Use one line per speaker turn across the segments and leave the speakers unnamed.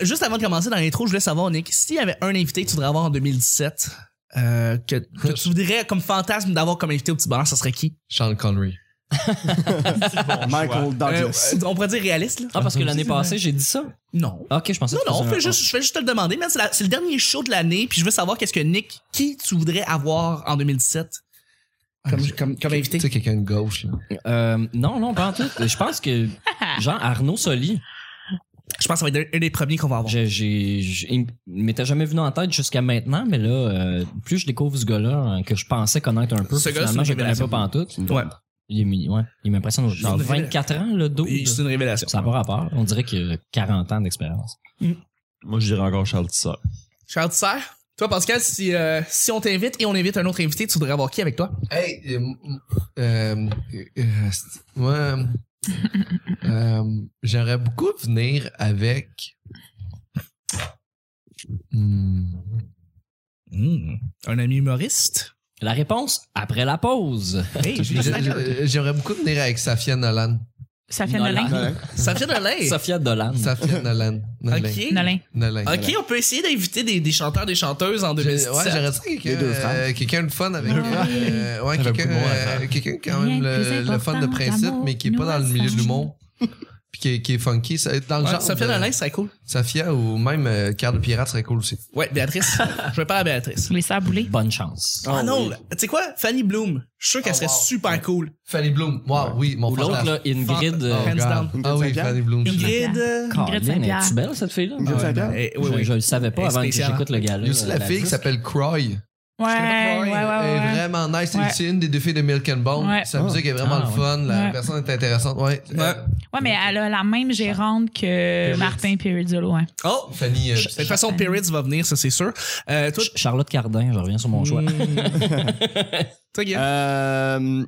Juste avant de commencer dans l'intro, je voulais savoir, Nick, s'il y avait un invité que tu voudrais avoir en 2017, euh, que, que tu voudrais comme fantasme d'avoir comme invité au petit bonheur, ça serait qui?
Sean Connery.
Michael
Euh,
Douglas.
on pourrait dire réaliste, là?
Ah, parce que l'année passée, j'ai dit ça.
Non.
Ok, je pensais
Non,
que
non,
tu
on
faisais
fait juste, je fais juste te le demander, mais c'est la- c'est le dernier show de l'année, puis je veux savoir qu'est-ce que Nick, qui tu voudrais avoir en 2017 comme, comme, comme invité?
Ah, Tu sais, quelqu'un de gauche, là.
un- Euh, non, non, pas en tout. Je pense que Jean Arnaud Soli,
Je pense que ça va être un des premiers qu'on va avoir.
j'ai, j'ai- j'ai- il m'était jamais venu en tête jusqu'à maintenant, mais là, euh, plus je découvre ce gars-là hein, que je pensais connaître un peu,
Ce
puis
gars, c'est
finalement
une
je le connais pas
révélation.
pantoute.
Ouais.
Il est mini- ouais, il m'impressionne. Genre
C'est une révélation.
24 ans, le dos.
Et C'est une révélation.
Ça n'a pas rapport. On dirait qu'il a 40 ans d'expérience.
Moi, je dirais encore Charles Tissot.
Charles Tisser, toi, Pascal, si, euh, si on t'invite et on invite un autre invité, tu voudrais avoir qui avec toi?
Hey, euh, euh, euh, c'est- moi, euh, euh, j'aimerais beaucoup venir avec. Hmm.
Un ami humoriste?
La réponse après la pause.
Hey,
J'ai- j'ai- J'aimerais beaucoup venir avec Safia Nolan.
Ça fait
Nolan.
Nolin.
Ça fait de l'air.
Sophia Dolan.
Safia Nolan. Nolan.
Ah. Ok.
Nolin.
Nolan.
Ok, on peut essayer d'inviter des, des chanteurs, des chanteuses en
J'ai-
2017.
Ouais, j'aimerais ça
Les
quelqu'un
deux frères.
euh, quelqu'un de fun avec.
Oui.
euh, ouais,
Avec
quelqu'un
beaucoup de monde
euh,
à
quelqu'un quand même
Rien de plus
le, le fun de
important
principe,
qu'amour,
mais qui est pas
nous
dans le milieu de
ensemble.
l'humour. Puis qui est, qui est funky. Ça, dans le
Ouais,
genre.
ça fait
de-
de l'air, c'est cool.
Safia ou même euh, Carte de Pirate serait cool aussi.
Ouais, Béatrice. je vais parler à Béatrice.
Les sœurs boulées.
Bonne chance.
Ah non, tu sais quoi? Fanny Bloom. Je suis sûr qu'elle
Oh,
serait
wow.
super cool.
Fanny Bloom. Wow, oui, mon
Ou l'autre,
fantasme.
là, Ingrid.
Fanta-
euh,
Hands down.
God.
Ingrid
Ah oui,
Saint-Pierre.
Fanny Bloom. je-
Ingrid. euh,
Ingrid
Caroline,
Saint-Pierre.
es-tu belle, cette fille-là? Ah,
Ingrid Saint-Pierre.
eh,
Je,
oui, oui.
je le savais
Elle
pas
est
avant que
spéciale.
j'écoute le euh, gars-là.
Il y a aussi la fille qui s'appelle Croy.
Ouais, ouais,
Croy,
ouais,
Elle est
Ah ouais.
vraiment nice. C'est-
Ouais.
C'est une des deux filles de Milk and Bone.
Ouais.
Sa musique est vraiment
Ah,
le fun. La
Ouais.
personne est intéressante. Ouais. Euh,
Ouais, mais elle a la même gérante que Martin Pirizzolo, ouais.
Oh!
Fanny. euh,
De toute façon, Pirates va venir, ça c'est sûr. Euh, toi,
Ch- Charlotte Cardin, je reviens sur mon
Mm.
choix.
toi, Guillaume.
Euh,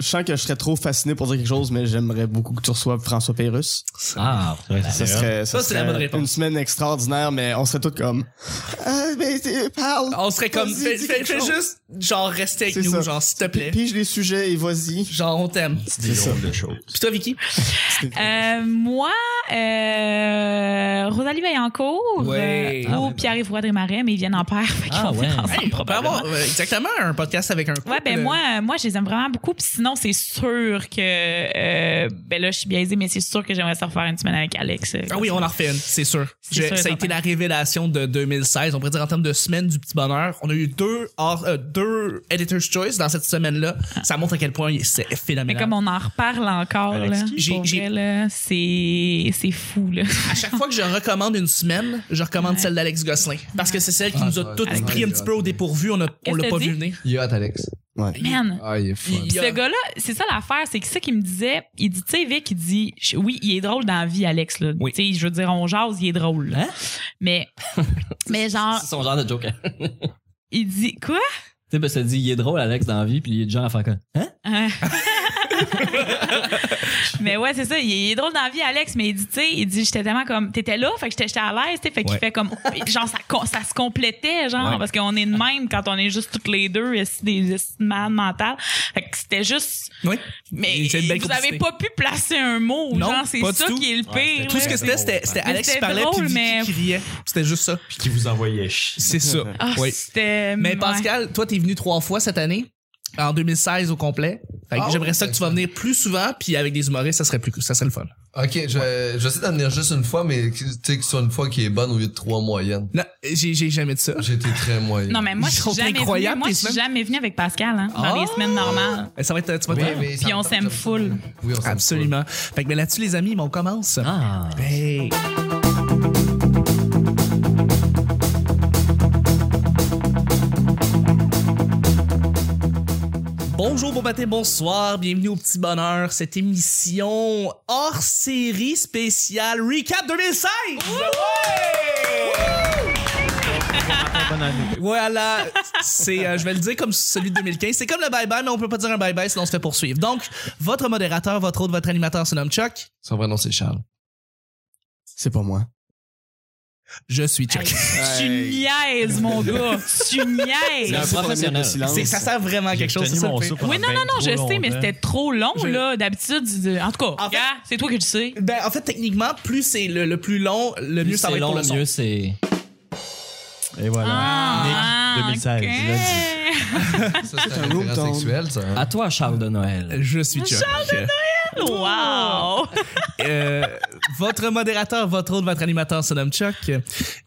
je sens que je serais trop fasciné pour dire quelque chose, mais j'aimerais beaucoup que tu reçoives François Pérus.
Ah,
Ça serait,
Ça, c'est
serait
la bonne réponse.
une semaine extraordinaire, mais on serait tous comme. Ah, mais c'est- parle!
on serait comme.
Vas-y,
Fais,
dis
fais-
quelque
fais
chose.
juste, genre, rester avec
C'est
nous,
ça.
genre, s'il te plaît.
Pige les sujets et vas-y.
Genre, on t'aime.
Tu dis
ça.
drôle de choses.
Puis toi, Vicky?
Euh, moi, euh, Rosalie Vaillancourt
Ouais.
euh, ou Pierre-Yves Roy-Desmarais, mais ils viennent en paire. fait qu'ils
Ah
vont
ouais.
venir ensemble.
Hey, on peut avoir euh, exactement un podcast avec un couple.
Ouais, ben moi, euh, moi, je les aime vraiment beaucoup. Puis sinon, c'est sûr que. euh, ben là, je suis biaisée, mais c'est sûr que j'aimerais ça refaire une semaine avec Alex. euh,
Ah oui, on en refait une, c'est sûr.
C'est
Je-
sûr et
ça a été
certain.
la révélation de 2016. On pourrait dire en termes de semaine du petit bonheur. On a eu deux, hors- euh, deux Editor's Choice dans cette semaine-là. Ça montre à quel point c'est
Ah. Mais
phénoménal.
comme on en reparle encore,
Alex
là,
qui?
pour
J'ai-
vrai, là, c'est c'est fou, là.
À chaque fois que je recommande une semaine, je recommande celle d'Alex Gosselin. Parce que c'est celle qui
Ah,
nous
ça
a
va
toutes
être
pris un
bon.
petit peu au dépourvu. On a- on
Qu'est-ce
l'a
que
pas
t'as
vu
dit?
venir.
Il y a Alex.
Man!
Ah, il est fun.
Il- il y a-
Ce gars-là, c'est ça l'affaire, c'est que c'est ça qu'il me disait. Il dit, tu sais, Vic, il dit, je- oui, il est drôle dans la vie, Alex. Là.
Oui.
Tu sais, je veux dire, on jase, il est drôle. là.
Hein?
Mais, mais genre,
C'est son genre de joke. hein. Tu
il dit, quoi?
sais, ben, ça dit, il est drôle, Alex, dans la vie, puis il est genre à faire comme, Hein?
Hein? mais ouais, c'est ça. Il est, il est drôle dans la vie, Alex, mais il dit, tu sais, il dit, j'étais tellement comme, t'étais là, fait que j'étais j'étais à l'aise, tu sais, fait qu'il
Ouais.
fait comme, genre, ça, co- ça se complétait, genre,
Ouais.
parce qu'on est de même quand on est juste toutes les deux, esti, des esti de malades mentales. Fait que c'était juste,
Oui.
mais
C'est une belle
vous avez
complicité.
pas pu placer un mot,
Non,
genre, c'est
pas du
ça
tout.
qui est le
Ouais,
pire.
Tout ce
là.
que c'était, c'était c'était
Mais
Alex qui
c'était
parlait puis
drôle,
Vicky
mais-
qui riait. C'était juste ça.
Puis qui vous envoyait chier.
C'est ça.
Ah,
Oui.
c'était.
Mais
ouais.
Pascal, toi, t'es venu trois fois cette année, en 2016 au complet. Fait que
Ah,
j'aimerais
ouais,
ça que
c'est
tu vas venir plus souvent, puis avec des humoristes, ça serait plus, ça serait le fun.
Ok, je, je sais d'en venir juste une fois, mais tu sais que ce soit une fois qui est bonne au lieu de trois moyennes.
Non, j'ai, j'ai jamais dit ça.
J'ai été très moyen.
Non, mais moi, je suis
Ils sont
jamais venue,
incroyables,
moi,
tes
je suis
semaines.
jamais venue avec Pascal, hein, dans les
Ah!
semaines normales.
Ça va être, tu vas te faire.
mais ça
Puis
me
on
tente,
s'aime
j'aime
full.
ça. Oui, on s'aime
Absolument. Fait que ben, là-dessus, les amis, ben, on commence.
Hein?
Ah.
Hey. Bonjour, bon matin, bonsoir, bienvenue au Petit Bonheur, cette émission hors série spéciale Recap 2016! Voilà, c'est, euh, je vais le dire comme celui de 2015. C'est comme le bye-bye, mais on peut pas dire un bye-bye sinon on se fait poursuivre. Donc, votre modérateur, votre hôte, votre animateur se nomme Chuck.
Son vrai nom, c'est Charles.
C'est pas moi.
Je suis
Hey,
Chuck.
tu niaises, mon gars. Tu
C'est un
niaises.
professionnel.
C'est- ça sert vraiment à quelque chose. c'est ça le fait.
Oui, non, non, non, je sais, mais c'était trop long,
Je-
là. D'habitude, euh, en tout cas,
En fait-
gars, c'est toi qui le sais.
Ben, en fait, techniquement, plus c'est le, le plus long, le mieux
Plus
ça va
c'est
être
long,
pour le son.
mieux c'est.
Et voilà.
Ah,
Nick, 2016,
ok.
il l'a
Ah.
Ça, c'est
un
un
autre
référent
ton.
sexuel, ça. hein.
À toi, Charles de Noël.
Je suis Chuck.
Wow!
Euh, votre modérateur, votre autre, votre animateur se nomme Chuck.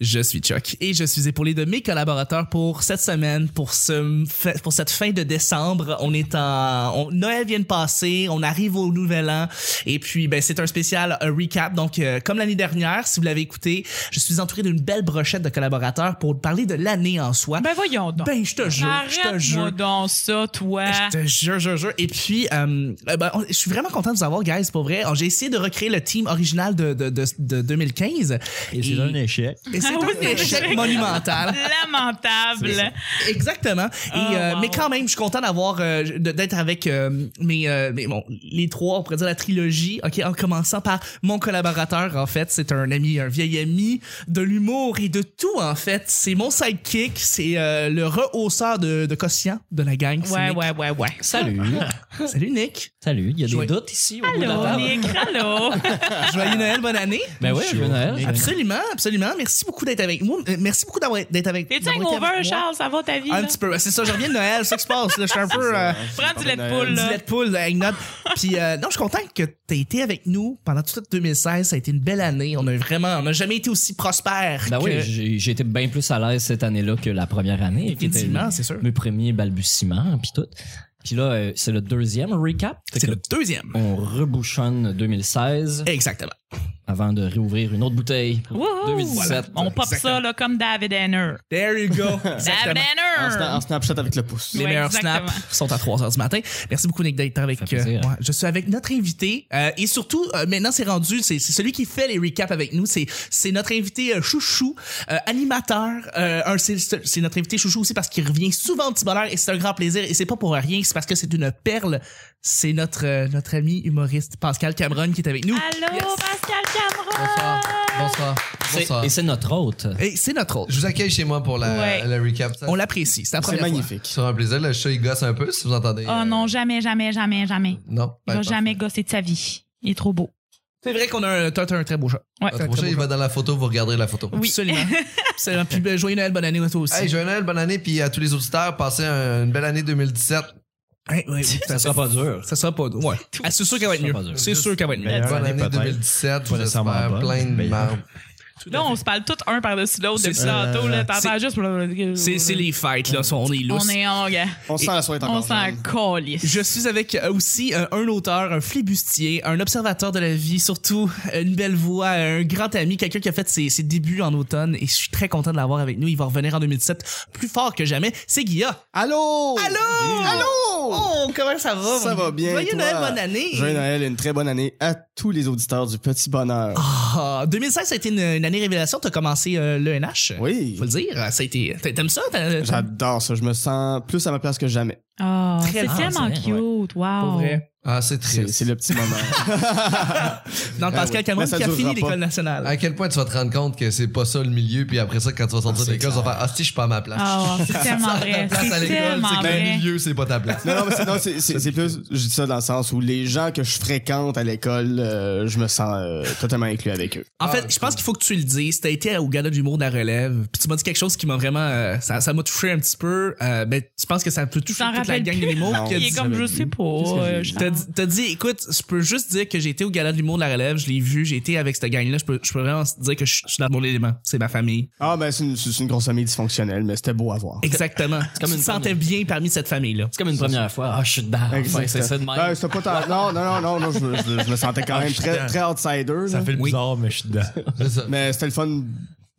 Je suis Chuck et je suis épaulé de mes collaborateurs pour cette semaine, pour ce pour cette fin de décembre. On est en on- Noël vient de passer, on arrive au Nouvel An et puis ben c'est un spécial un recap. Donc euh, comme l'année dernière, si vous l'avez écouté, je suis entouré d'une belle brochette de collaborateurs pour parler de l'année en soi.
Ben voyons donc.
Ben, je te jure, je te
Arrête-moi
jure.
donc ça, toi.
Je te jure, jure, jure. Et puis, euh, euh, ben, on- je suis vraiment content de vous avoir, guys, pour vrai. J'ai essayé de recréer le team original de, de, de, de 2015.
dit. Et c'est un échec.
Et c'est
Ah oui,
un
c'est vrai.
échec monumental.
Lamentable.
Exactement. Et,
Oh,
euh,
wow.
Mais quand même, je suis content d'avoir euh, de- d'être avec euh, mes, euh, mes- bon, les trois, on pourrait dire la trilogie. Ok, en commençant par mon collaborateur. En fait, c'est un ami, un vieil ami de l'humour et de tout. En fait, c'est mon sidekick, c'est euh, le rehausseur de, de quotient de la gang. c'est
Ouais,
Nick.
ouais, ouais, ouais.
Salut.
Salut Nick.
Salut. Il y a
Joyeux-
des doutes ici au bout de la
Allô,
table.
Nick, allô.
Joyeux Noël, bonne année.
Ben oui, je Noël.
Absolument, absolument. Merci beaucoup d'être avec nous. Euh, Merci beaucoup d'avoir d'être avec
T'es-tu
d'avoir été
hangover,
avec moi.
Charles? Ça va ta vie?
Un
là?
petit peu. C'est ça, je reviens de Noël, c'est ça qui se passe. là. Je suis un peu.
Ah.
euh,
Prends du lait de poule, là.
Dilette poule, hang not. Puis euh, non, je suis content que t'aies été avec nous pendant toute 2016. Ça a été une belle année. On a vraiment, on n'a jamais été aussi prospère.
Ben
que...
oui, j'ai j'ai été bien plus à l'aise cette année-là que la première année. qui était
Définitivement, c'est sûr.
Mes premiers balbutiements, puis tout. Puis là, euh, c'est le deuxième recap. Fait
C'est
que
le deuxième.
On rebouchonne 2016
Exactement.
avant de réouvrir une autre bouteille. pour
Wouhou!
2017.
On pop ça là, comme David Hanner.
There you go.
David
Exactement.
En, sna- en
Hanner!
Snapchat avec le pouce.
Les
Ouais,
meilleurs
exactement.
snaps sont à 3 h du matin. Merci beaucoup, Nick, d'être avec
Ça fait plaisir.
euh, moi. Je suis avec notre invité. euh, et surtout, euh, maintenant, c'est rendu, c'est c'est celui qui fait les recaps avec nous. C'est c'est notre invité euh, chouchou, euh, animateur. Euh, un, c'est- c'est notre invité chouchou aussi parce qu'il revient souvent au petit bonheur et c'est un grand plaisir. Et c'est pas pour rien, c'est parce que c'est une perle. C'est notre, euh, notre ami humoriste Pascal Cameron qui est avec nous.
Allô,
Yes.
Pascal Cameron!
Bonsoir. Bonsoir.
C'est-
Bonsoir.
Et c'est notre hôte.
Et c'est notre hôte.
Je vous accueille chez moi pour la,
Ouais.
la recap. Ça,
On l'apprécie. C'est la
C'est
première fois.
magnifique.
C'est un plaisir. Le chat, il gosse un peu, si vous entendez.
Oh
euh,
non, jamais, jamais, jamais, jamais.
Non.
Il
ben,
va
parfait.
jamais gosser de sa vie. Il est trop beau.
C'est vrai qu'on a un, t'as- t'as un très beau chat.
Ouais.
Votre prochain, il va dans la photo, vous regarderez la photo.
Oui.
Absolument. Absolument. Puis ben, joyeux Noël, bonne année à toi aussi.
Hey, joyeux Noël, bonne année, puis à tous les auditeurs, passez un- une belle année 2017.
Hey, ouais, oui,
Ça sera pas dur.
Ça sera pas. Ouais. Ah, c'est sûr qu'elle va être
Ça
mieux.
sera pas dur.
C'est sûr qu'elle va être mieux.
Meilleure
bonne
année,
année
peut-être.
2017,
Pas nécessairement
j'espère
bonne,
plein de
mais-
merde.
Là, on se parle tout un par-dessus l'autre
C'est
depuis
ça.
tantôt. là.
C'est-
T'entends juste...
C'est, c'est les fêtes, là. On est lousses.
On est en... gars.
On sent la soirée
On
encore.
s'en
jeune.
calisse.
Je suis avec euh, aussi euh, un auteur, un flibustier, un observateur de la vie, surtout euh, une belle voix, un grand ami, quelqu'un qui a fait ses, ses débuts en automne et je suis très content de l'avoir avec nous. Il va revenir en 2017 plus fort que jamais. C'est Guilla.
Allô?
Allô?
Allô?
Oh, comment ça va?
Ça
mon-
va bien,
Joyeux
toi?
Noël, bonne année.
Joyeux Noël et une très bonne année à tous les auditeurs du Petit Bonheur.
Ah, 2016, ça a été une, une année révélation. T'as commencé euh, l'ENH.
Oui.
Faut le dire. Ça a été. t'a- T'aimes ça? T'as- t'as-
J'adore ça. Je me sens plus à ma place que jamais.
Oh,
Très
c'est
bien,
tellement
c'est
cute. Wow.
Pour vrai.
Ah, c'est
C'est
triste.
c'est le petit moment.
Dans le
Ah
Pascal
oui.
Cameron
Mais ça
qui a
durera
fini
pas.
l'école nationale.
À quel point tu vas te rendre compte que c'est pas ça le milieu, puis après ça, quand tu vas sortir de
c'est
l'école, tu vas faire Ah, si, je suis pas à ma place.
Oh, c'est tellement vrai.
place à
C'est
l'école,
tellement
c'est que le
vrai.
milieu, c'est pas ta place.
non, non, mais c'est- non, c'est- c'est c'est plus, je dis ça dans le sens où les gens que je fréquente à l'école, euh, je me sens euh, totalement inclus avec eux.
En
Ah,
fait, je pense qu'il faut que tu le dises. T'as été au gala d'humour de la relève, puis tu m'as dit quelque chose qui m'a vraiment, euh, ça, ça m'a touché un petit peu. Euh, ben, tu penses que ça peut toucher
s'en
toute la
rappelle
gang
plus.
de l'humour
Non.
qui a
Il est
dit-
comme, je sais pas. euh, je-
T'as dit- t'as dit, écoute, je peux juste dire que j'ai été au gala de l'humour de la relève, je l'ai vu, j'ai été avec cette gang-là, je peux, je peux vraiment dire que je, je suis dans mon élément, c'est ma famille.
Ah, ben, c'est une, c'est une grosse famille dysfonctionnelle, mais c'était beau à voir.
Exactement.
comme
tu
une
te sentais bien parmi cette famille-là.
C'est comme une première fois. Ah, je suis dedans. Enfin, c'est ça de même.
Ben, c'était pas tant- Non, non, non, non, non, je, me- je- je me sentais quand même très, très outsider. là.
Ça fait le bizarre, mais je suis dedans.
C'est ça.
Mais c'était le fun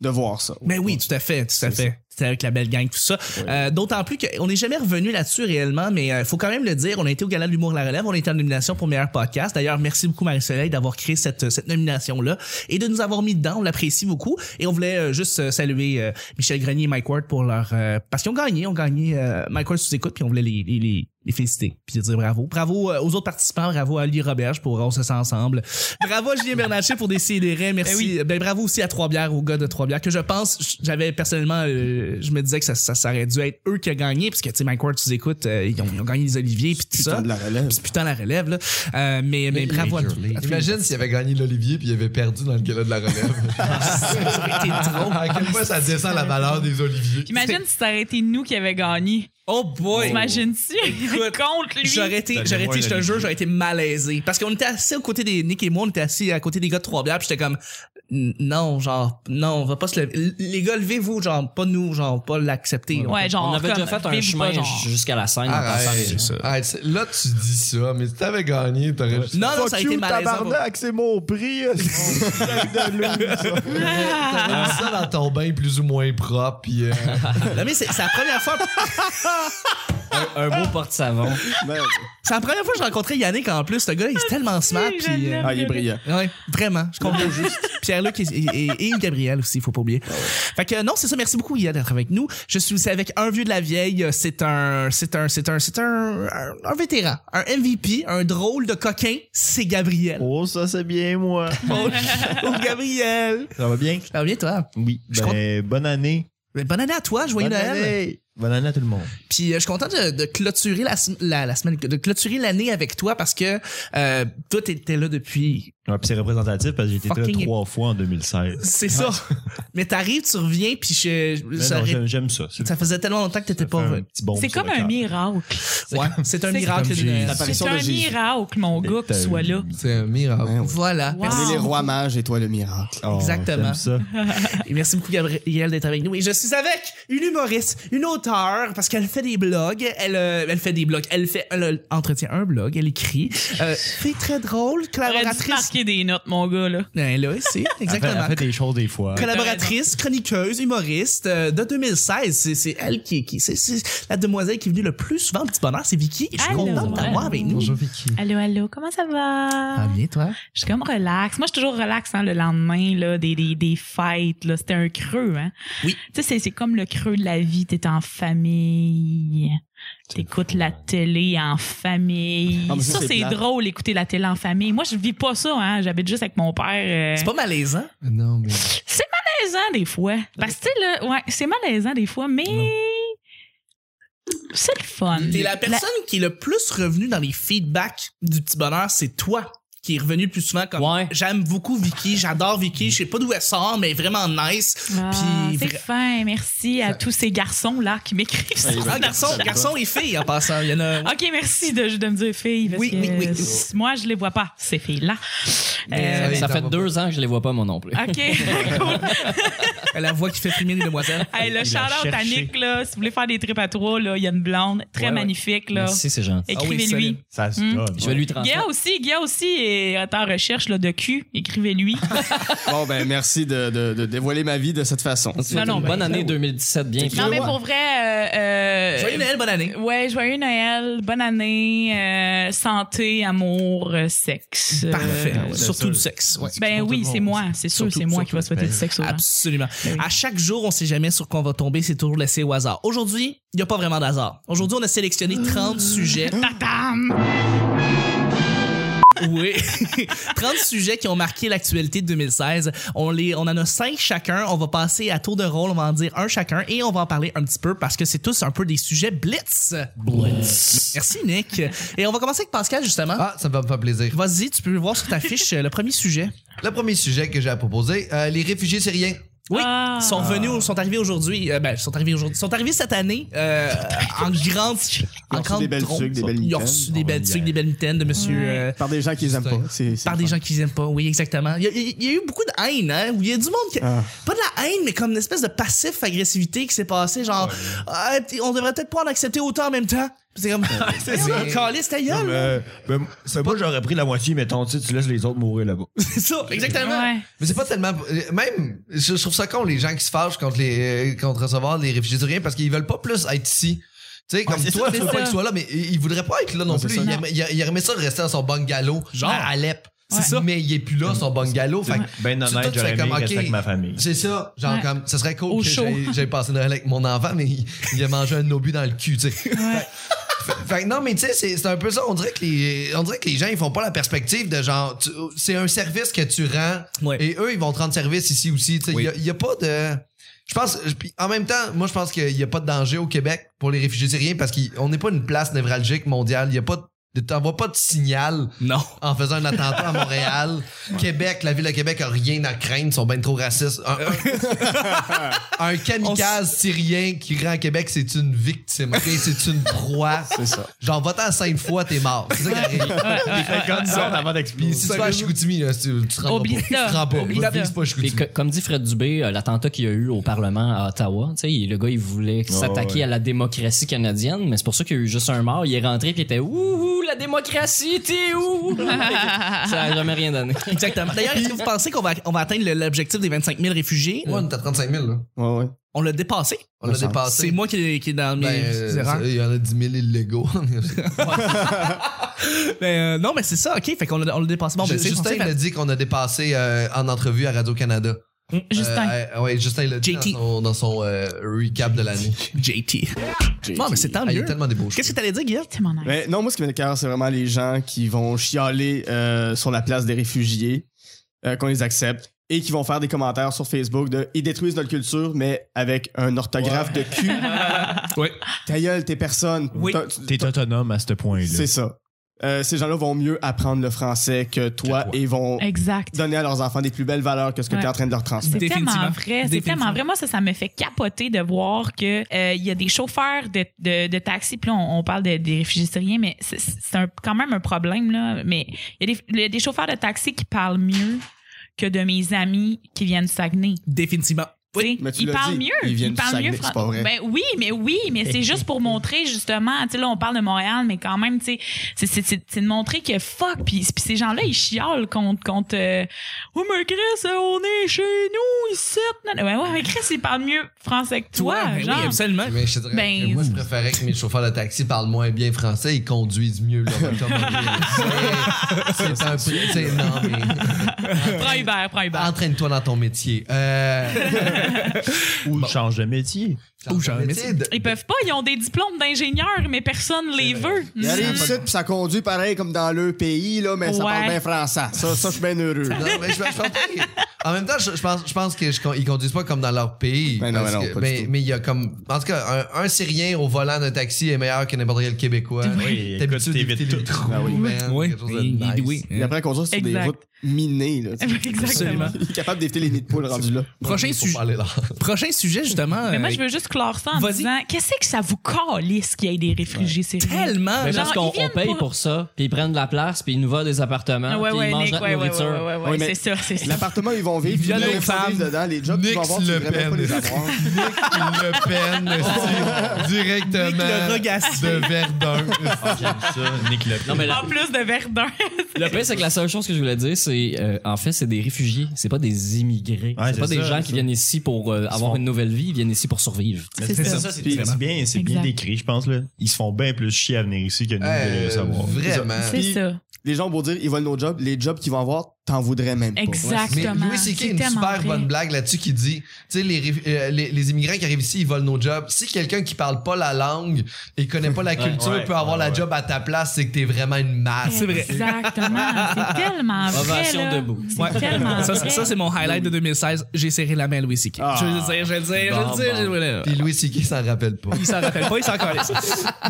de voir ça.
Mais Ben oui, tout à fait, tout à fait. C'était avec la belle gang, tout ça. Euh, D'autant plus qu'on n'est jamais revenu là-dessus réellement, mais euh, faut quand même le dire, on a été au Gala de l'humour La Relève, on a été en nomination pour meilleur podcast. D'ailleurs, merci beaucoup Marie-Soleil d'avoir créé cette, cette nomination-là et de nous avoir mis dedans, on l'apprécie beaucoup. Et on voulait euh, juste euh, saluer euh, Michel Grenier et Mike Ward pour leur... euh, parce qu'ils ont gagné, ont gagné euh, Mike Ward sous écoute, puis on voulait les, les, les, les féliciter puis de dire bravo. Bravo euh, aux autres participants, bravo à Ali Roberge pour On se sent ensemble. Bravo à Julien Bernatchez pour des raies merci. Ben, bravo aussi à Trois Bières, aux gars de Trois Bières, que je pense, j'avais personnellement, euh, je me disais que ça, ça, ça aurait dû être eux qui ont gagné, parce que, tu sais, Mike Ward, tu les écoutes, euh, ils, ont, ils ont gagné les Oliviers, puis tout ça.
Putain de la relève.
C'est putain la relève, là. Euh, mais, mais bravo à tous.
Major League. Imagine s'il avait gagné l'Olivier puis il avait perdu dans le gala de la relève.
Ça aurait été drôle.
à quel point ça descend la valeur des Oliviers.
Puis Imagine si ça aurait été nous qui avait gagné.
Oh boy!
T'imagines-tu?
Écoute,
Contre lui.
J'aurais été,
T'as
j'aurais
des
été, je te
moyens
jure, j'aurais été malaisé. Parce qu'on était assis aux côtés des Nick et moi, on était assis à côté des gars de trois bières, puis j'étais comme, N- non, genre, non, on va pas se lever. L- Les gars, levez-vous, genre, pas nous, genre, pas l'accepter.
Ouais, Ben, genre,
on avait
comme,
déjà fait un
levez-vous
chemin
pas, genre.
jusqu'à la scène.
Ah,
Arrête. Arrête, c'est- Là, tu dis ça, mais si t'avais gagné, t'aurais juste.
Non, non, ça a été malaisant. pour-
tabarnak, c'est mon prix.
T'aurais mis ça dans ton bain plus ou moins propre, puis. euh,
Non, mais c'est c'est la première fois,
Un beau porte-savon.
Ben,
c'est la première fois que je rencontrais Yannick en plus. Ce gars-là, il est tellement smart,
je
puis. euh,
l'aime.
ah, il est brillant.
Ouais, vraiment, je comprends juste. Pierre-Luc et, et, et- et Gabriel aussi, faut pas oublier. Fait que euh, non, c'est ça, merci beaucoup Yann d'être avec nous. Je suis aussi avec un vieux de la vieille, euh, c'est un c'est un c'est un c'est un, un, un vétéran, un MVP, un drôle de coquin, c'est Gabriel.
Oh, ça, c'est bien, moi.
Oh, oh, Gabriel.
Ça va bien?
Ça va bien toi
Oui.
Je
Ben, bonne année.
Ben, Bonne année à toi, joyeux
bonne
Noël.
année. Bonne année à tout le monde.
Puis euh, je suis content de, de clôturer la, sem- la, la semaine de clôturer l'année avec toi parce que euh, toi t'étais là depuis
Ouais, puis c'est représentatif parce que j'ai été
Fucking-
là trois fois en 2016.
c'est ça. Mais t'arrives, tu reviens puis je,
Mais
ça,
Ben non,
aurait-
j'aime- J'aime ça. C'est
ça faisait tellement longtemps que t'étais pas
un petit baume
C'est
sur
comme
le
un
cœur.
miracle.
Ouais, c'est un
C'est
miracle
comme
de
Jésus.
Noël.
L'apparition
C'est
de
un
Jésus.
miracle, mon gars, que tu sois là.
C'est un miracle.
Ben
Ouais, ouais.
Voilà.
Wow.
Merci.
Vous êtes les rois mages et toi le miracle.
Oh,
Exactement.
j'aime ça.
Et merci beaucoup, Gabrielle, d'être avec nous. Et je suis avec une humoriste, une auteure, parce qu'elle fait des blogs. Elle, euh, elle fait des blogs. Elle fait, elle, euh, entretient un blog. Elle écrit. Euh, fait très drôle,
T'aurais dû
collaboratrice. Ben,
marquer des notes, mon gars, là.
Ouais, là, c'est
Elle fait-
exactement.
elle fait des choses des fois.
Collaboratrice, chroniqueuse, humoriste euh, de 2016. C'est- C'est elle qui, qui c'est c'est la demoiselle qui est venue le plus souvent au petit bonheur. C'est Vicky. Et Je suis
Allô.
content de t'avoir avec nous.
Bonjour, Vicky.
Allô, allô, comment ça va?
Ah, bien, toi?
Je suis comme relax. Moi, je suis toujours relax hein, le lendemain là, des, des, des fêtes. Là. C'était un creux. Hein?
Oui.
Tu sais, c'est, c'est comme le creux de la vie. T'es en famille. T'écoutes la télé en famille.
Ah, mais ça,
ça,
c'est
c'est,
plate.
drôle, écouter la télé en famille. Moi, je vis pas ça. Hein? J'habite juste avec mon père. euh,
C'est pas malaisant?
Non, mais.
malaisant des fois. Parce que, tu sais, là, ouais, c'est malaisant des fois, mais c'est le fun.
T'es la personne qui est le plus revenue dans les feedbacks du petit bonheur, c'est toi qui est revenu le plus souvent comme
Ouais.
j'aime beaucoup Vicky, j'adore Vicky, je sais pas d'où elle sort mais vraiment nice.
Ah,
Puis
c'est
vra-
fin. Merci à tous ces garçons-là qui m'écrivent ça.
Ah, garçon, garçon et fille en passant, il y en a
OK, merci de, de me dire filles. Parce
Oui,
que
oui, oui.
s- Moi, je les vois pas, ces filles-là.
Eh,
Euh,
Euh,
Ça
t'en
fait
vas
deux ans que je les vois pas, moi non plus.
OK, cool.
la voix qui fait frimer les demoiselles.
Hey,
Il
le
a
shout-out à
cherché.
Nick, là, si vous voulez faire des trips à trois, là, il y a une blonde très
Ouais, ouais.
magnifique. Là.
Merci, c'est gentil.
Ah oui,
Écrivez-lui.
solide.
Ça se
Hmm.
donne.
Je vais lui transmettre.
Guilla aussi, Guilla aussi est en recherche là, de cul. Écrivez-lui.
Ah,
Bon, ben, merci de, de- de dévoiler ma vie de cette façon.
C'est
Non,
une
non,
bonne
ben,
année 2017, bien
non,
fait.
mais pour vrai... euh, euh,
Joyeux Noël, bonne année.
Ouais, joyeux Noël, bonne année, euh, santé, amour, euh, sexe. euh,
Parfait.
ouais,
Surtout
c'est
du
ça.
sexe. ouais.
ben oui, c'est moi, c'est sûr,
Surtout-
c'est moi qui
surtout.
va souhaiter du sexe aux gens.
Absolument.
Ben oui.
À chaque jour, on sait jamais sur quoi on va tomber, c'est toujours laissé au hasard. Aujourd'hui, il n'y a pas vraiment d'hasard. Aujourd'hui, on a sélectionné 30 sujets
Tatam!
Oui. 30 sujets qui ont marqué l'actualité de 2016. On, les, on en a 5 chacun. On va passer à tour de rôle. On va en dire un chacun et on va en parler un petit peu parce que c'est tous un peu des sujets blitz. Blitz. Merci, Nick. Et on va commencer avec Pascal, justement.
Ah, ça va me faire plaisir.
Vas-y, tu peux voir sur ta fiche euh, le premier sujet.
Le premier sujet que j'ai à proposer, euh, les réfugiés syriens.
Oui,
Ah.
ils sont venus, ils sont arrivés aujourd'hui. euh, ben, ils sont arrivés aujourd'hui. Ils sont arrivés cette année euh, en grande, en
reçu
grande
des belles
trompe.
tuques, des belles
Ils ont
mitaines. Oh,
reçu des belles tuques, des belles mitaines de Monsieur. euh,
Par des gens qui les aiment pas. C'est, c'est
par des
le fun.
gens qu'ils aiment pas, oui, exactement. Il y, a, il y a eu beaucoup de haine, hein, où il y a du monde qui...
Ah.
Pas de la haine, mais comme une espèce de passif-agressivité qui s'est passée, genre, Ah, t- on devrait peut-être pas en accepter autant en même temps. Puis C'est comme, c'est ça, calisse ta gueule, là.
Euh, ben, ben, moi, j'aurais pris la moitié, mais ton titre, tu laisses les autres mourir là-bas.
C'est ça, exactement.
Ouais.
Mais c'est pas tellement. euh, Même, je trouve ça con, les gens qui se fâchent contre, les, euh, contre recevoir les réfugiés syriens parce qu'ils veulent pas plus être ici. Tu sais, comme
c'est
toi,
ça,
tu
c'est
veux pas
ça.
qu'ils soient là, mais ils ils voudraient pas être là non
Ouais, c'est
plus.
ça.
Il
Non.
aimait- il, il aimerait ça de rester dans son bungalow
Genre.
à Alep.
C'est
Ouais.
ça.
Mais il est plus là, son bungalow. Fait que
Ben
Tu- toi,
honnête,
tu
j'aurais
fais
aimé
comme,
rester
ok.
avec ma famille.
C'est ça, genre
Ouais.
comme, ce serait cool
Au
que
chaud.
j'aille j'aille passer Noël avec mon enfant, mais il, il a mangé un obus dans le cul, tu sais.
Ouais.
Fait que non, mais tu sais, c'est c'est un peu ça. On dirait, que les, on dirait que les gens, ils font pas la perspective de genre, tu- c'est un service que tu rends
Ouais.
et eux, ils vont te rendre service ici aussi. Tu sais,
Oui.
Il n'y a, pas de. Je pense. puis En même temps, moi, je pense qu'il n'y a pas de danger au Québec pour les réfugiés syriens parce qu'on n'est pas une place névralgique mondiale. Il n'y a pas de. T'envoies pas de signal
Non.
en faisant un attentat à Montréal. Québec, la ville de Québec a rien à craindre, ils sont bien trop racistes. Un, un- un kamikaze syrien qui rentre à Québec, c'est une victime, ok? c'est une proie.
C'est ça.
Genre, va-t'en cinq fois, t'es mort. C'est ça qui arrive.
avant
Puis
d'exploser.
si tu vas à Chicoutimi, là, si tu, tu te rends
Oublie
pas. Tu
ça.
te rends pas.
Oublie
Va-
ça.
vise pas
Puis,
Chicoutimi.
co- comme dit Fred Dubé, euh, l'attentat qu'il y a eu au Parlement à Ottawa, tu sais, le gars, il voulait s'attaquer à la démocratie canadienne, mais c'est pour ça qu'il y a eu juste un mort. Il est rentré puis il était Ouh, la démocratie, t'es où? ça a jamais rien donné.
Exactement. D'ailleurs, est-ce que vous pensez qu'on va, on va atteindre le- l'objectif des 25 000 réfugiés?
Ouais, on est à 35 000, là.
Ouais, ouais.
On l'a dépassé.
On l'a
C'est
C'est
dépassé.
moi qui, qui est dans mes
Ben, euh,
erreurs.
il y en a 10 000 illégaux.
Ben, euh, non, mais c'est ça, OK. Fait qu'on l'a on l'a dépassé. Bon, ben, c'est
Justin
censé
il
faire-
a dit qu'on a dépassé euh, en entrevue à Radio-Canada.
Justin.
Euh, euh, ouais, Justin l'a dit
JT.
dans son, dans son, euh, recap de l'année.
JT. Bon, mais c'est tant
Ah, il
Ah, mieux.
est tellement des beaux
Qu'est-ce que t'allais dire, Guillaume?
C'est mon âme.
Mais non, moi, ce qui m'écœure, c'est vraiment les gens qui vont chialer euh, sur la place des réfugiés, euh, qu'on les accepte, et qui vont faire des commentaires sur Facebook de Ils détruisent notre culture, mais avec un orthographe de cul.
Ouais.
Ta gueule, t'es personne.
Oui.
T'as- tu-
T'es autonome à ce point-là.
C'est ça. Euh, ces gens-là vont mieux apprendre le français que toi,
Que toi.
et vont
Exact.
donner à leurs enfants des plus belles valeurs que ce que
Ouais.
t'es en train de leur transmettre.
C'est tellement
Définitivement.
vrai. C'est
Définitivement.
tellement vrai. Moi, ça, ça me fait capoter de voir que euh, il y a des chauffeurs de, de, de taxi. Puis là, on, on parle de- des réfugiés syriens, mais c'est- c'est un- quand même un problème. là. Mais il y, a des- il y a des chauffeurs de taxi qui parlent mieux que de mes amis qui viennent du Saguenay.
Définitivement.
Tu sais,
mais tu
ils
l'as
parlent
dit,
mieux.
ils viennent du
parlent
Saguenay,
mieux
c'est
fran-
pas vrai.
Ben oui, mais oui, mais c'est juste pour montrer justement. Tu sais, là, on parle de Montréal, mais quand même, tu sais, c'est- c'est- c'est c'est de montrer que fuck. Puis puis ces gens-là, ils chiolent contre contre. euh, oh mais Chris, euh, on est chez nous ici. Non, non, ben ouais, mais Chris, ils parlent mieux français que toi.
ben
genre.
oui, absolument.
Mais je te dirais
Ben,
que moi, je
c'est-
préférais que mes chauffeurs de taxi parlent moins bien français et conduisent mieux leur automobile. C'est- C'est un peu. tu sais, Non, mais.
prends Uber, prends Uber.
Entraîne-toi dans ton métier. Euh,
Ou change de métier.
Ou genre,
ton métier de-
Ils peuvent pas, ils ont des diplômes d'ingénieurs, mais personne les veut. Mm.
Il arrive ici, puis ça conduit pareil comme dans le pays, là, mais ça
Ouais.
parle bien français. Ça, ça je suis bien heureux.
Non, mais je- je pense pas qu'ils- en même temps, je, je pense, je pense qu'ils conduisent pas comme dans leur pays.
Mais Ben non,
parce
mais non,
que-
pas du
mais,
tout.
mais il y a comme. En tout cas, un, un Syrien au volant d'un taxi est meilleur que n'importe quel Québécois.
Oui,
T'as
écoute,
l'habitude d'éviter
t'évites
les
tout.
trous,
Ah oui.
man,
Oui,
quelque chose de
il- il-
nice.
oui.
Et après, qu'on soit sur des
Exact.
routes minées, là. tu sais.
Exactement.
Absolument.
Il est capable d'éviter les nids de poules rendus là.
Prochain,
Faut
sujet-
parler là.
prochain sujet, justement.
Mais moi,
euh,
je veux juste clore ça en
Vas-y.
disant qu'est-ce que ça vous calisse qu'il y ait des réfugiés syriens?
Tellement.
Mais
genre,
parce
ils
qu'on on
viennent
paye
pour-
pour... ça, puis ils prennent de la place, puis ils nous volent des appartements,
Ah ouais,
puis
ouais,
ils mangent
Nick,
notre
ouais, ouais,
nourriture.
ouais, ouais, ouais,
Oui, mais
c'est ça, c'est ça.
L'appartement, ils vont vivre.
Il y a
ils
des
vont
femmes.
vivre dedans. Les jobs, qu'ils vont
Nix
avoir, tu
Le
devrais même pas
Pen.
les avoir.
Le Pen, esti,
Nick le
directement
regasse.
de Verdun.
Ça, Nick Le
Non, mais la-
En plus de Verdun.
le pire, c'est que la seule chose que je voulais dire, c'est euh, en fait, c'est des réfugiés, c'est pas des immigrés,
Ouais,
c'est pas
c'est
des
ça,
gens
c'est
qui
ça.
viennent ici pour euh, avoir
font-
une nouvelle vie, ils viennent ici pour survivre.
Mais
C'est
C'est
ça.
ça, c'est
Puis-
c'est bien, c'est bien
Exact.
décrit, je pense. Là. Ils se font bien plus chier à venir ici que nous de le
Euh,
savoir.
Vraiment.
C'est ça.
Les gens vont dire, ils veulent nos jobs. Les jobs qu'ils vont avoir, t'en voudrais même pas.
Mais
Exactement.
Louis C.K. a
C'est
une
tellement
super
vrai.
bonne blague là-dessus qui dit, tu sais, les, ré- euh, les, les immigrants qui arrivent ici, ils volent nos jobs. Si quelqu'un qui parle pas la langue et connaît pas la culture
ouais,
peut avoir
ouais,
la
ouais.
job à ta place, c'est que t'es vraiment une masse.
C'est vrai.
Exactement. C'est tellement vrai.
Ovation
là.
debout.
C'est
Ouais.
tellement
Ça,
vrai.
c'est- ça, c'est mon highlight de 2016. J'ai serré la main à Louis C.K.
Ah.
Je vais le dire, je vais le dire,
Bon,
je vais le dire.
bon.
je vais le-
Puis Louis C.K. s'en rappelle pas.
Il s'en rappelle pas, il s'en calisse.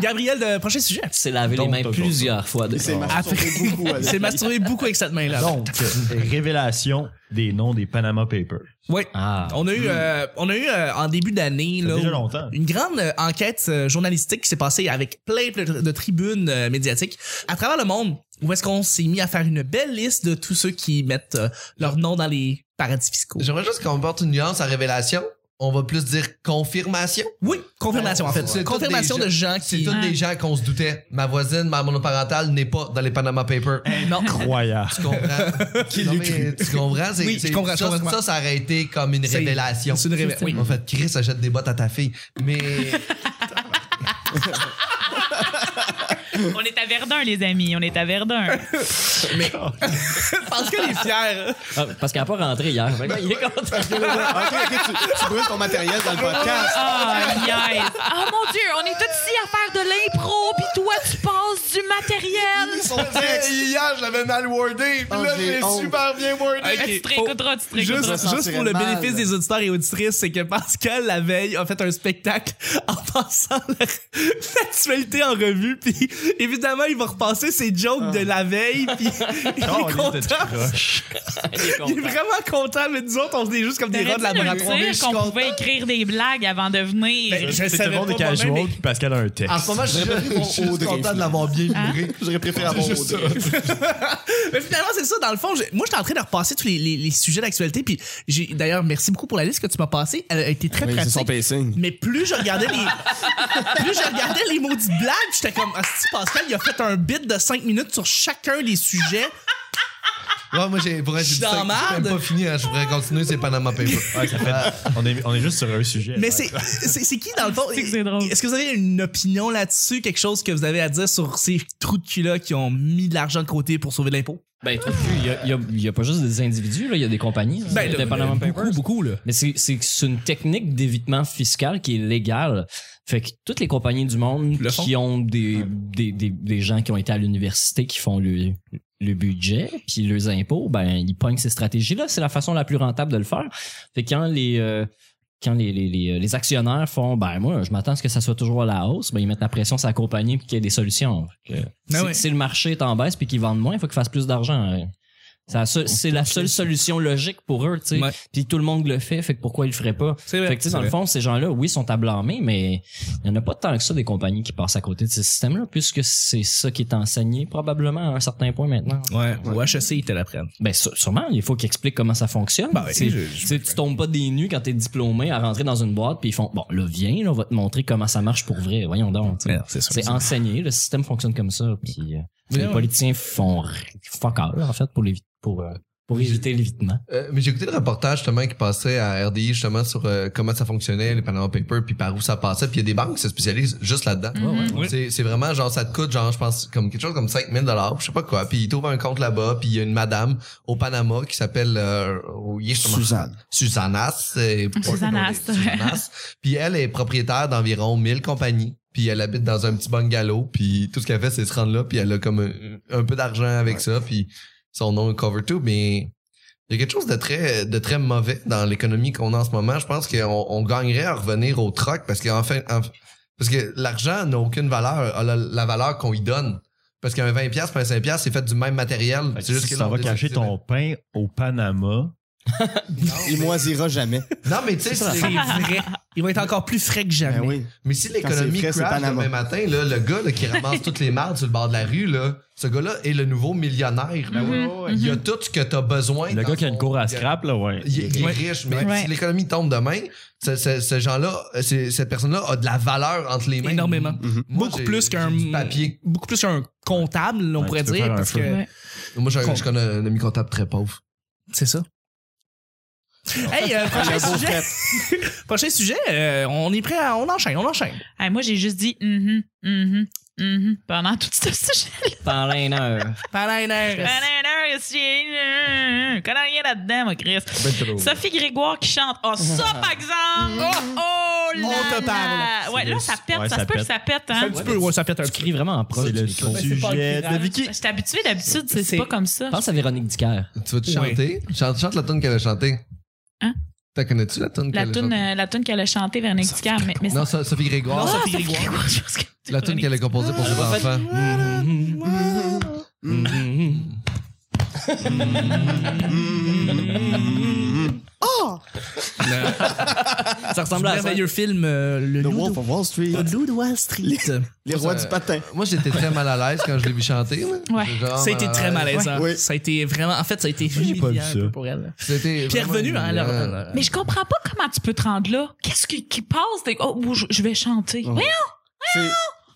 Gabriel, de- prochain sujet.
C'est laver les
Donc,
mains
t'as
plusieurs fois. de-
C'est masturbé beaucoup.
Il
avec.
s'est masturbé beaucoup avec cette main-là.
Donc, révélation des noms des Panama Papers.
Oui.
Ah.
On a eu, euh, on a eu euh, en début d'année
Ça fait
là,
déjà longtemps.
une grande euh, enquête euh, journalistique qui s'est passée avec plein plein de, de tribunes euh, médiatiques à travers le monde où est-ce qu'on s'est mis à faire une belle liste de tous ceux qui mettent euh, leur nom dans les paradis fiscaux.
J'aimerais juste qu'on porte une nuance à révélation. On va plus dire confirmation.
Oui, confirmation en fait.
C'est toutes
Confirmation
des
de gens
C'est
qui...
toutes des gens qu'on se doutait. Ma voisine, ma monoparentale n'est pas dans les Panama Papers.
Non.
Incroyable.
Tu comprends? Non, mais tu comprends? C'est-
Oui,
c'est-
je comprends, je
Ça,
comprends.
ça, ça aurait été comme une
C'est-
révélation.
C'est une révé- oui.
En fait, Chris achète des bottes à ta fille. Mais.
On est à Verdun, les amis. On est à Verdun.
Pascal est fier.
Ah, parce qu'elle n'a pas rentré hier. Fait que il est content.
ok, ok, tu, tu brûles ton matériel dans le podcast.
Ah, yes. Ah, mon Dieu, on est tous ici à faire de l'impro, puis toi, tu passes du matériel.
Son texte.
Hier, je l'avais mal wordé. Puis
Oh,
là, je
j'ai
l'ai
honte.
super bien wordé.
Ok,
Tu te
faut-
réécouteras, tu te
Juste,
réécouteras.
Je me
juste pour le
sentirais
bénéfice
mal.
des auditeurs et auditrices, c'est que Pascal, la veille, a fait un spectacle en passant la- l'actualité en revue, puis évidemment, il va repasser ses jokes de la veille, puis il est
Oh, il
content.
était croche.
Il est
Il est
content.
vraiment content, mais nous autres, on est juste comme des rats de
T'aurais-tu de
laboratoire.
me dire qu'on pouvait écrire des blagues avant de venir?
Ben, je
C'est
savais
tout le monde
pas
est casual,
moi-même, mais-
puis Pascal a un texte.
En ce moment, je suis je suis juste
Audrey,
content de l'avoir bien livré.
J'aurais préféré avoir
Ah, C'est juste
Audrey.
Mais finalement, c'est ça. Dans le fond, je- moi, j'étais en train de repasser tous les, les- les sujets d'actualité. Puis, j'ai d'ailleurs, merci beaucoup pour la liste que tu m'as passée. Elle a été très
Oui, C'est son
pratique.
pacing.
Mais plus je regardais les plus je regardais les maudites blagues, j'étais comme Asti Pascal, il a fait un bit de 5 minutes sur chacun des sujets.
Ouais, moi, j'ai pour vrai,
Je
j'ai
suis
dit
dans
ça,
la
j'ai même
merde.
pas fini. hein. Je pourrais continuer, c'est Panama Paper.
Ouais, ça fait- on, est, on est juste sur un sujet.
Mais c'est c'est c'est qui dans le fond
C'est que c'est drôle.
Est-ce que vous avez une opinion là-dessus, quelque chose que vous avez à dire sur ces trous de cul là qui ont mis de l'argent de côté pour sauver de l'impôt
Ben, tout vu, il y a- il y a- il y a pas juste des individus, là, il y a des compagnies. là,
Ben,
dépendamment de Papers.
beaucoup là.
Mais c'est- c'est c'est une technique d'évitement fiscal qui est légale. Fait que toutes les compagnies du monde
Le font.
qui ont des, des, des, des gens qui ont été à l'université qui font le, le budget puis leurs impôts, ben ils pognent ces stratégies-là. C'est la façon la plus rentable de le faire. Fait que quand les. euh, quand les, les, les, les actionnaires font ben moi je m'attends à ce que ça soit toujours à la hausse ben ils mettent la pression sur la compagnie puis qu'il y ait des solutions Fait que si,
ouais.
si le marché est en baisse puis qu'ils vendent moins il faut qu'ils fassent plus d'argent hein. C'est la seule- c'est la seule solution logique pour eux tu sais
Ouais.
puis tout le monde le fait, fait que pourquoi ils le feraient pas?
C'est
Fait que, tu sais, dans le fond, ces gens-là, oui, sont à blâmer, mais il n'y en a pas tant que ça des compagnies qui passent à côté de ce système-là, puisque c'est ça qui est enseigné probablement à un certain point maintenant.
Ouais, au HEC, ils te l'apprennent.
Ben, sû- sûrement, il faut qu'ils expliquent comment ça fonctionne.
Ben oui,
C'est-
je- je-
tu sais, tu tombes pas des nues quand t'es diplômé à rentrer dans une boîte, puis ils font, bon, là, viens, là, on va te montrer comment ça marche pour vrai. Voyons donc. tu sais.
Merde, C'est sûr.
C'est enseigné, le système fonctionne comme ça, puis euh, les
ouais.
politiciens font r- fuck all, en fait, pour, l'évi- pour, euh, pour éviter l'évitement.
Euh, mais j'ai écouté le reportage justement qui passait à RDI justement sur euh, comment ça fonctionnait les Panama Papers puis par où ça passait puis il y a des banques qui se spécialisent juste là-dedans.
Mm-hmm.
ouais.
C'est c'est vraiment genre ça te coûte genre je pense comme quelque chose comme 5000 dollars, je sais pas quoi. Puis ils trouvent un compte là-bas puis il y a une madame au Panama qui s'appelle euh, oh, il est justement-
Suzanne.
Susanas. euh,
Susanas.
Susanas. Puis elle est propriétaire d'environ 1000 compagnies. Puis elle habite dans un petit bungalow. Puis tout ce qu'elle fait, c'est se rendre là. Puis elle a comme un, un peu d'argent avec ça. Puis son nom est cover tout. Mais il y a quelque chose de très, de très mauvais dans l'économie qu'on a en ce moment. Je pense qu'on on gagnerait à revenir au troc parce qu'en fin- en- parce que l'argent n'a aucune valeur, a la, la valeur qu'on y donne. Parce qu'un 20$, puis un 5$, c'est fait du même matériel.
Fait que
C'est juste
si
que
ça
là, on
va
décide
cacher
que
ton pain au Panama.
Il moisira jamais.
c'est- Non, mais tu sais, c'est-
C'est vrai. Il va être encore plus frais que jamais.
Ben oui.
Mais si
Quand
l'économie
c'est frais, c'est
crash
Panama.
demain matin, là, le gars là, qui ramasse toutes les mardes sur le bord de la rue, là, ce gars-là est le nouveau millionnaire.
Ben
Ben
là.
Mm-hmm.
Il a tout ce que tu as besoin.
Le
dans
gars qui a
son-
une cour à
il a-
scrap, là, ouais.
Il est, il est
Ouais.
riche, mais
Ouais.
si l'économie tombe demain, ce, ce- ce gens-là, euh, c'est- cette personne-là a de la valeur entre les mains.
Énormément.
Mhm.
Moi,
beaucoup
j'ai-
plus
j'ai
qu'un
du papier.
beaucoup plus qu'un comptable, on
Ouais,
pourrait
tu peux
dire,
faire un
parce
feu.
que
Ouais.
Moi, je,
Con-
je connais un ami comptable très pauvre.
c'est ça. Hey, euh, prochain sujet. prochain sujet, euh, on est prêt à, on enchaîne, on enchaîne.
Ah, moi, j'ai juste dit mhm, mhm, mhm pendant tout ce sujet.
Pendant une heure.
Pendant une heure.
Banana, ici, euh, connais rien là-dedans, moi, Chris. Sophie Grégoire qui chante. Oh, ça, par exemple! Oh, oh, là!
On te
là.
parle.
Ouais, là, ça pète.
Ouais,
ça,
ça
se peut que
pète.
ça pète, hein?
Un petit peu, ouais, ça fait un
Tu cries vraiment en proche
C'est
du
le
micro.
sujet de Vicky.
Je suis habituée d'habitude, c'est
C'est-
c'est pas comme ça.
Pense à Véronique Dicker.
Tu vas te
Oui.
chanter? Chante, chante la tune qu'elle a chantée.
Hein?
T'as connais-tu la tune
La
qu'elle a
toune,
chantée?
euh, la toune qu'elle a chantée, Véronique Dicker, mais, mais
Non, ça- Sophie
Non,
Grégoire.
ça-
Ah,
Sophie
Sophie
Grégoire.
Grégoire, je pense que-
la tune qu'elle a composée pour ses
Ah,
enfants.
Ça ressemble à ça.
merveilleux film euh, le
The
loup
Wolf
de-
of Wall Street.
le loup de Wall Street.
Les rois du patin.
Moi, j'étais très mal à l'aise quand je l'ai vu chanter. là.
Ouais.
Genre,
Ça a été
mal à
très
l'aise.
malaisant.
Ouais.
Ça a été vraiment en fait ça a été
pas vu
humiliant un
ça.
peu pour elle.
C'était
Puis elle est
vraiment
revenue hein, elle est
humiliant.
revenue.
Mais je comprends pas comment tu peux te rendre là. Qu'est-ce qui, qui passe? T'es- Oh, je, je vais chanter.
Ouais. C'est-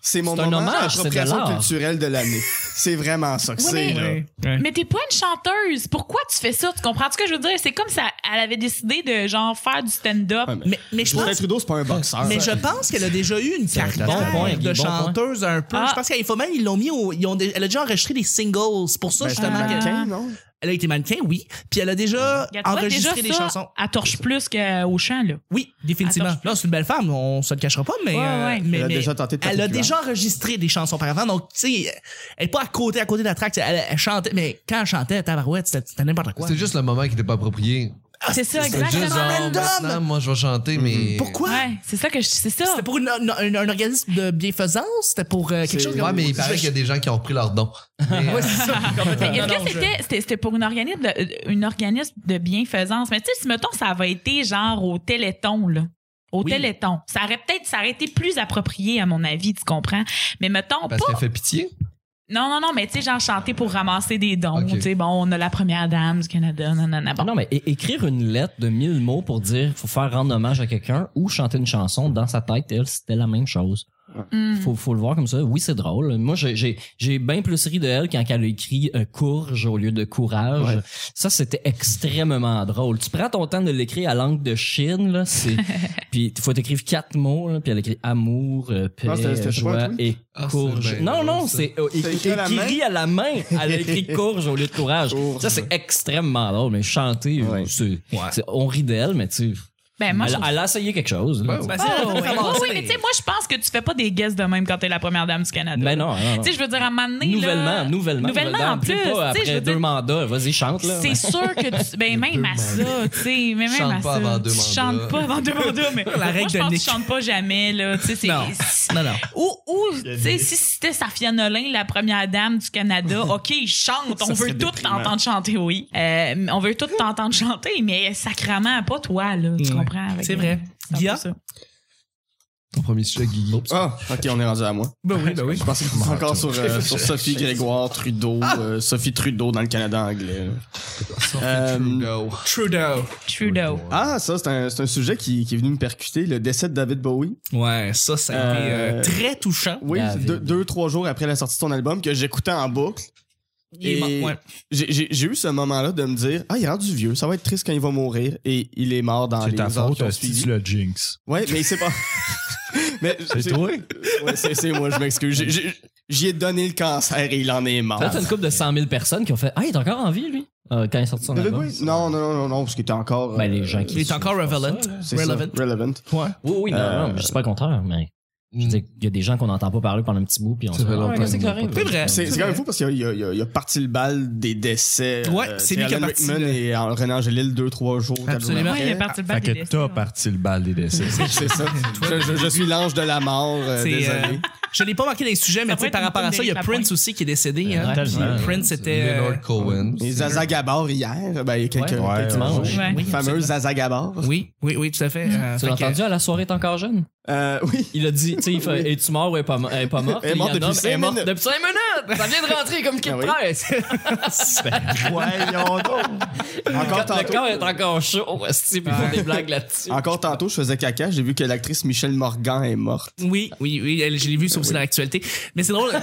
C'est mon
C'est un
moment
hommage, c'est de
d'appropriation
l'art.
culturelle de l'année. c'est vraiment ça que
Ouais,
c'est.
mais-
là.
Ouais.
Mais t'es pas une chanteuse. Pourquoi tu fais ça? Tu comprends ce que je veux dire? C'est comme si elle avait décidé de genre faire du stand-up.
Ouais,
Mais, mais je
Justin
pense.
Trudeau, c'est pas un boxeur.
Mais je pense qu'elle a déjà eu une carrière
bon point,
de
Guy, bon
chanteuse un peu.
Ah.
Je pense qu'il faut même ils l'ont mis au, ils ont dé- elle a déjà enregistré des singles. C'est pour ça
Ben, c'est un
justement qu'elle
mannequin, non?
elle a été mannequin, oui. Puis elle a déjà
Regarde, tu vois, déjà
enregistré des
ça,
chansons.
Elle torche plus qu'au chant, là.
Oui, définitivement.
Attends, je-
Là, c'est une belle femme, on se le cachera pas, mais
Ouais,
euh,
ouais.
mais-
Elle a
mais-
déjà tenté de
elle a
t'occuper.
déjà enregistré des chansons auparavant, donc tu sais, elle est pas à côté, à côté de la track. Elle, elle chantait, mais quand elle chantait, tabarouette, c'était c'était n'importe quoi.
C'est juste le moment qui n'était pas approprié.
C'est ça,
C'est juste genre,
exactement.
random.
maintenant, moi, je vais chanter, mais.
Pourquoi?
Ouais, c'est ça que je. C'est ça.
C'était pour une- une- un, un organisme de bienfaisance, c'était pour euh, quelque
C'est-
chose. Ah,
Ouais, mais il paraît qu'il y a des gens qui ont repris leur don. Mais,
Ouais, c'est ça.
Mais Est-ce
Non, non,
que c'était, c'était, c'était pour une organisme, de, une organisme de bienfaisance? Mais tu sais, si mettons, ça avait été genre au Téléthon, là. Au
Oui.
Téléthon. Ça aurait peut-être, ça aurait été plus approprié, à mon avis, tu comprends? Mais mettons,
parce
pas.
qu'elle fait pitié.
Non, non, non, mais tu sais, genre chanter pour ramasser des dons.
Ok.
Tu sais, bon, on a la première dame du Canada, nanana. Bon.
Ah non, mais é- écrire une lettre de 1000 mots pour dire faut faire rendre hommage à quelqu'un ou chanter une chanson dans sa tête, elle, c'était la même chose.
Hmm.
Faut, faut le voir comme ça. Oui, c'est drôle. Moi, j'ai- j'ai j'ai bien plus ri de elle quand elle a écrit euh, courge au lieu de courage. Ça, c'était extrêmement drôle. Tu prends ton temps de l'écrire à l'angle de Chine, là, c'est. puis il faut t'écrire quatre mots, là, puis elle écrit amour, euh, paix,
Non, Ah, c'était- c'était pas un
joie
tweet?
et
Ah, c'est
courge.
bien
non,
drôle,
non,
ça.
c'est euh,
C'est
écrit
écrit à la
écrit à la main. Elle a écrit courge au lieu de courage.
Courge.
Ça, c'est extrêmement drôle, mais chanter, euh,
Ouais.
c'est- c'est- on rit d'elle, mais tu sais,
Ben, moi, je
elle,
trouve
elle a essayé quelque chose. là.
Ben,
ça-
c'est-
Oh, oui, oui, mais tu sais, moi, je pense que tu fais pas des guests de même quand t'es la première dame du Canada.
Ben non, non, non.
Tu sais, je veux dire, à un moment donné, là-
Nouvellement, nouvellement,
Nouvellement, en
Tu sais,
plus.
Pas
tu sais, je
après
veux
deux
dire,
mandats, vas-y, chante là.
C'est sûr que tu. Ben, même à ça, tu sais. Mais même
Chante pas
à ça.
avant deux
tu
mandats.
chantes pas avant deux mandats, mais. La
règle
moi, je
de
pense que
Nick.
tu chantes pas jamais, là. Tu sais, c'est.
Non.
c'est-
Non, non.
Ou, ou tu sais, si c'était Safia Nolin, la première dame du Canada, OK, chante. On
Ça
veut
serait
toutes
déprimant.
t'entendre chanter, oui. Euh, on veut toutes t'entendre chanter, mais sacrément, pas toi, là. Tu
Ouais.
comprends? Avec-
C'est vrai.
un peu
Guilla?
ça.
Ton premier sujet, Guy.
Ah, ok, on est rendu à moi.
Ben oui, ben oui.
Je pensais que c'était encore sur, euh, sur Sophie Grégoire, Trudeau, euh, Sophie Trudeau dans le Canada anglais. Euh,
Trudeau.
Trudeau.
Trudeau.
Ah, ça, c'est un, c'est un sujet qui, qui est venu me percuter, le décès de David Bowie.
Ouais, ça, ça a été
Euh,
euh, très touchant.
Oui,
David.
deux, deux, trois jours après la sortie de son album, que j'écoutais en boucle.
Il est
Et
mort, ouais.
J'ai- J'ai j'ai eu ce moment-là de me dire Ah, il est rendu vieux, ça va être triste quand il va mourir. Et il est mort dans
C'est
les
ta
heures qui ont
faute, si
suivi.
tu le jinx.
Ouais, mais c'est pas. mais
C'est
j'ai-
toi?
Ouais, c'est c'est moi, je m'excuse. J'ai- j'ai- J'y ai donné le cancer et il en est mort.
Là, t'as une couple de 100 000 personnes qui ont fait Ah, il est encore en vie, lui, Euh, quand il est sorti son
David
album.
Bowie? Non, non, non, non, non, parce qu'il était encore.
Ben, les
euh,
gens qui.
Il est encore relevant.
c'est ça, Euh,
Relevant.
relevant.
Ouais.
Oui, oui, non,
Euh,
non, mais je dis pas le contraire, mais. Je veux dire, il y a des gens qu'on n'entend pas parler pendant un petit bout, puis on
Ça
se
fait
dit,
longtemps.
Ah, qu'est-ce qui arrive?
C'est vrai.
C'est c'est quand même fou parce qu'il a, il a- il a- il a parti le bal des décès.
Ouais, c'est lui qui a
Alan
parti
Rickman
le-
et euh, René Angélil deux, trois jours. quatre jours
Absolument.
Ouais,
après.
il est parti le
Fait
bac des
que
dessins.
t'as parti le bal des décès.
C'est ça. Je, je- je suis l'ange de la mort. euh,
C'est,
désolé.
euh, je l'ai pas marqué dans les sujets, mais
Ça
tu sais,
pourrait
par
être une
rapport à
toune
ça, il y a
d'Éric
Prince aussi qui est décédé. hein.
Tellement.
Prince était. euh,
Leonard Cohen.
Et Zaza Gabor hier, ben, il y a quelqu'un.
Ouais,
quelqu'un-
ouais,
ouais.
Le
Ouais.
fameux Zaza Gabor.
Oui, oui, oui, tout à fait. Euh,
Tu
fait
l'as
que-
entendu à la soirée, t'es encore jeune?
Euh, oui.
Il a dit, tu sais, il fait, es-tu mort ou elle est pas, mo- elle est pas morte?
Elle est
Et
morte
il y en a,
depuis
elle est
cinq
morte
minutes.
depuis 5 minutes! Ça vient de rentrer comme Kid
Ah oui.
Price!
Voyons donc!
Encore
Quand le
tantôt.
corps est encore chaud, esti, puis ils font des blagues là-dessus.
Encore tantôt, je faisais caca, j'ai vu que l'actrice Michelle Morgan est morte.
Oui, oui, oui, elle- je l'ai vu, ça aussi dans l'actualité. Mais c'est drôle,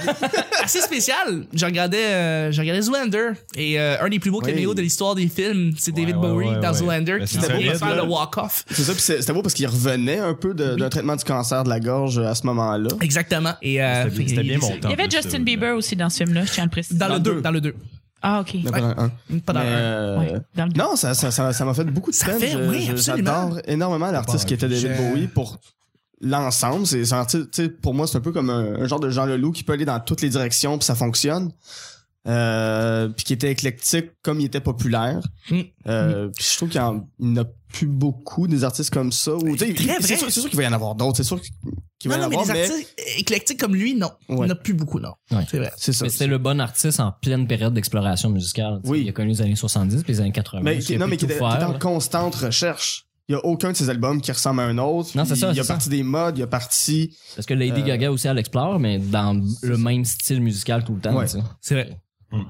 assez spécial. Je regardais, euh, je regardais Zoolander et euh, un des plus beaux
Oui.
caméos de l'histoire des films, c'est David
ouais,
Bowie
ouais,
dans
ouais.
Zoolander
Ben,
qui
c'est
se
solide,
pour
là.
faire le walk-off.
C'est ça, puis c'est- c'était beau parce qu'il revenait un peu de- d'un traitement du cancer de la gorge à ce moment-là.
Exactement. Et euh,
C'était bien- c'était bien
il-
monté.
Il y avait
En plus,
Justin
euh,
Bieber aussi dans ce film-là, je tiens à le préciser.
Dans le
deux.
2, dans le 2.
Ah, OK.
Mais pas dans le un.
Pas dans
Mais,
le un.
euh,
Ouais, dans le deux.
Non, ça, ça, ça, ça m'a fait beaucoup de
Ça
peine.
fait-
Je-
oui,
je-
absolument.
J'adore énormément l'artiste qui était David Bowie pour l'ensemble. C'est c'est un artiste, tu sais, pour moi, c'est un peu comme un, un genre de Jean Leloup qui peut aller dans toutes les directions puis ça fonctionne. Euh, puis qui était éclectique comme il était populaire.
Mm.
Euh, puis je trouve qu'il y en il n'y en a plus beaucoup des artistes comme ça. ou, tu sais,
Très
C'est
vrai.
sûr, c'est sûr qu'il va y en avoir d'autres. C'est sûr qu'il va
Non,
y
non,
en
mais
avoir,
des
mais,
artistes éclectiques comme lui, non. Il n'y en
Ouais.
a plus beaucoup, non.
Ouais.
C'est vrai.
c'est ça.
Mais c'était le bon artiste en pleine période d'exploration musicale. tu sais.
Oui.
Il a connu les années 70 puis les années 80.
Mais,
parce
qui,
qu'il a
non,
pu
mais qui
tout
était, qui
faire,
était en
là.
constante recherche. Il n'y a aucun de ses albums qui ressemble à un autre.
Non, c'est
Puis
ça,
Il y a
c'est ça.
parti des modes, il y a parti.
Parce que Lady
Euh,
Gaga aussi, elle explore, mais dans le même style musical tout le temps.
Ouais.
tu sais.
C'est vrai.
Mm.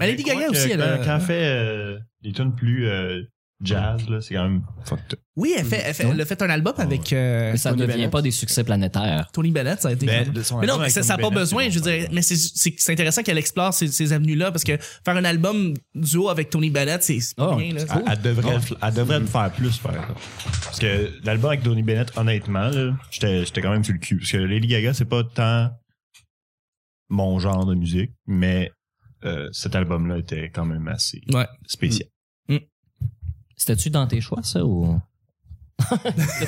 Mais Lady
Je crois
Gaga
que
aussi, elle
Quand,
a...
quand elle fait euh, des tunes plus euh,
jazz, là, c'est quand même fucked up.
Oui, elle, fait, elle, fait- elle a fait un album avec euh,
Mais ça ne
Tony
devient
Bennett.
pas des succès planétaires.
Tony Bennett, ça a été.
Ben, de son
mais non,
album
mais
avec
ça n'a
Tony
pas
Bennett,
besoin,
c'est
je veux
bon.
dire. Mais c'est- c'est c'est intéressant qu'elle explore ces, ces avenues-là parce que faire un album duo avec Tony Bennett, c'est c'est pas
Oh,
rien. là.
Elle, elle devrait, le- elle devrait le faire plus, par exemple. Parce que l'album avec Donny Bennett, honnêtement, là, j'étais j'étais quand même sur le cul. Parce que Lady Gaga, c'est pas tant mon genre de musique, mais euh, cet album-là était quand même assez
Ouais.
spécial.
C'était-tu dans tes choix, ça, ou...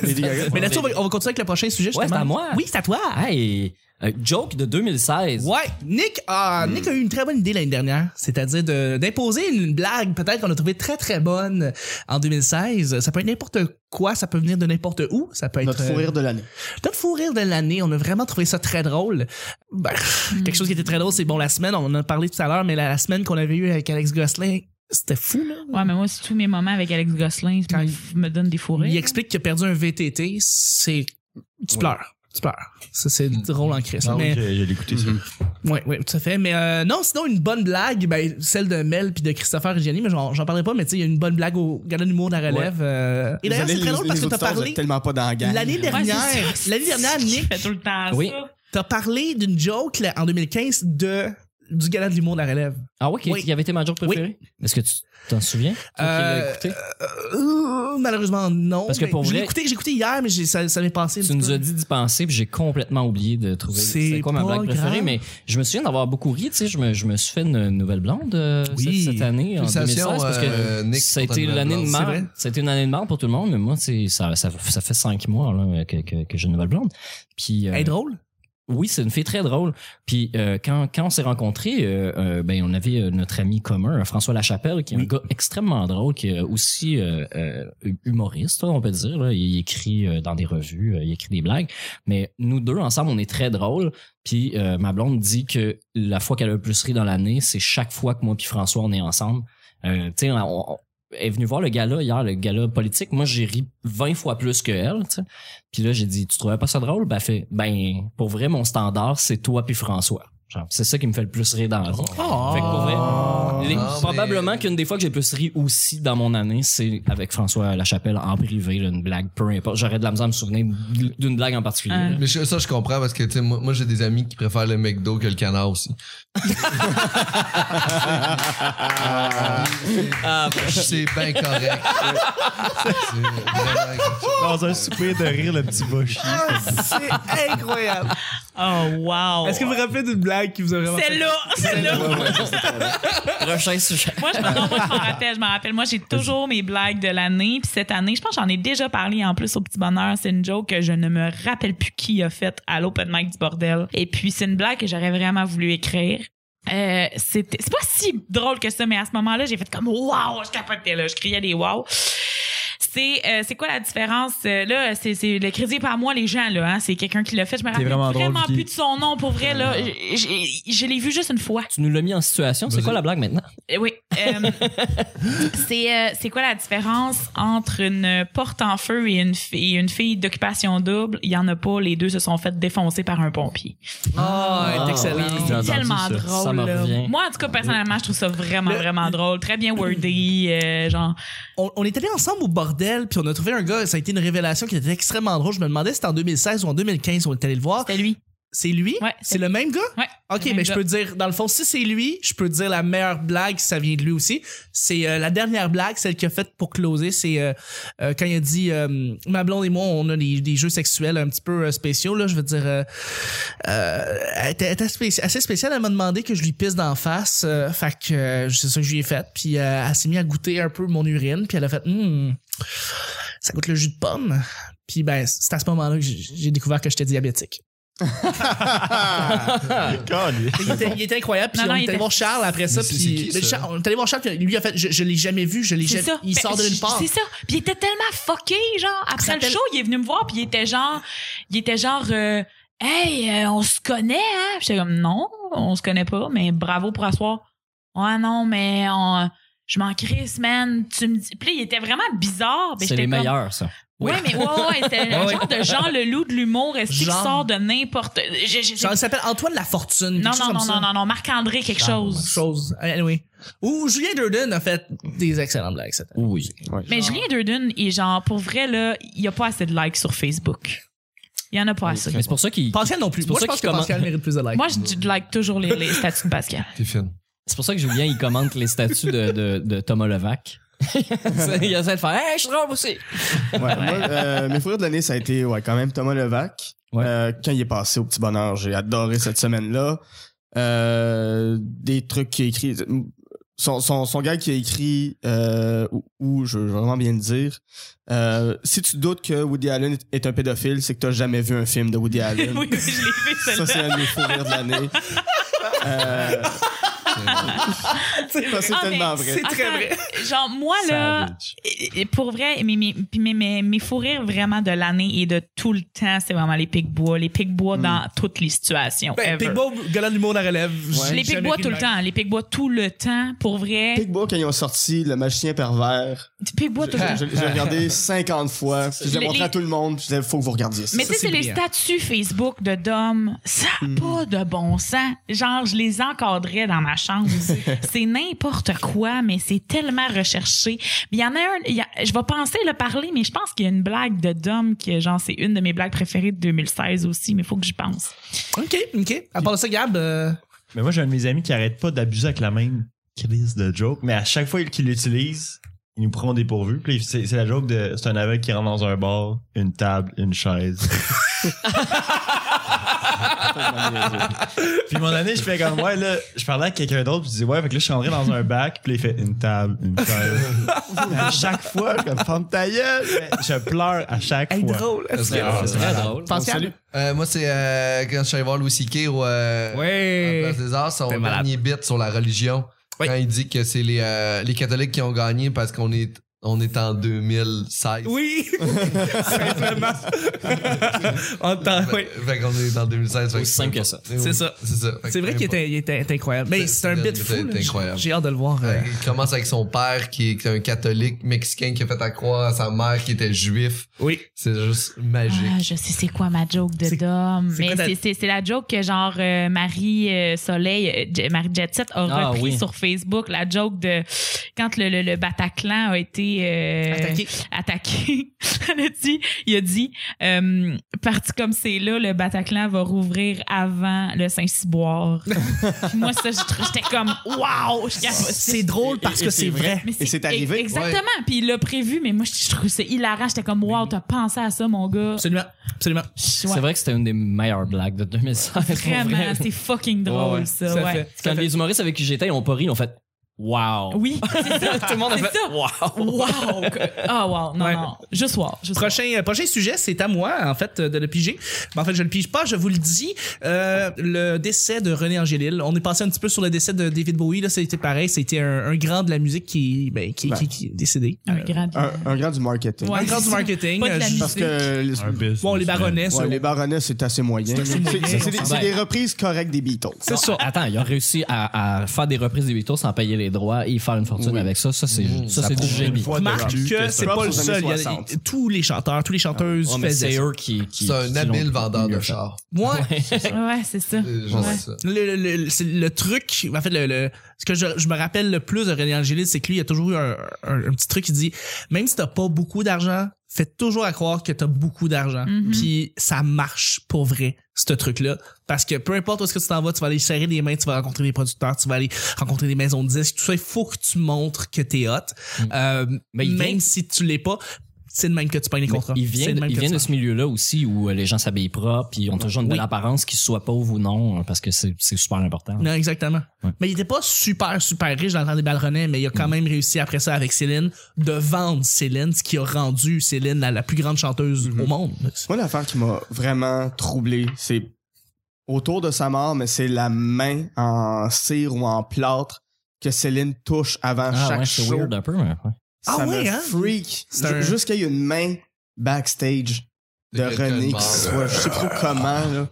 Lady Gaga.
Mais là-dessus, on, va- on va continuer avec le prochain sujet.
Ouais,
justement.
c'est à moi.
Oui, c'est à toi.
Hey, euh, joke de 2016.
Ouais, Nick a,
Hmm.
Nick a eu une très bonne idée l'année dernière, c'est-à-dire de- d'imposer une, une blague peut-être qu'on a trouvée très très bonne en 2016. Ça peut être n'importe quoi, ça peut venir de n'importe où, ça peut être
Notre fou
euh,
rire de l'année.
Notre fou rire de l'année, on a vraiment trouvé ça très drôle. Ben,
Hmm.
Quelque chose qui était très drôle, c'est bon la semaine, on en a parlé tout à l'heure, mais la, la semaine qu'on avait eue avec Alex Gosselin, c'était fou là.
Ouais, mais moi, c'est tous mes moments avec Alex Gosselin
Quand
quand il me donne des fourrés.
hein?
Il explique qu'il a perdu un VTT, c'est tu pleures, tu pleures. Ça c'est
Hmm.
drôle en crise.
Ah oui,
mais-
j'ai j'ai écouté
Mhm.
ça.
Oui, oui, tout à fait. Mais euh, non, sinon, une bonne blague, ben, celle de Mel puis de Christopher et Gianni, mais j'en j'en parlerai pas, mais tu sais, il y a une bonne blague au Gala d'humour de la relève. euh, Et d'ailleurs, c'est très drôle parce que t'as parlé.
tellement pas dans la gang.
L'année dernière,
Ouais, c'est ça.
l'année dernière, Nick,
fait tout le temps
Oui.
ça.
t'as parlé d'une joke là, en 2015 de du gala de l'humour de la relève.
Ah ouais, qui,
Oui.
qui avait été ma joke préférée? Est-ce que tu t'en souviens? Toi qui l'as
Euh,
écouté?
Euh, malheureusement, non.
Parce que
mais
pour
je l'ai
vrai-
écouté, j'ai écouté hier, mais j'ai- ça, ça m'est passé. un
Tu
petit
nous
peu.
as dit d'y penser, puis j'ai complètement oublié de trouver
C'est
c'est quoi ma
pas
blague préférée,
grave.
mais je me souviens d'avoir beaucoup ri, tu sais, je me, je me suis fait une nouvelle blonde euh,
Oui.
cette, cette année, en
Félicitations,
2016, parce
euh,
que
Nick,
ça a
pour ta
été
nouvelle
l'année de
blonde.
C'est
merde,
vrai.
ça a été une année de merde pour tout le monde, mais moi, c'est, ça, ça, ça fait cinq mois là, que, que, que j'ai une nouvelle blonde. Puis, euh,
Elle est drôle.
oui, c'est une fille très drôle. Puis euh, quand, quand on s'est rencontrés, euh, euh, ben on avait euh, notre ami commun euh, François Lachapelle, qui est un gars extrêmement drôle, qui est aussi euh, euh, humoriste, là, on peut dire. là. Il écrit euh, dans des revues, euh, il écrit des blagues. Mais nous deux ensemble, on est très drôles. Puis euh, ma blonde dit que la fois qu'elle a le plus ri dans l'année, c'est chaque fois que moi puis François on est ensemble. Euh, tu sais, on- on- elle est venue voir le gala hier, le gala politique. Moi, j'ai ri 20 fois plus que elle, tu sais. Puis là, j'ai dit, tu trouvais pas ça drôle? Ben, elle fait, ben, pour vrai, mon standard, c'est toi puis François. Genre, C'est ça qui me fait le plus rire dans la vie. Fait que pour vrai, les-
mais-
probablement qu'une des fois que j'ai le plus ri aussi dans mon année, c'est avec François Lachapelle en privé, là, une blague, peu importe. J'aurais de la misère à me souvenir d'une blague en particulier.
Hein.
là.
Mais je- ça, je comprends parce que, tu sais, moi, moi, j'ai des amis qui préfèrent le McDo que le canard aussi.
Ah, ben,
c'est bien correct. C'est vraiment correct.
Dans un souper de rire, le petit va chier.
Ah, c'est incroyable.
Oh, wow.
Est-ce que vous vous rappelez d'une blague qui vous a vraiment fait-
Celle-là, celle-là.
Prochain sujet.
Moi, je, non, moi, je m'en rappelle, je m'en rappelle. Moi, j'ai toujours mes blagues de l'année. Puis cette année, je pense que j'en ai déjà parlé en plus au Petit Bonheur. C'est une joke que je ne me rappelle plus qui a faite à l'open mic du bordel. Et puis, c'est une blague que j'aurais vraiment voulu écrire. Euh, c'était- c'est pas si drôle que ça, mais à ce moment-là, j'ai fait comme « wow », je capotais là, je criais des « wow ». C'est euh, c'est quoi la différence? Euh, là, c'est c'est le crédit par moi, les gens, là. Hein? C'est quelqu'un qui l'a fait. Je me rappelle
vraiment
vraiment,
drôle, Vicky.
plus de son nom, pour vrai, là. J'ai- j'ai- Je l'ai vu juste une fois.
Tu nous l'as mis en situation. C'est quoi la blague maintenant?
Eh Oui. euh, c'est euh, c'est quoi la différence entre une porte en feu et une, fi- et une fille d'occupation double? Il y en a pas. Les deux se sont fait défoncer par un pompier.
Ah, elle est excellente.
C'est tellement drôle.
Ça me
là.
revient.
Moi, en tout cas, personnellement, je trouve ça vraiment,
Le-
vraiment drôle. Très bien wordé. euh, genre,
on, on est allé ensemble au bordel, puis on a trouvé un gars, ça a été une révélation qui était extrêmement drôle. Je me demandais si c'était en 2016 ou en 2015 on est allé le voir.
c'était lui.
C'est lui?
Ouais,
c'est le même gars?
Ouais.
Ok,
le
mais
même
je
gars.
peux dire, dans le fond, si c'est lui, je peux dire la meilleure blague, si ça vient de lui aussi. C'est euh, la dernière blague, celle qu'il a faite pour closer, c'est euh, euh, quand il a dit euh, Ma blonde et moi, on a des, des jeux sexuels un petit peu euh, spéciaux, là, je veux dire. euh, euh, elle était, elle était spéci- assez spéciale, elle m'a demandé que je lui pisse d'en face, euh, fait que euh, c'est ça que je lui ai fait. Puis euh, elle s'est mise à goûter un peu mon urine, puis elle a fait Hmm, ça goûte le jus de pomme. Puis ben, c'est à ce moment-là que j'ai j'ai découvert que j'étais diabétique. Il était, il était incroyable. Puis
Non,
on
non,
est
il
allé
était-
voir Charles après ça.
Mais c'est-
Puis
c'est qui, ça?
Charles- on est allé voir Charles. puis Lui, a fait, je, je l'ai jamais vu. Je l'ai
C'est
jamais.
ça.
Il
Ben,
sort de nulle part.
C'est ça. Puis il était tellement fucké, genre.
Ça
Après le
s'appelle-
show, il est venu me voir, puis il était genre, il était genre, euh, hey, euh, on se connaît, hein. Puis J'étais comme, non, on se connaît pas, mais bravo pour asseoir. Ouais, non, mais on- je m'en crisse, man. Tu me dis. Puis là, il était vraiment bizarre. Ben,
C'est
j'étais
les
comme,
meilleurs, ça.
Oui, mais ouais, ouais,
Ouais,
c'était un
ouais.
genre de Jean Leloup de l'humour, est-ce qui
Genre.
sort de n'importe. je- je-
Genre, il s'appelle Antoine Lafortune. quelque
Non,
chose
non,
comme
non,
ça. Ah,
non, non, non, Marc-André, quelque chose.
Chose. Anyway. Ou Julien Durden a fait des excellentes blagues cette année.
Oui.
Mais Julien Durden, il est genre, pour vrai, là, il n'y a pas assez de likes sur Facebook. Il n'y en a pas assez.
Mais c'est pour ça qu'il
Pascal non plus.
C'est pour
Moi,
ça
je pense que
qu'il
Pascal mérite plus de likes.
Moi, je d- like toujours les, les statuts de Pascal.
T'es fine.
C'est pour ça que Julien, il commente les statuts de, de, de Thomas Levac. il essaie de faire Hey, je suis drôle aussi!
Ouais, moi, euh, mes favoris de l'année, ça a été ouais, quand même Thomas Levac.
Ouais.
Euh, quand il est passé au petit bonheur, j'ai adoré cette semaine-là. Euh, des trucs qu'il a écrit. Son, son, son gars qui a écrit, euh, ou, ou je veux vraiment bien le dire, euh, si tu doutes que Woody Allen est un pédophile, c'est que tu jamais vu un film de Woody
oui,
Allen.
oui, je l'ai fait,
Ça, c'est
celle-là.
un de mes fous rires de l'année. Euh, c'est c'est
Ah, mais
tellement vrai.
c'est très vrai.
Genre, moi, là, et- et pour vrai, mes, mes, puis mes, mes, mes fous rires vraiment de l'année et de tout le temps, c'est vraiment les pics-bois. Les
Hmm.
pics-bois dans toutes les situations.
Ben,
ever.
Pigbo, galant d'humour la relève. J'ai
les
jamais
pics-bois
ri
tout le
de
temps. Les pics-bois tout le temps, pour vrai.
Pigbo, quand ils ont sorti Le magicien pervers,
Pics-bois tout le temps.
Je, je l'ai regardé 50 fois. puis Je l'ai
Les-
montré à
les-
tout le monde. puis Je disais, faut que vous regardiez ça.
Mais tu sais,
c'est
c'est les
brillant.
statuts Facebook de Dom. Ça n'a pas de bon sens. Genre, je les encadrais dans ma chambre. c'est n'importe quoi, mais c'est tellement recherché. Mais Il y en a un, il y a- je vais penser le parler, mais je pense qu'il y a une blague de Dom que, genre, c'est une de mes blagues préférées de 2016 aussi, mais il faut que j'y pense.
OK, OK. À part de ça, Gab, euh,
Mais moi, j'ai un de mes amis qui arrête pas d'abuser avec la même crise de joke, mais à chaque fois qu'il l'utilise, il nous prend des pourvus. Puis c'est c'est la joke de c'est un aveugle qui rentre dans un bar, une table, une chaise. puis mon année, je fais comme ouais là, je parlais à quelqu'un d'autre, puis je dis ouais, fait que là je suis rentré dans un bac, puis là, il fait une table, une chaise. à chaque fois, je suis comme Ferme ta gueule, mais je pleure à chaque
hey,
fois.
drôle.
C'est
C'est très drôle.
Pascal.
Euh, moi, c'est euh, quand je suis allé voir Louis C.K. au euh, à la
Ouais.
Place des Arts, son
T'es malade.
dernier bit sur la religion.
Oui.
Quand il dit que c'est les, euh, les catholiques qui ont gagné parce qu'on est, on est en 2016.
Oui. Simplement. en temps, oui.
Fait, fait qu'on est en 2016. fait
Aussi simple que ça.
Oui,
C'est ça.
C'est ça. Fait
C'est
que
vrai
peu
qu'il
importe.
était, il était- était incroyable. Mais
C'est-
c'est un
c'est-
bit
c'est-
fou.
c'est
là.
incroyable.
J'ai hâte de le voir. euh.
Fait qu'il commence avec son père qui est un catholique mexicain qui a fait à croire à sa mère qui était juif.
Oui.
C'est juste
Ah,
magique.
je sais c'est quoi ma joke de
C'est-
Dom.
c'est
Mais
quoi ta-
c'est- c'est c'est la joke que genre euh, Marie euh, Soleil, euh, J- Marie Jetset a
Ah,
repris
oui.
sur Facebook la joke de quand le, le- le Bataclan a été euh,
Attaqué.
attaqué. Elle a dit, il a dit, euh, parti comme c'est là, le Bataclan va rouvrir avant le Saint-Cyboire. Moi, ça, j'ai trou- j'étais comme, waouh! je capotais.
C'est drôle parce
et
que
c'est
c'est vrai.
Mais
Et c'est arrivé.
Exactement. Puis il l'a prévu, mais moi, je trouve ça hilarant. J'étais comme, waouh, t'as pensé à ça, mon gars.
Absolument. Absolument.
C'est vrai que c'était une des meilleures blagues de 2016. pour vrai.
Vraiment, c'est fucking drôle,
Ouais, ouais.
ça.
Ça
ouais.
fait- ça
Quand
fait-
les humoristes avec qui j'étais, ils ont pas ri, ils ont fait Wow!
Oui, c'est ça.
Tout le monde a
C'est
fait
ça.
Wow!
Wow! que- Ah, wow. Non,
Ouais.
non. Juste wow. Juste wow.
Prochain, euh, prochain sujet, c'est à moi, en fait, euh, de le piger. Mais en fait, je le pige pas, je vous le dis. Euh, le décès de René Angélil. On est passé un petit peu sur le décès de David Bowie. Là, c'était pareil. C'était un, un grand de la musique qui, ben, qui, qui, qui est décédé. Euh,
Un grand.
Un, un grand du marketing.
Ouais.
Un grand du marketing.
Pas de la
euh,
musique.
Parce que les,
Un business.
Bon, les baronnets,
ouais,
ça,
les baronnets, c'est assez moyen. C'est c'est- c'est des, c'est des reprises correctes des Beatles.
c'est ça.
Attends, il a réussi à, à faire des reprises des Beatles sans payer les droits et faire une fortune avec ça. Ça,
Mm.
c'est ça, c'est du génie.
fois
Marque
déjà vu
que
que
c'est
c'est
pas
propre
le
aux années
seul. Il y a-
60.
tous les chanteurs, tous les chanteuses
Ah, Ouais, Oh, mais
faisaient
c'est
ça.
eux qui. qui-
C'est un
qui
habile
l'ont
vendeur de
mieux fait.
chars.
Ouais.
Ouais, c'est ça.
C'est juste
Ouais.
ça.
Le, le- le- c'est le truc, en fait, le, le- ce que je, je me rappelle le plus de René Angélil, c'est que lui, il y a toujours eu un, un- un petit truc qui dit même si t'as pas beaucoup d'argent, fais toujours à croire que t'as beaucoup d'argent.
Mm-hmm.
Mhm.
Puis ça marche pour vrai, ce truc-là. Parce que peu importe où est-ce que tu t'en vas, tu vas aller serrer des mains, tu vas rencontrer des producteurs, tu vas aller rencontrer des maisons de disques, tout ça, il faut que tu montres que t'es hot. Euh,
Mm. Mais il
même
vient-
si tu l'es pas, c'est de même que tu payes les
Mais
contrats.
Il
C'est
vient,
de
de,
même
il
que
vient
tu
de
fais.
ce milieu-là aussi où euh, les gens s'habillent propre puis ils ont toujours une belle
Oui.
apparence, qu'ils soient pauvres ou non, euh, parce que c'est c'est super important.
Non, exactement.
Ouais.
Mais il était pas super, super riche dans le temps des Balronets, mais il a quand même réussi après ça avec Céline de vendre Céline, ce qui a rendu Céline la, la plus grande chanteuse
Mm-hmm.
au monde.
Moi, l'affaire qui m'a vraiment troublé, c'est autour de sa mort, mais c'est la main en cire ou en plâtre que Céline touche avant
Ah
chaque
ouais, c'est
show.
weird un peu, mais ouais.
Ah
Ça
ouais,
me
hein?
freak.
C'est
Ju-
un-
Jusqu'à il y a une main backstage de
De quelqu'un
René
de mort.
qui soit, je sais pas comment, là,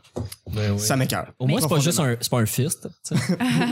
Ben oui.
ça m'écoeure.
Au moins, c'est pas juste un, c'est pas un fist. tu sais.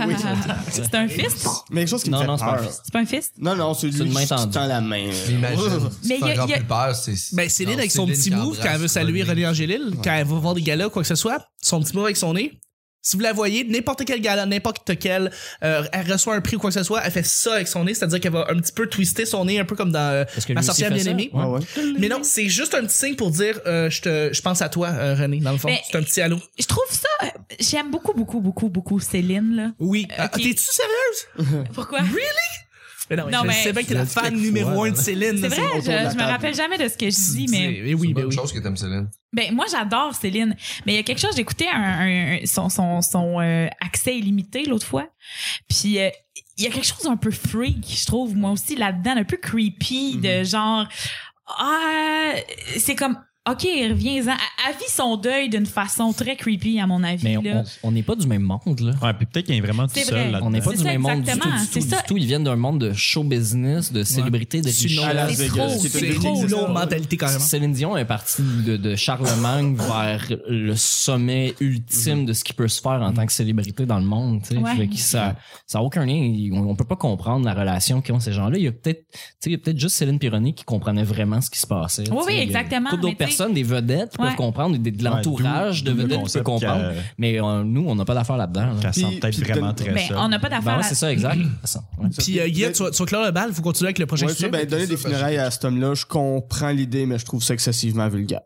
Oui,
C'est un fist?
mais quelque chose qui me
Non,
fait
non, c'est pas un
peur.
fist.
C'est pas un fist?
Non, non, c'est
une
lui
main
qui
tendue.
tend la main. là.
J'imagine.
Ouais.
Si
Mais
tu
y a-
encore
y a-
plus peur, c'est.
Ben, Céline,
Non,
avec son petit
qui
move,
embrasse
quand elle veut saluer
René.
René Angélil, quand elle va voir des galas, quoi que ce soit, son petit move avec son nez. Si vous la voyez, n'importe quel gala, n'importe quel, euh, elle reçoit un prix ou quoi que ce soit, elle fait ça avec son nez, c'est-à-dire qu'elle va un petit peu twister son nez, un peu comme dans euh,
Parce que lui
Ma
aussi
sorcière
fait
bien
ça.
aimée.
Ouais, ouais.
Mm-hmm.
Mais non, c'est juste un petit signe pour dire euh, je te, je pense à toi, euh, René, dans le fond.
Mais-
C'est un petit halo.
Je trouve ça. euh, J'aime beaucoup, beaucoup, beaucoup, beaucoup Céline, là.
Oui.
Euh,
Ah,
ok.
T'es-tu sérieuse?
Pourquoi?
Mais non,
Non,
je
mais-
sais bien que t'es la fan numéro un de Céline.
C'est
là,
vrai, je,
autour de la
je me
table.
rappelle jamais de ce que je
C'est-
dis, mais.
eh
C'est
oui,
une
ben
bonne
oui.
chose que t'aimes Céline.
Ben, moi, j'adore Céline. Mais il y a quelque chose, j'écoutais un, un- son, son, son euh, accès illimité l'autre fois. Puis, euh, il y a quelque chose d'un peu freak, je trouve, moi aussi, là-dedans, un peu creepy, de
Mm-hmm.
genre. Ah, c'est comme. OK, reviens-en. Elle- Elle vit son deuil d'une façon très creepy, à mon avis.
Mais
là.
on- on n'est pas du même monde, là.
Ouais, puis peut-être qu'il est vraiment tout
C'est
seul
vrai.
là-dedans.
On n'est pas
C'est
du
ça,
même monde du tout,
exactement,
du tout,
c'est ça.
du tout. Ils viennent d'un monde de show business, de célébrités, de
C'est une
richesse.
longue-
Las
c'est
Vegas,
trop,
qui était
C'est
C'est
une
trop,
longue
là.
mentalité carrément.
Céline Dion est partie de, de Charlemagne vers le sommet ultime de ce qui peut se faire en tant que célébrité dans le monde. tu sais.
Ouais.
Fait que ça n'a aucun lien. On, on peut pas comprendre la relation qu'ont ces gens-là. Il y a peut-être tu sais, il y a peut-être juste Céline Pironi qui comprenait vraiment ce qui se passait. tu sais.
oui,
Il y a
exactement,
Toutes d'autres
mais tu sais-
personnes, des vedettes, qui
Ouais.
peuvent comprendre, des, de
Ouais,
l'entourage de
d'où- d'où le
vedettes qui peut
concept
comprendre.
qu'elle-
Mais euh, nous, on n'a pas d'affaire là-dedans. là.
Qu'elle sent
Puis-
peut-être
puis
vraiment
donne-
très
Ben,
seule.
on n'a pas d'affaire
Ben ouais,
là-
c'est ça, exact. Ça, ouais.
Puis euh, Guillaume, tu, vas- tu vas clore le bal, faut continuer avec le projet
Ouais, ça,
suivant.
ben, donner des
Ça,
funérailles à cet homme-là, je comprends l'idée, mais je trouve ça excessivement vulgaire.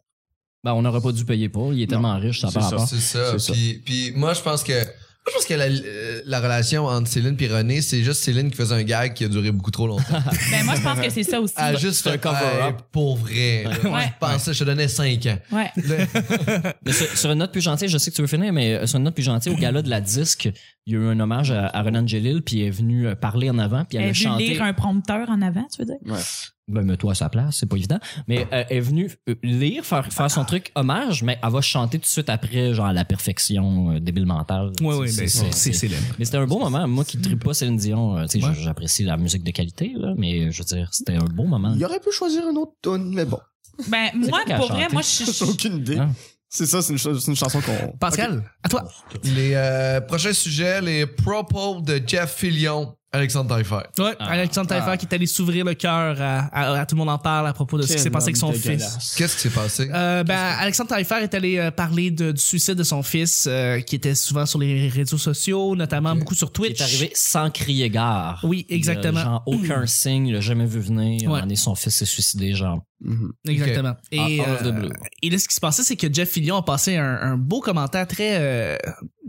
Ben, on n'aurait pas dû payer pour. Il est tellement riche, ça n'a
c'est
pas
ça.
rapport.
Hein? C'est ça.
C'est ça.
Puis, puis moi, je pense que. moi, Je pense que la, euh, la relation entre Céline et René, c'est juste Céline qui faisait un gag qui a duré beaucoup trop longtemps.
Ben, moi, je pense que c'est ça aussi.
Elle a juste
c'est un
fait,
cover-up.
Hey, Pour vrai. là. Moi,
Ouais.
Je pensais, je te donnais 5 ans.
Ouais.
Là,
Mais sur, sur une note plus gentille, je sais que tu veux finir, mais euh, sur une note plus gentille, au gala de la disque, il y a eu un hommage à, à Renan Angelil, puis elle est venue euh, parler en avant, puis elle,
Elle a
a
dû
chanté.
lire un prompteur en avant, tu veux dire?
Ben, mets-toi à sa place, c'est pas évident. Mais euh, elle est venue euh, lire, faire, faire son truc hommage, mais elle va chanter tout de suite après, genre à la perfection euh, débile mentale.
Ouais, ouais,
C'est-
ben,
c'est- c'est-
Céline.
Mais c'était un beau moment. Moi qui ne tripe pas Céline Dion, euh, tu sais,
Ouais.
je- j'apprécie la musique de qualité, là, mais je veux dire, c'était un beau moment.
Il aurait pu choisir une autre tune, mais bon,
Ben, moi,
qui qui a
pour vrai,
chanté?
moi, je
j'ai
suis.
aucune idée.
Ah.
C'est ça, c'est une, ch- c'est une chanson qu'on.
Pascal, à toi.
les euh, prochains sujets, les propos de Jeff Fillion, Alexandre Taillefer.
Ouais,
Ah.
Alexandre Taillefer qui est allé s'ouvrir le cœur à, à- à tout le monde en parle à propos de ce qui s'est
Quel
passé avec son
homme
fils.
dégueulasse.
Qu'est-ce qui s'est passé?
Euh, ben, Alexandre Taillefer est allé euh, parler de- du suicide de son fils, euh, qui était souvent sur les réseaux sociaux, notamment beaucoup sur
Il
Twitch.
est arrivé sans crier gare.
Oui, exactement.
Il a, genre, aucun signe, il l'a jamais vu venir.
Ouais.
Un moment donné, son fils s'est suicidé, genre.
Mhm.
Exactement. Et, euh,
Out of the blue.
et là, ce qui se passait, c'est que Jeff Fillion a passé un, un beau commentaire très, euh,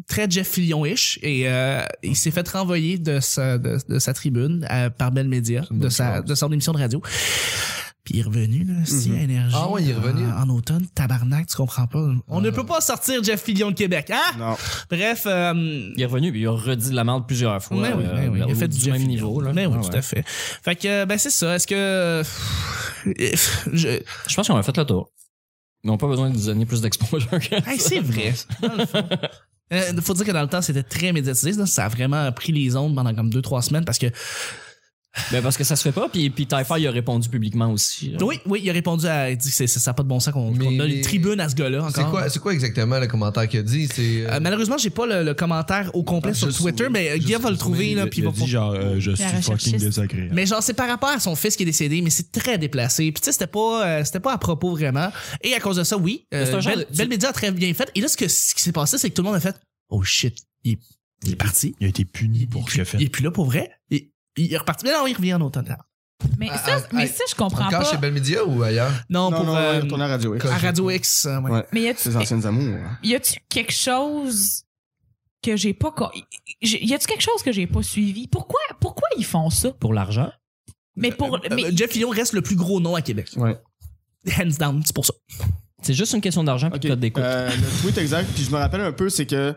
très Jeff Fillion-ish et euh, il s'est fait renvoyer de sa, de, de sa tribune euh, par Bell Media, de, sa, de son émission de radio. Puis il est revenu, là, si
Mhm.
à énergie. euh,
Ah ouais, il est revenu.
En, en automne, tabarnak, tu comprends pas. On ne peut pas sortir Jeff Fillion de Québec, hein?
Non.
Bref, euh,
Il est revenu, puis il a redit de la merde plusieurs fois.
Mais oui,
euh,
mais oui. Il a
au-
fait
du
Jeff
même
Fillion.
niveau. Là.
Mais oui,
Ah
tout
ouais.
à fait. Fait que, ben, c'est ça. Est-ce que. Je-
Je pense qu'on a fait le tour. Ils n'ont pas besoin de nous donner plus d'exposure. que
Hey,
ça.
Ben, c'est vrai. dans le fond. Euh, faut dire que dans le temps, c'était très médiatisé. là. Ça a vraiment pris les ondes pendant comme deux, trois semaines parce que.
Ben, parce que ça se fait pas, puis, puis Typher, il a répondu publiquement aussi. euh, là.
Oui, oui, il a répondu à. Il dit que c'est- ça n'a pas de bon sens qu'on
Mais-
qu'on donne
mais-
une tribune à ce gars-là encore.
C'est quoi, c'est quoi exactement le commentaire qu'il a dit? C'est, euh,
Euh, malheureusement, j'ai pas le, le commentaire au complet
Ah,
sur
juste-
Twitter, mais euh,
juste
Guillaume va le trouver,
trouver,
là,
Il-
puis il
il
va
a dit genre, euh, je suis fucking
recherchiste.
désagréable.
Mais genre, c'est par rapport à son fils qui est décédé, mais c'est très déplacé. Puis tu sais, c'était pas, euh, c'était pas à propos vraiment. Et à cause de ça, oui,
Mais c'est
euh,
un genre
Bell,
de-
Bell Media a très bien fait. Et là, ce, que, ce qui s'est passé, c'est que tout le monde a fait « Oh shit, il est, il est parti.
Il a été puni
il,
pour ce qu'il a fait.
il est plus là pour vrai. Il, il est reparti. Mais non, il revient en automne.
Mais,
Ah,
ça,
ah,
mais
ah,
ça, je comprends
encore
pas.
chez Bell Media ou ailleurs?
Non,
Non,
pour
non,
euh,
ouais, retourner à Radio X.
à Radio X. euh, ouais.
Ouais.
Mais y a-tu-
Ses anciennes amours.
y a-tu quelque chose que j'ai pas co- j'ai- y a-tu quelque chose que j'ai pas suivi pourquoi pourquoi ils font ça
Pour l'argent.
mais pour
Euh,
mais
Jeff Fillion reste le plus gros nom à Québec.
Ouais.
Hands down, c'est pour ça.
C'est juste une question d'argent, puis
Ok.
de code d'écoute.
Euh, le tweet exact, puis je me rappelle un peu, c'est que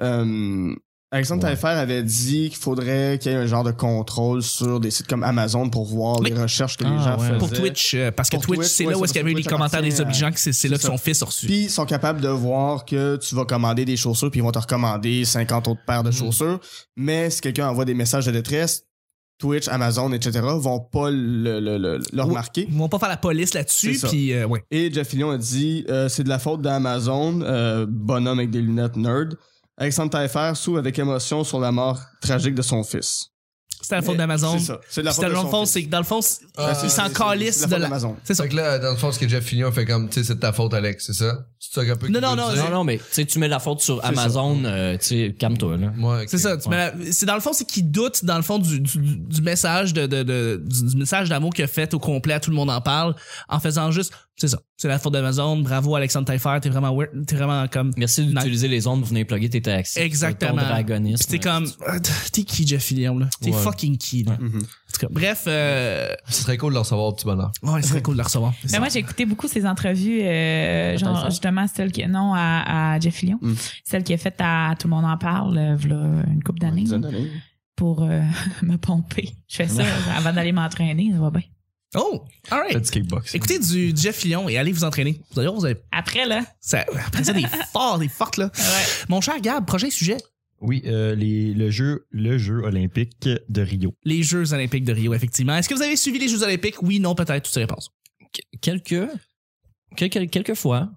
euh, Alexandre Taillefer avait dit qu'il faudrait qu'il y ait un genre de contrôle sur des sites comme Amazon pour voir
Oui.
les recherches que les
Ah,
gens
ouais.
faisaient.
Pour Twitch, euh, parce que
Pour
Twitch,
Twitch,
c'est
ouais,
là où
c'est
est-ce qu'il y avait
parce
eu
que
les
Twitch
commentaires des
appartient à-
obligeants, que c'est c'est là que son fils a reçu.
Puis ils sont capables de voir que tu vas commander des
Mm.
chaussures, puis ils vont te recommander 50 autres paires de chaussures. Mais si quelqu'un envoie des messages de détresse, Twitch, Amazon, etc., vont pas le, le- le- le remarquer.
Ils vont pas faire la police là-dessus,
C'est ça.
puis euh, ouais.
Et Jeff Fillion a dit euh, c'est de la faute d'Amazon, euh, bonhomme avec des lunettes nerd. Alexandre Taillefer s'ouvre avec émotion sur la mort tragique de son fils. Euh,
C'était la faute d'Amazon.
C'est ça. C'est de la
Puis
faute
c'était
de
dans le
son
fond,
fils. Euh,
c'est que dans le fond, c'est-
Ah,
ils s'en
C'est-
calissent
c'est
de
faute
la.
d'Amazon.
C'est ça.
Fait que là, dans le fond, ce que Jeff Fillion fait comme, tu sais, c'est de ta faute, Alex, c'est ça? C'est ça qu'un peu.
Non,
qu'il
non,
veut
non,
dire?
Non, non, mais tu sais, tu mets la faute sur Amazon, euh, tu sais, calme-toi, là.
Ouais, ok.
C'est ça. tu mets la- C'est dans le fond, c'est qu'ils doutent dans le fond du, du, du message de, de- de- du, du message d'amour qu'il a fait au complet, tout le monde en parle, en faisant juste. C'est ça. C'est la faute d'Amazon. Bravo Alexandre Taillefer, t'es vraiment weird, t'es vraiment comme.
Merci d'utiliser les ondes, vous venez plugger tes taxis.
Exactement.
Ton dragoniste.
Pis t'es comme, Ah, t'es qui Jeff Fillion là T'es
Ouais.
fucking qui là
Mhm.
En tout cas, bref, euh,
Ce serait cool de le recevoir, petit bonheur.
ouais, c'est cool de le recevoir. C'est
Mais
ça.
moi, j'ai écouté beaucoup ces entrevues, euh, genre,
Taillefer?
justement, celle qui, non, à, à Jeff Lyon,
Mm.
celle qui est faite à Tout le monde en parle, euh, v'là une couple d'années,
Dizaine d'années.
pour euh, me pomper. Je fais ça avant d'aller m'entraîner, ça va bien.
Oh, alright.
Petit kickbox.
Écoutez du Jeff Fillion et allez vous entraîner. Vous allez voir, vous allez.
Après, là,
Ça, après ça, des forts, des fortes là.
ouais.
Mon cher Gab, prochain sujet.
Oui, euh, les- le, jeu, le jeu olympique de Rio.
Les Jeux Olympiques de Rio, effectivement. Est-ce que vous avez suivi les Jeux Olympiques? Oui, non, peut-être, toutes ces réponses.
quelques, quelques, quelques fois,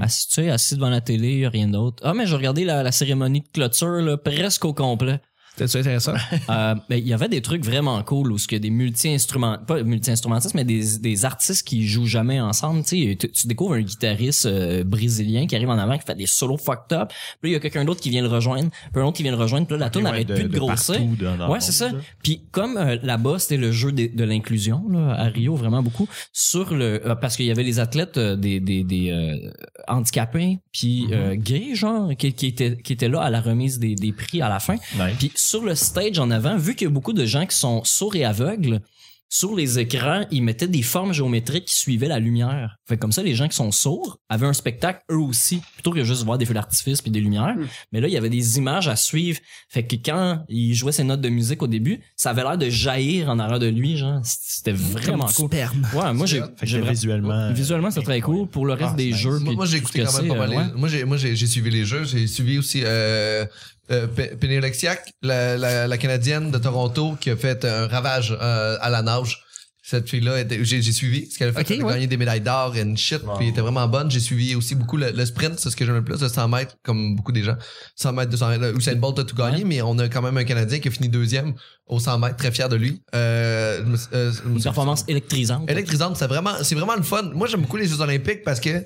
assis, tu sais, assis devant la télé, rien d'autre. Ah, mais j'ai regardé la, la cérémonie de clôture là, presque au complet.
C'était intéressant.
Euh, ben, Il y avait des trucs vraiment cool où ce que des multi-instruments, pas multi-instrumentistes, mais des, des artistes qui jouent jamais ensemble. Tu, sais, tu- tu découvres un guitariste euh, brésilien qui arrive en avant, qui fait des solos fucked up. Puis là, il y a quelqu'un d'autre qui vient le rejoindre, puis un autre qui vient le rejoindre. Puis là, la tune n'arrête plus de grossir.
partout dans- dans le
Ouais,
monde,
c'est ça.
là.
Puis comme euh, là-bas, c'était le jeu des- de, l'inclusion là, à Rio, vraiment beaucoup sur le euh, parce qu'il y avait les athlètes euh, des des, des euh, handicapés puis euh, gays genre qui, qui étaient qui étaient là à la remise des, des prix à la fin.
Ouais.
Puis sur le stage en avant, vu qu'il y a beaucoup de gens qui sont sourds et aveugles, sur les écrans, ils mettaient des formes géométriques qui suivaient la lumière. Fait que comme ça, les gens qui sont sourds avaient un spectacle eux aussi, plutôt que juste voir des feux d'artifice puis des lumières.
Hmm.
Mais là, il y avait des images à suivre. Fait que quand il jouait ses notes de musique au début, ça avait l'air de jaillir en arrière de lui, genre. C'était vraiment
Comme du
cool.
sperme.
Ouais, moi j'ai,
Fait que
j'ai vra-
visuellement.
visuellement c'était très cool. Pour le reste
Ah,
des
c'est nice.
jeux,
Moi,
puis
moi, j'ai
tout
écouté
ce que
quand même
c'est,
pas mal.
euh,
les-
ouais.
Moi, j'ai, moi, j'ai, j'ai suivi les jeux. J'ai suivi aussi euh, euh, Pe- Penny Oleksiak, la, la- la Canadienne de Toronto, qui a fait un ravage euh, à la nage. Cette fille-là, était- j'ai, j'ai suivi ce qu'elle a fait.
Ok,
elle a
ouais.
gagné des médailles d'or and shit, puis elle était vraiment bonne. J'ai suivi aussi beaucoup le, le sprint, c'est ce que j'aime le plus, le 100 mètres, comme beaucoup des gens. 100 mètres, 200 mètres. là, Usain Bolt a tout gagné, mais on a quand même un Canadien qui a fini deuxième au 100 mètres, très fier de lui. Euh, je me- euh, je me
Une
souviens-
performance électrisante.
Électrisante, c'est vraiment, c'est vraiment le fun. Moi, j'aime beaucoup les Jeux Olympiques parce que.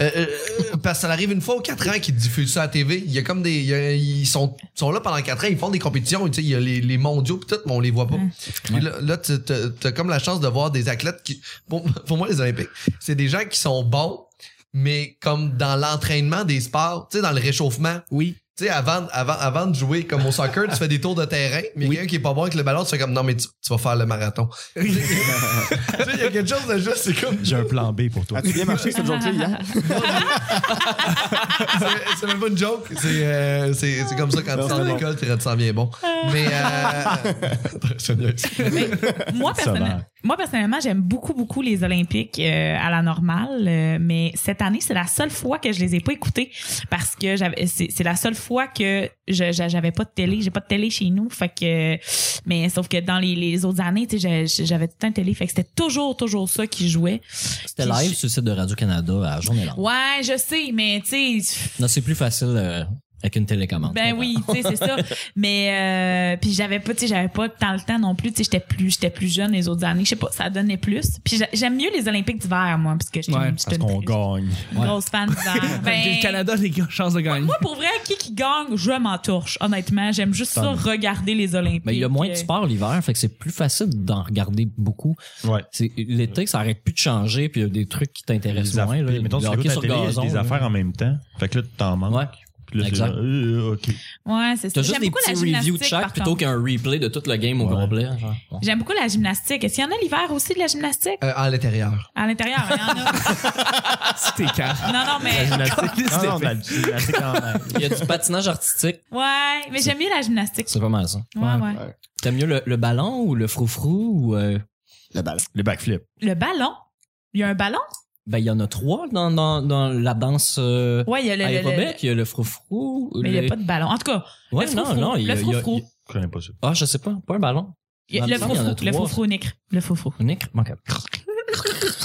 euh, euh, parce que ça arrive une fois aux quatre ans qu'ils diffusent ça à la TV. Il y a comme des. il y a- ils sont, sont là pendant quatre ans, ils font des compétitions, tu sais, il y a les, les mondiaux pis tout, mais on les voit pas. Puis là, là tu t'as- t'as comme la chance de voir des athlètes qui. Pour, pour moi, les Olympiques, c'est des gens qui sont bons, mais comme dans l'entraînement des sports, tu sais, dans le réchauffement.
Oui.
Tu sais, avant, avant, avant de jouer comme au soccer, tu fais des tours de terrain, mais quelqu'un qui est pas bon avec le ballon, tu fais comme non, mais tu, tu vas faire le marathon. Tu sais, il y a quelque chose de juste, c'est comme.
J'ai un plan B pour toi.
Ah,
As-tu bien marché cette journée hier?
C'est- C'est même pas une joke. C'est euh, c'est- c'est comme ça quand tu sors de l'école, tu te sens bien bon. Mais. Euh...
moi,
Ça
personnellement,
va.
moi, personnellement, j'aime beaucoup, beaucoup les Olympiques euh, à la normale, euh, mais cette année, c'est la seule fois que je les ai pas écoutés parce que j'avais- c'est c'est la seule fois que je- je- j'avais pas de télé. J'ai pas de télé chez nous. Fait que, mais sauf que dans les, les autres années, tu sais, j'ai- j'avais tout un télé. Fait que c'était toujours, toujours ça qui jouait.
C'était live sur le site de Radio-Canada à la journée longue.
Ouais, je sais, mais tu sais,
Non, c'est plus facile euh, avec une télécommande.
Ben oui, tu sais, c'est ça. Mais euh, puis j'avais pas, tu sais, j'avais pas tant le temps non plus. Tu sais, j'étais plus, j'étais plus jeune les autres années. Je sais pas, ça donnait plus. Puis j'a- j'aime mieux les Olympiques d'hiver, moi, parce que j'étais
Ouais,
une, j'étais
Parce qu'on
une-
gagne.
une grosse fan d'hiver.
Le
ben,
Canada, les gars, chance de gagner.
moi, pour vrai, qui qui gagne, je m'entourche. Honnêtement, j'aime juste ça regarder les Olympiques.
Mais Ben, il y a moins de
Euh,
sport l'hiver, fait que c'est plus facile d'en regarder beaucoup.
Ouais.
C'est- L'été, ça arrête plus de changer, puis il y a des trucs qui t'intéressent
Les
moins.
aff-
Là,
puis, mettons,
Le
tu écoutes
hockey
la télé, il y a des
là.
affaires en même temps. Fait que là, tu t'en manques.
Ouais.
Puis là, c'est
Exact.
genre, euh, OK.
Ouais, c'est ça.
T'as juste
J'aime
des
beaucoup la
petits reviews de
gymnastique,
chaque
par
plutôt
contre.
qu'un replay de tout le game au
Ouais.
complet. genre. Ouais.
J'aime beaucoup la gymnastique. Est-ce qu'il y en a l'hiver aussi de la gymnastique?
Euh, à l'intérieur.
À l'intérieur, il y en a.
C'était car.
Non, non, mais.
Non, non, la gymnastique en même.
Il y a du patinage artistique,
Ouais, mais j'aime mieux la gymnastique.
c'est pas mal ça.
Ouais, ouais.
T'aimes mieux le, le ballon ou le frou-frou ou. euh,
La balle.
Le backflip.
Le ballon. Il y a un ballon?
Ben, il y en a trois dans, dans, dans la danse euh,
Ouais, il y a le- le- le,
aérobic. Il y a le frou-frou.
Mais il n'y
le-
a pas de ballon. En tout cas,
Ouais,
le
non,
frou-frou,
non, il y a-
le
il y a-
frou-frou.
Je connais pas ça.
Ah, je sais pas, pas un ballon.
Il y a
Dans
le
le fond, il y en a
faux-faux.
trois.
Le faux-faux-nicre. Le faux-faux.
Nick, manquable.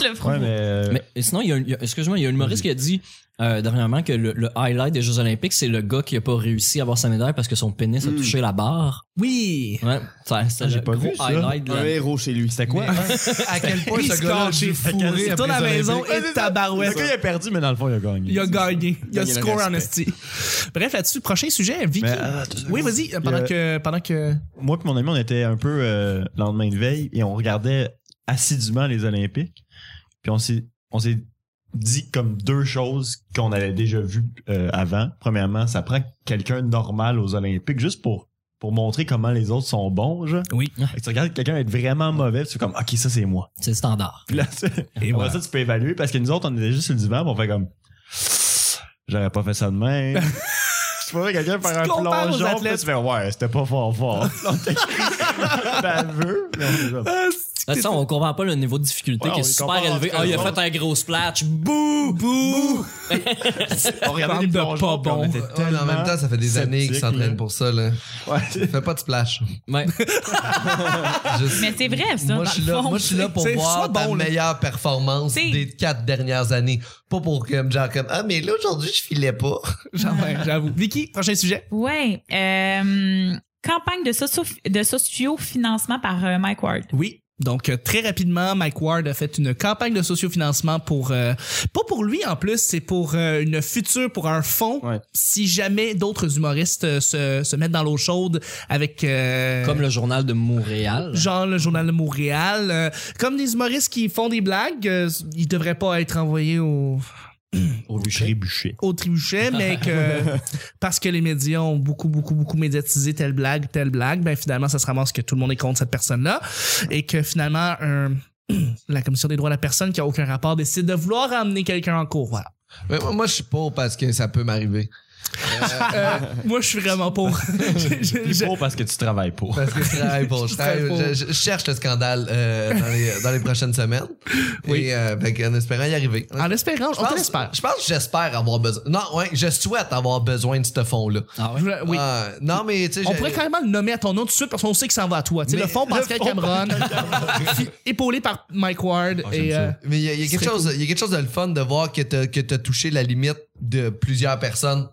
Le faux
Ouais, mais. euh,
Mais et sinon, il y a, un- il y a- excuse-moi, il y a un humoriste qui a dit euh, dernièrement que le, le highlight des Jeux Olympiques, c'est le gars qui a pas réussi à avoir sa médaille parce que son pénis a
Hmm.
Mm.
touché la barre.
Oui!
Ouais, ça, c'est
Ah, j'ai
le
pas
gros
vu ça.
highlight de la-
Un héros chez lui. C'était
Mais à quel point
Il
ce
se
gars-là a
cachait.
dû fourrer
Il
après
tourne à
les
la maison
Olympiques.
et tabarouette.
Le gars, il a perdu, mais dans le fond, il a gagné.
Il a gagné. Il a
Gagné le
score en
respect.
esti. Bref, là-dessus, prochain sujet, Vicky.
Mais, euh, attends,
oui, vas-y, euh, pendant
Il y
que. Pendant que...
Moi et mon ami, on était un peu euh, lendemain de veille et on regardait assidûment les Olympiques. Puis on s'est, on s'est dit comme deux choses qu'on avait déjà vues euh, avant. Premièrement, ça prend quelqu'un de normal aux Olympiques juste pour, pour montrer comment les autres sont bons. Genre.
Oui.
Fait que tu regardes quelqu'un être vraiment mauvais, puis tu fais comme, OK, ça c'est moi.
C'est le standard.
Puis là, tu-
Et
après
voilà.
ça, tu peux évaluer parce que nous autres, on était juste sur le divan, puis on fait comme, j'aurais pas fait ça de même. Tu vois quelqu'un faire un
Tu compares aux
plongeon, puis
athlètes.
tu fais ouais, c'était pas fort fort. Là, on t'écrit baveux, mais on est comme-
Là, tu sais, on comprend pas le niveau de difficulté
Ouais,
qui est super
on compare
élevé.
entre
Ah, il a
eux
fait
autres.
un gros splash. Bouh! Bouh!
on regardait
Bande
les
de
plongeons,
pas
puis on
bons.
était
Ouais, mais en même temps, ça fait des
sceptique,
années qu'ils
là.
s'entraînent pour ça. Là.
Ouais.
Fais pas de splash.
Ouais.
Juste-
Mais c'est vrai, ça,
Moi,
dans
je suis
le
là,
fond.
moi, je suis là pour
C'est- sois
voir ta
bon, là.
meilleure performance
T'sais.
des quatre dernières années. Pas pour comme, genre, comme, ah, mais là, aujourd'hui, je filais pas.
Genre, ouais, j'avoue. Vicky, prochain sujet.
Ouais. euh, campagne de, socio- de socio-financement par euh, Mike Ward.
Oui. Donc, euh, très rapidement, Mike Ward a fait une campagne de sociofinancement pour... euh, pas pour lui, en plus, c'est pour euh, une future, pour un fonds,
Ouais.
si jamais d'autres humoristes euh, se, se mettent dans l'eau chaude avec... euh,
Comme le journal de Montréal.
genre le journal de Montréal. euh, comme des humoristes qui font des blagues, euh, ils devraient pas être envoyés au,
Au bûcher.
Trébuchet.
au tribuchet, mais que parce que les médias ont beaucoup, beaucoup, beaucoup médiatisé telle blague, telle blague, ben finalement, ça se ramasse que tout le monde est contre cette personne-là et que finalement, un- la Commission des droits de la personne qui a aucun rapport décide de vouloir amener quelqu'un en cours. Voilà.
Mais moi, moi, je suis pour parce que ça peut m'arriver.
Euh, moi, je suis vraiment pour. Je- je- je-
T'es pour parce que tu travailles pour.
Parce que je travaille pour. Je, travaille-
Je serais pour.
je- je cherche le scandale euh, dans, les, dans les prochaines semaines.
Oui.
Et, euh, fait qu'en espérant y arriver.
en espérant,
Je
on te
pense,
l'espère.
je pense que j'espère avoir besoin. Non, ouais, je souhaite avoir besoin de ce fonds-là.
Ah ouais?
Je voulais- Oui.
Ah, non, mais tu sais.
On
j'ai-
pourrait carrément le nommer à ton nom tout de suite parce qu'on sait que ça en va à toi. Tu sais,
Mais
le fond
le
Pascal
fond
Cameron, épaulé par Mike Ward. et, euh,
Mais il y, a- il y a quelque
serait
chose, il y a quelque chose de le fun de voir que t'as que t'as touché la limite de plusieurs personnes.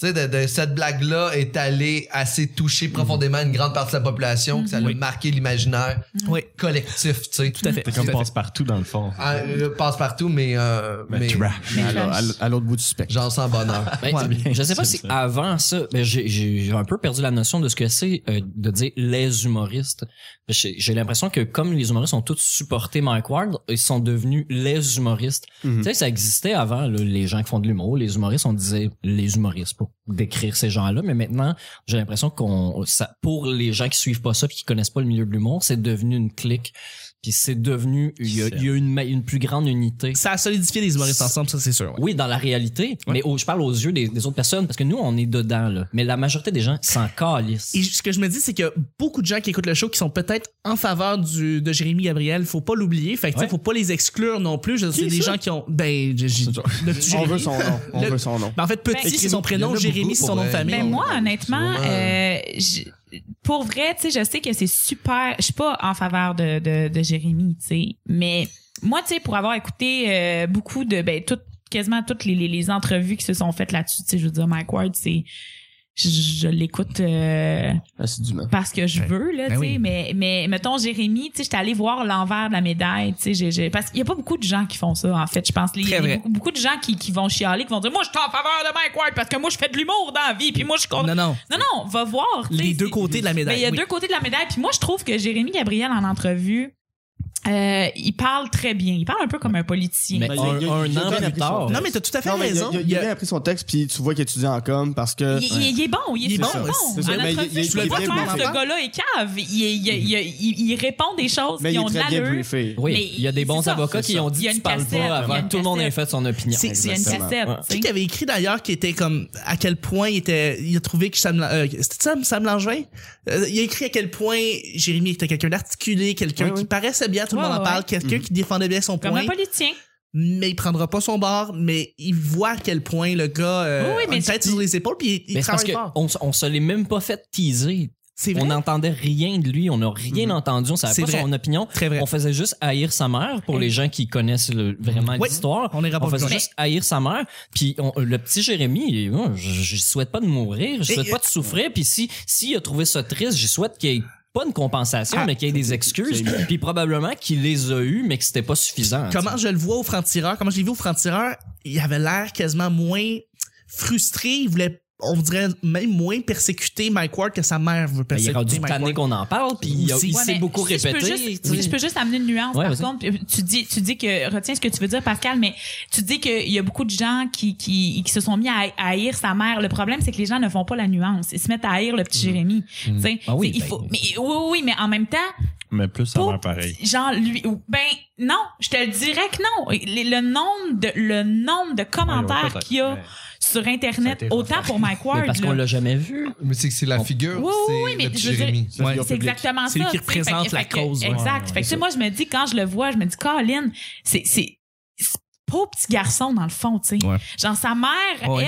Tu sais, de, de- cette blague-là est allée assez
Mhm.
toucher profondément une grande partie de la population, que ça a marqué l'imaginaire
Mhm. Oui,
collectif, tu sais.
tout à fait.
T'es
tout
comme
à fait.
passe partout dans le fond.
Ah, passe partout, mais, euh,
Mais
Ben,
mais
trash.
Mais
à l'au- à
je-
l'au- à l'autre bout du spectre.
j'en sens bonheur.
Ben, Je sais pas si avant ça, ben, j'ai- j'ai j'ai un peu perdu la notion de ce que c'est euh, de dire les humoristes. Ben, J'ai j'ai l'impression que comme les humoristes ont tous supporté Mike Ward, ils sont devenus les humoristes.
Mhm.
Tu sais, ça existait avant, là, les gens qui font de l'humour, les humoristes, on disait les humoristes pour décrire ces gens-là, mais maintenant, j'ai l'impression qu'on, ça, pour les gens qui suivent pas ça puis qui connaissent pas le milieu de l'humour, c'est devenu une clique. Puis c'est devenu, il y a, il y a une, ma- une plus grande unité.
Ça a solidifié les humoristes ensemble, ça c'est sûr. ouais.
Oui, dans la réalité, mais au- je parle aux yeux des, des autres personnes parce que nous, on est dedans, là. Mais la majorité des gens s'en calissent.
Et ce que je me dis, c'est qu'il y a beaucoup de gens qui écoutent le show qui sont peut-être en faveur du, de Jérémy Gabriel. Faut pas l'oublier. Fait que, tu sais,
Ouais.
faut pas les exclure non plus. Je- C'est des gens qui ont. Ben, j'ai- j'ai- le petit
On
Jérémy.
veut son nom. On
Le-
veut son nom.
Ben, en fait, petit, c'est son
Il y en
prénom.
a beaucoup
Jérémy, c'est son
pour
nom de
elle.
famille.
Mais
Non,
Ben, moi,
non,
honnêtement,
c'est
euh, je- pour vrai, tu sais, je sais que c'est super. Je suis pas en faveur de, de, de Jérémy, tu sais. Mais moi, tu sais, pour avoir écouté euh, beaucoup de, ben, tout, quasiment toutes les, les, les entrevues qui se sont faites là-dessus, tu sais, je veux dire, Mike Ward, c'est, je, je l'écoute. euh,
Ah, Assidûment.
parce que je
Ben,
veux
ben
là tu sais
oui.
mais mais mettons Jérémy tu sais j'étais allée voir l'envers de la médaille tu sais j'ai- j'ai- parce qu'il y a pas beaucoup de gens qui font ça en fait je pense il y a
Très vrai.
beaucoup, beaucoup de gens qui, qui vont chialer qui vont dire moi je suis en faveur de Mike Ward parce que moi je fais de l'humour dans la vie puis moi je suis contre
Non, non.
non non va voir tu sais,
Les deux
c'est-
côtés de la médaille.
mais il y a
oui.
deux côtés de la médaille. Puis moi, je trouve que Jérémy Gabriel, en entrevue, euh, il parle très bien. Il parle un peu comme un politicien.
Mais
Ben, il y a-
un,
il y a-
un
il y a
an
bien
plus
appris
tard.
son-
Non, mais t'as tout à fait
Non, mais il a-
raison.
il a-
Il y
il a
a-
bien appris son texte, puis tu vois qu'il étudie en com parce que.
il, il- il est bon, il est,
Il est
bon.
bon,
c'est ça.
En
Mais il-
entrevue,
il- il-
je peux
il
pas
est
faire
bon
ce
là-dedans.
gars-là est cave. Il, il- il- il- il- il répond des choses
Mais
qui
il
ont
est
de
très bien
l'allure.
briefé.
Oui,
Mais
il y a des bons
c'est ça.
avocats qui ont
Il
dit
y a
tu
une
parles
cassette,
pas
il y a
avant.
une
Tout le monde ait
cassette.
fait son opinion.
C'est-
C'est une
Exactement.
cassette.
Ouais.
tu
Qui
sais.
qui avait écrit d'ailleurs qui était comme à quel point il était il a trouvé que Sam euh, c'était Sam Sam Langevin Euh, il a écrit à quel point Jérémy était quelqu'un d'articulé quelqu'un
Oui, oui.
qui paraissait bien tout le
Ouais,
monde en
ouais,
parle
ouais.
quelqu'un qui défendait bien son
Comme
point
un politicien.
mais il prendra pas son bord mais il voit à quel point le gars euh,
Oui, oui,
a
mais
une tête
c'est-
sur les épaules puis il, il
Mais c'est parce
travaille
que
fort
on, se- on se l'est même pas fait teaser.
C'est
On
vrai. Mm-hmm.
n'entendait rien de lui, on n'a rien entendu, on savait
C'est
pas
vrai.
son opinion.
Très vrai.
On faisait juste haïr sa mère pour les gens qui connaissent le- vraiment
Ouais.
l'histoire.
On ira pas
On faisait
plus
juste haïr sa mère. Puis on- euh, le petit Jérémy, il- moi, je je souhaite pas de mourir, je
Et-
souhaite pas de souffrir. Puis si, s'il a trouvé ça triste, je souhaite qu'il y ait pas une compensation, mais qu'il y ait des excuses. Puis probablement qu'il les a eues, mais que c'était pas suffisant.
Comment je le vois au franc-tireur, comment je l'ai vu au franc-tireur, il avait l'air quasiment moins frustré, il voulait, on dirait même moins persécuter Mike Ward que sa mère veut
Ben, il est
persécuter
rendu
Mike
tanné
Ward.
qu'on en parle, puis il, a-
Aussi.
il
Ouais,
s'est
mais
beaucoup
si
répété.
Je peux juste,
tu sais.
si je peux juste amener une nuance,
Ouais,
par
vas-y.
contre. puis Tu dis, tu dis que, retiens ce que tu veux dire, Pascal, mais tu dis qu'il y a beaucoup de gens qui, qui, qui se sont mis à, à haïr sa mère. Le problème, c'est que les gens ne font pas la nuance. Ils se mettent à haïr le petit Jérémy. Tu sais,
Mm. Ah oui,
c'est- il
ben-
faut, mais, oui, oui, oui, mais en même temps,
Mais plus ça
Pour-
va pareil.
genre, lui, ou- ben, non, je te le dirais que non. Le, le nombre de, le nombre de
Ouais,
commentaires
peut-être,
qu'il y a
mais-
sur
Ça a
Internet,
été
autant pour Mike Ward.
Mais parce
là.
qu'on l'a jamais vu.
Mais c'est que c'est la figure,
Oui, oui, oui,
c'est
mais
le petit
je veux dire-
Jérémy.
Ouais.
C'est exactement ça.
C'est lui qui
tu sais,
représente
fait que-
la
fait que-
cause, ouais,
Exact. Fait que, tu sais, moi, je me dis, quand je le vois, je me dis, Colin, c'est, c'est, c'est pas au petit garçon, dans le fond, tu sais.
Ouais.
Genre, sa mère,
Ouais.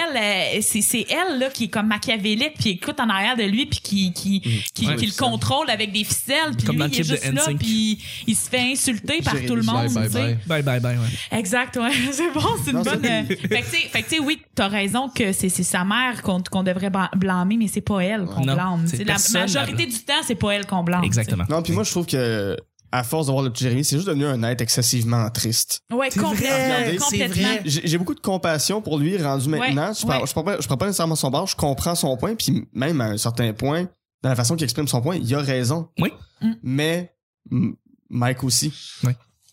elle, euh, c'est, c'est elle, là, qui est comme machiavélique, puis écoute en arrière de lui, puis qui, qui,
Mm.
qui,
Ouais,
qui le
ça.
contrôle avec des ficelles, puis
Comme
lui,
dans le
il est
clip de
juste là,
NSYNC.
puis il se fait insulter par
Jérémy,
tout le
bye,
monde,
bye,
tu sais.
Bye
bye.
bye bye. Ouais.
Exact, ouais. C'est bon, c'est une
Non,
bonne. euh, Fait que, tu sais- fait que, tu sais, oui, t'as raison que c'est c'est sa mère qu'on qu'on devrait ba- blâmer, mais c'est pas elle qu'on
Non,
blâme.
c'est
C'est La
personne,
majorité du temps, c'est pas elle qu'on blâme.
Exactement.
Non, puis moi, je trouve que, à force de voir le petit Jérémy, c'est juste devenu un être excessivement triste.
tu sais. Ouais,
C'est vrai,
complètement.
c'est
complètement.
vrai.
J'ai j'ai beaucoup de compassion pour lui rendu maintenant. je,
ouais.
prends, je, prends pas, je prends pas nécessairement son bord, je comprends son point, puis même à un certain point, dans la façon qu'il exprime son point, il a raison.
Oui.
Mm.
Mais m- Mike aussi.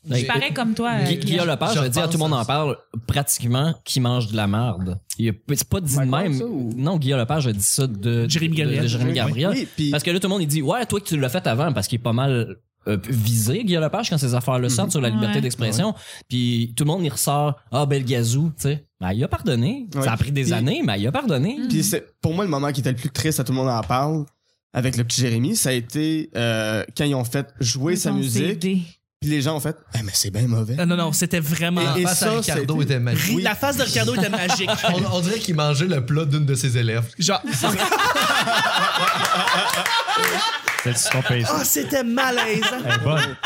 Je suis pareil comme toi. euh,
Guy-
Guillaume.
Guillaume Lepage,
je
je veux dire,
pense
tout le monde
à
en parle pratiquement qui mange de la merde. Il a- C'est pas dit de
Mike Ward,
même.
ça, ou-
Non, Guillaume Lepage a dit ça de
Jérémy
de-
Gabriel.
de Jérémy Gabriel.
Oui, puis
Parce que là, tout le monde, il dit, ouais, toi que tu l'as fait avant, parce qu'il est pas mal euh, visé, Guillaume Lepage, quand ces affaires-là sortent sur la liberté
Ouais.
d'expression. Puis tout le monde, il ressort, ah, bel gazou, tu sais. Ben, il a pardonné.
Ouais.
Ça a pris des
Puis-
années, mais il a
Mhm.
pardonné.
puis c'est pour moi le moment qui était le plus triste, à tout le monde en parle, avec le petit Jérémy, ça a été euh, quand ils ont fait jouer sa
Ton
musique,
CD.
puis les gens ont fait Eh, mais c'est bien mauvais.
Non, non, non, c'était vraiment.
Et- et
face à
ça,
Ricardo
c'était-
était
Ri-
magique.
La face de Ricardo était magique.
On, on dirait qu'il mangeait le plat d'une de ses élèves.
Genre,
C'est ton pays.
ah, c'était malaisant.
Ah!
Elle est bonne.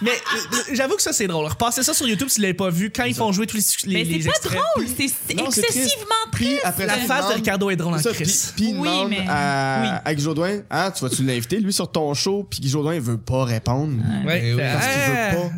Mais euh, j'avoue que ça, c'est drôle. Repassez ça sur YouTube si vous l'avez pas vu. Quand ils font jouer tous les, les,
Mais c'est
les
pas
extraits.
drôle, c'est c'est
Non, c'est triste.
excessivement
Puis
triste.
après
La
ça, il
face de
demande-
Ricardo est drôle en
C'est ça,
crise.
Puis, puis il
Oui,
demande
mais-
à,
oui.
à Guy Jodoin, ah, tu vas-tu l'inviter, lui, sur ton show, puis Guy Jodoin, il veut pas répondre.
Ouais.
Eh oui,
Parce qu'il
Ah.
veut pas.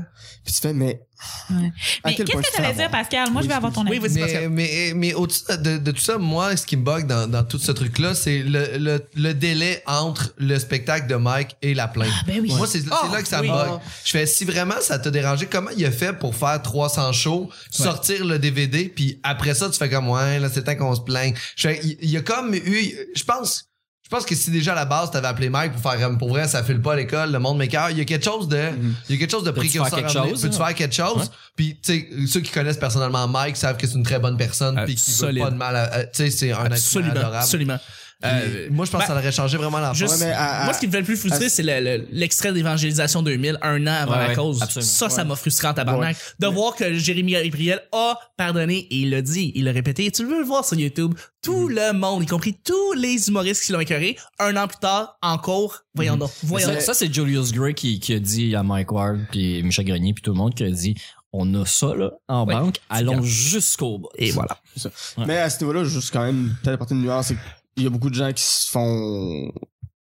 Puis tu fais, mais.
Mais
quel
qu'est-ce
point tu
que
fais
t'allais
avoir?
dire, Pascal? Moi, je vais avoir ton
Oui,
avis.
vas-y,
Mais,
Pascal.
mais, mais au-dessus de, de tout ça, moi, ce qui me bug dans, dans tout ce truc-là, c'est le, le, le délai entre le spectacle de Mike et la plainte.
ben oui.
Moi, c'est c'est là que ça
oui.
me bug. Je fais, si vraiment ça t'a dérangé, comment il a fait pour faire 300 shows, sortir le DVD, puis après ça, tu fais comme, ouais, là, c'est temps qu'on se plaigne. Je fais, il il y a comme eu, je pense, je pense que si déjà à la base, t'avais appelé Mike pour faire, comme, pour vrai, ça file pas à l'école, le monde m'écœure, il y a quelque chose de, il y a quelque chose de
Peux-tu
précurseur.
faire quelque
à amener.
chose,
Peux-tu
là?
faire quelque chose? Puis, tu sais, ceux qui connaissent personnellement Mike savent que c'est une très bonne personne,
Euh,
puis qu'il veut
solide.
pas de mal à- à, tu sais, c'est un être humain
Absolument,
adorable.
absolument.
Euh,
Euh,
moi, je pense que ça aurait changé vraiment la
Juste-
Ouais, mais à- à-
moi, ce qui me fait le plus frustrer,
euh, à-
c'est le- le- l'extrait d'évangélisation 2000, un an avant
Ouais,
la
ouais,
cause.
absolument.
Ça, ça m'a frustré en tabarnak. De voir que Jérémy Gabriel a pardonné et il l'a dit, il l'a répété. Et tu veux le voir sur YouTube, tout le monde, y compris tous les humoristes qui l'ont écœuré, un an plus tard, encore, voyons donc, voyons
Ça,
donc.
ça, c'est Julius Gray qui, qui a dit à Mike Ward, puis Michel Grenier, puis tout le monde qui a dit on a ça là, en
Ouais.
banque, allons
bien.
jusqu'au bout.
Et voilà.
Ouais.
Mais à ce niveau-là, je veux juste quand même peut-être apporter une nuance. c'est qu'il y a beaucoup de gens qui se font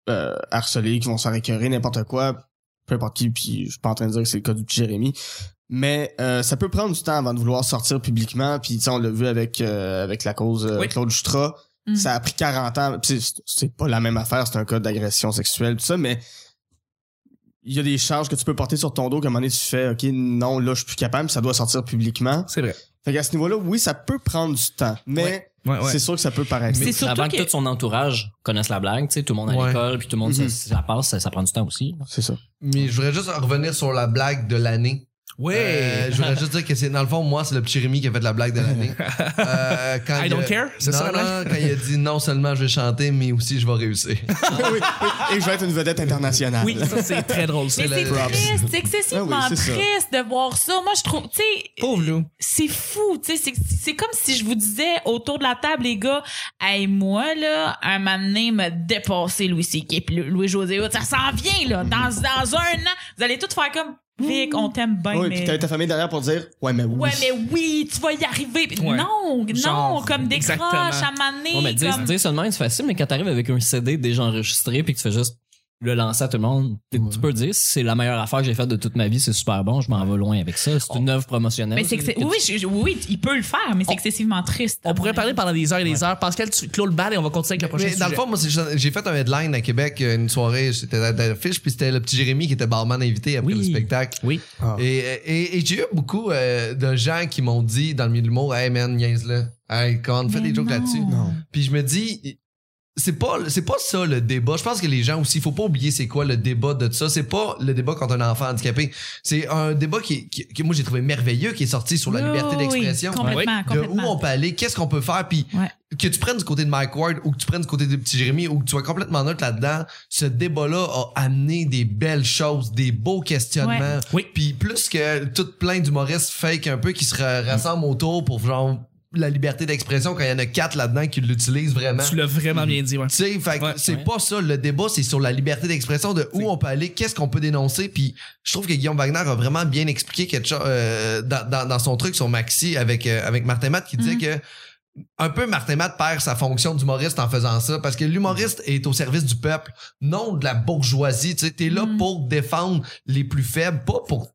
euh, harceler, qui vont se faire écœurer, n'importe quoi, peu importe qui, puis je suis pas en train de dire que c'est le cas du petit Jérémy. Mais euh, ça peut prendre du temps avant de vouloir sortir publiquement. Puis tu sais, on l'a vu avec euh, avec la cause euh,
Oui.
Claude Justra.
Mm.
Ça a pris 40 ans. Puis c'est- c'est pas la même affaire, c'est un cas d'agression sexuelle, tout ça, mais il y a des charges que tu peux porter sur ton dos qu'à un moment donné tu fais OK, non, là, je suis plus capable, puis ça doit sortir publiquement.
C'est vrai.
Fait qu'à ce niveau-là, oui, ça peut prendre du temps, mais
Ouais, ouais.
c'est sûr que ça peut paraître.
C'est surtout
avant que,
que-
tout son entourage connaisse la blague, tu sais, tout le monde à
Ouais.
l'école, puis tout le monde, ça-
Mhm.
ça, passe, ça, ça prend du temps aussi.
C'est ça.
Mais je voudrais juste revenir sur la blague de l'année.
Oui.
Euh, je voudrais juste dire que c'est dans le fond, moi, c'est le petit Rémi qui a fait la blague de l'année. Euh, quand
I
il a-
don't care, c'est
Non,
ça, la
non, quand il a dit non seulement je vais chanter, mais aussi je vais réussir.
Oui, oui. Et je vais être une vedette internationale.
Oui, ça, c'est très drôle, ça.
Mais c'est
props.
triste, c'est excessivement
Ah oui, c'est ça.
triste de voir ça. Moi, je trouve, tu sais,
Pauvre Lou.
c'est fou, tu sais, c'est- c'est comme si je vous disais autour de la table, les gars, hey, moi, là, un moment donné, me dépasser Louis C.K. puis Louis-José, Hood, ça s'en vient, là, dans,
Mhm.
dans un an, vous allez tout faire comme, Vic, on t'aime bien,
Oui, puis
mais...
t'avais ta famille derrière pour dire Ouais, mais oui.
Ouais, mais oui, tu vas y arriver. Puis
Ouais.
Non, non,
Genre,
comme décroche
exactement.
à un moment donné,
On mais dire,
comme-
dire seulement, c'est facile, mais quand t'arrives avec un CD déjà enregistré puis que tu fais juste le lancer à tout le monde, t- tu peux dire c'est la meilleure affaire que j'ai faite de toute ma vie, c'est super bon, je m'en vais loin avec ça. C'est une œuvre promotionnelle.
Mais c'est que c'est-
Que tu-
oui, je- je- oui, il peut le faire, mais c'est
On-
excessivement triste.
On pourrait parler pendant des heures et des heures. Pascal, tu clôt le bal et on va continuer avec le prochain
Mais dans le
sujet.
fond, moi, c'est juste- j'ai fait un headline à Québec euh, une soirée, c'était à l'affiche, puis c'était le petit Jérémy qui était barman invité après
Oui.
le spectacle.
Oui.
Et, et, et j'ai eu beaucoup euh, de gens qui m'ont dit dans le milieu de l'humour, hey man, niaise-le. Hey, con, fais
Mais
des jokes
non.
là-dessus.
Non.
Puis je me dis, c'est pas, c'est pas ça le débat. Je pense que les gens aussi, faut pas oublier c'est quoi le débat de ça. C'est pas le débat contre un enfant handicapé. C'est un débat qui, qui- que moi j'ai trouvé merveilleux, qui est sorti sur la
Oui,
liberté
oui, oui,
d'expression.
Complètement,
De où on
complètement.
peut aller, qu'est-ce qu'on peut faire, puis
Ouais.
que tu prennes du côté de Mike Ward ou que tu prennes du côté de Petit Jérémy ou que tu sois complètement neutre là-dedans, ce débat-là a amené des belles choses, des beaux questionnements.
Oui.
Puis plus que tout plein d'humoristes fake un peu qui se ra- rassemblent autour pour genre la liberté d'expression quand il y en a quatre là-dedans qui l'utilisent vraiment.
Tu l'as vraiment bien dit, ouais.
Tu sais, fait que
Ouais,
c'est
ouais.
pas ça le débat, c'est sur la liberté d'expression, de où on peut aller, qu'est-ce qu'on peut dénoncer. Puis je trouve que Guillaume Wagner a vraiment bien expliqué quelque chose euh, dans, dans, dans son truc sur Maxi avec, euh, avec Martin Matt qui disait
Mhm.
que un peu Martin Matt perd sa fonction d'humoriste en faisant ça parce que l'humoriste est au service du peuple, non de la bourgeoisie. Tu sais, t'es là
Mhm.
pour défendre les plus faibles, pas pour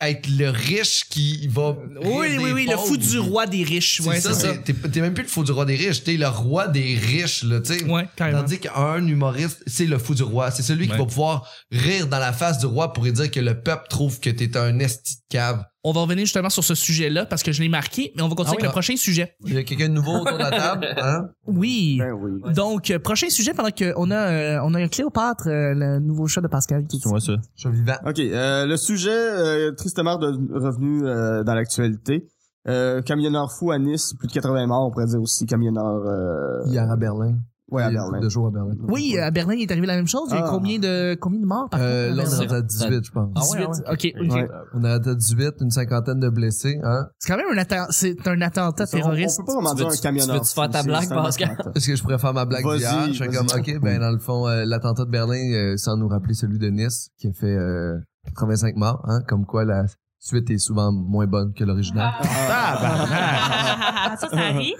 être le riche qui va.
Oui,
rire
oui,
des
oui, le fou
pauvres.
du roi des riches.
C'est
Ouais,
ça, c'est- T'es t'es même plus le fou du roi des riches, t'es le roi des riches, là, tu sais.
Ouais, carrément.
Tandis qu'un humoriste, c'est le fou du roi. C'est celui
Ouais.
qui va pouvoir rire dans la face du roi pour lui dire que le peuple trouve que t'es un esti de cave.
On va revenir justement sur ce sujet-là parce que je l'ai marqué, mais on va continuer
Ah oui,
avec le
ah.
prochain sujet.
Il y a quelqu'un de nouveau autour de la table, hein?
Ah Oui.
Ben oui.
Donc, euh, prochain sujet pendant qu'on a, euh, on a un Cléopâtre, euh, le nouveau chat de Pascal qui
C'est moi, ça.
Je suis vivant.
OK. euh, le sujet, euh, tristement de- revenu euh, dans l'actualité. Euh, camionneur fou à Nice, plus de 80 morts, on pourrait dire aussi camionneur euh,
Hier à Berlin.
ouais, à Berlin.
jours à Berlin.
Oui, euh, à Berlin, il est arrivé la même chose. Il y a
Ah.
combien de, combien de morts par
Euh,
contre, à
là, on
Berlin?
est à 18, je pense.
Ah ouais, ah ouais.
18. OK.
Ouais.
On est à 18, une cinquantaine de blessés, hein?
C'est quand même un, atta- c'est un attentat
On-
terroriste.
On, peut pas vraiment
Tu
dire
veux-
un
tu
camionneur.
veux-tu faire ta
fou,
blague,
c'est un
Pascal?
attentat.
Est-ce que je pourrais faire ma blague
Vas-y,
d'hier? Je suis
vas-y.
comme, OK, ben dans le fond, euh, l'attentat de Berlin, euh, sans nous rappeler celui de Nice, qui a fait euh, 85 morts, hein, comme quoi la suite est souvent moins bonne que l'original.
Ah, ça, ça arrive.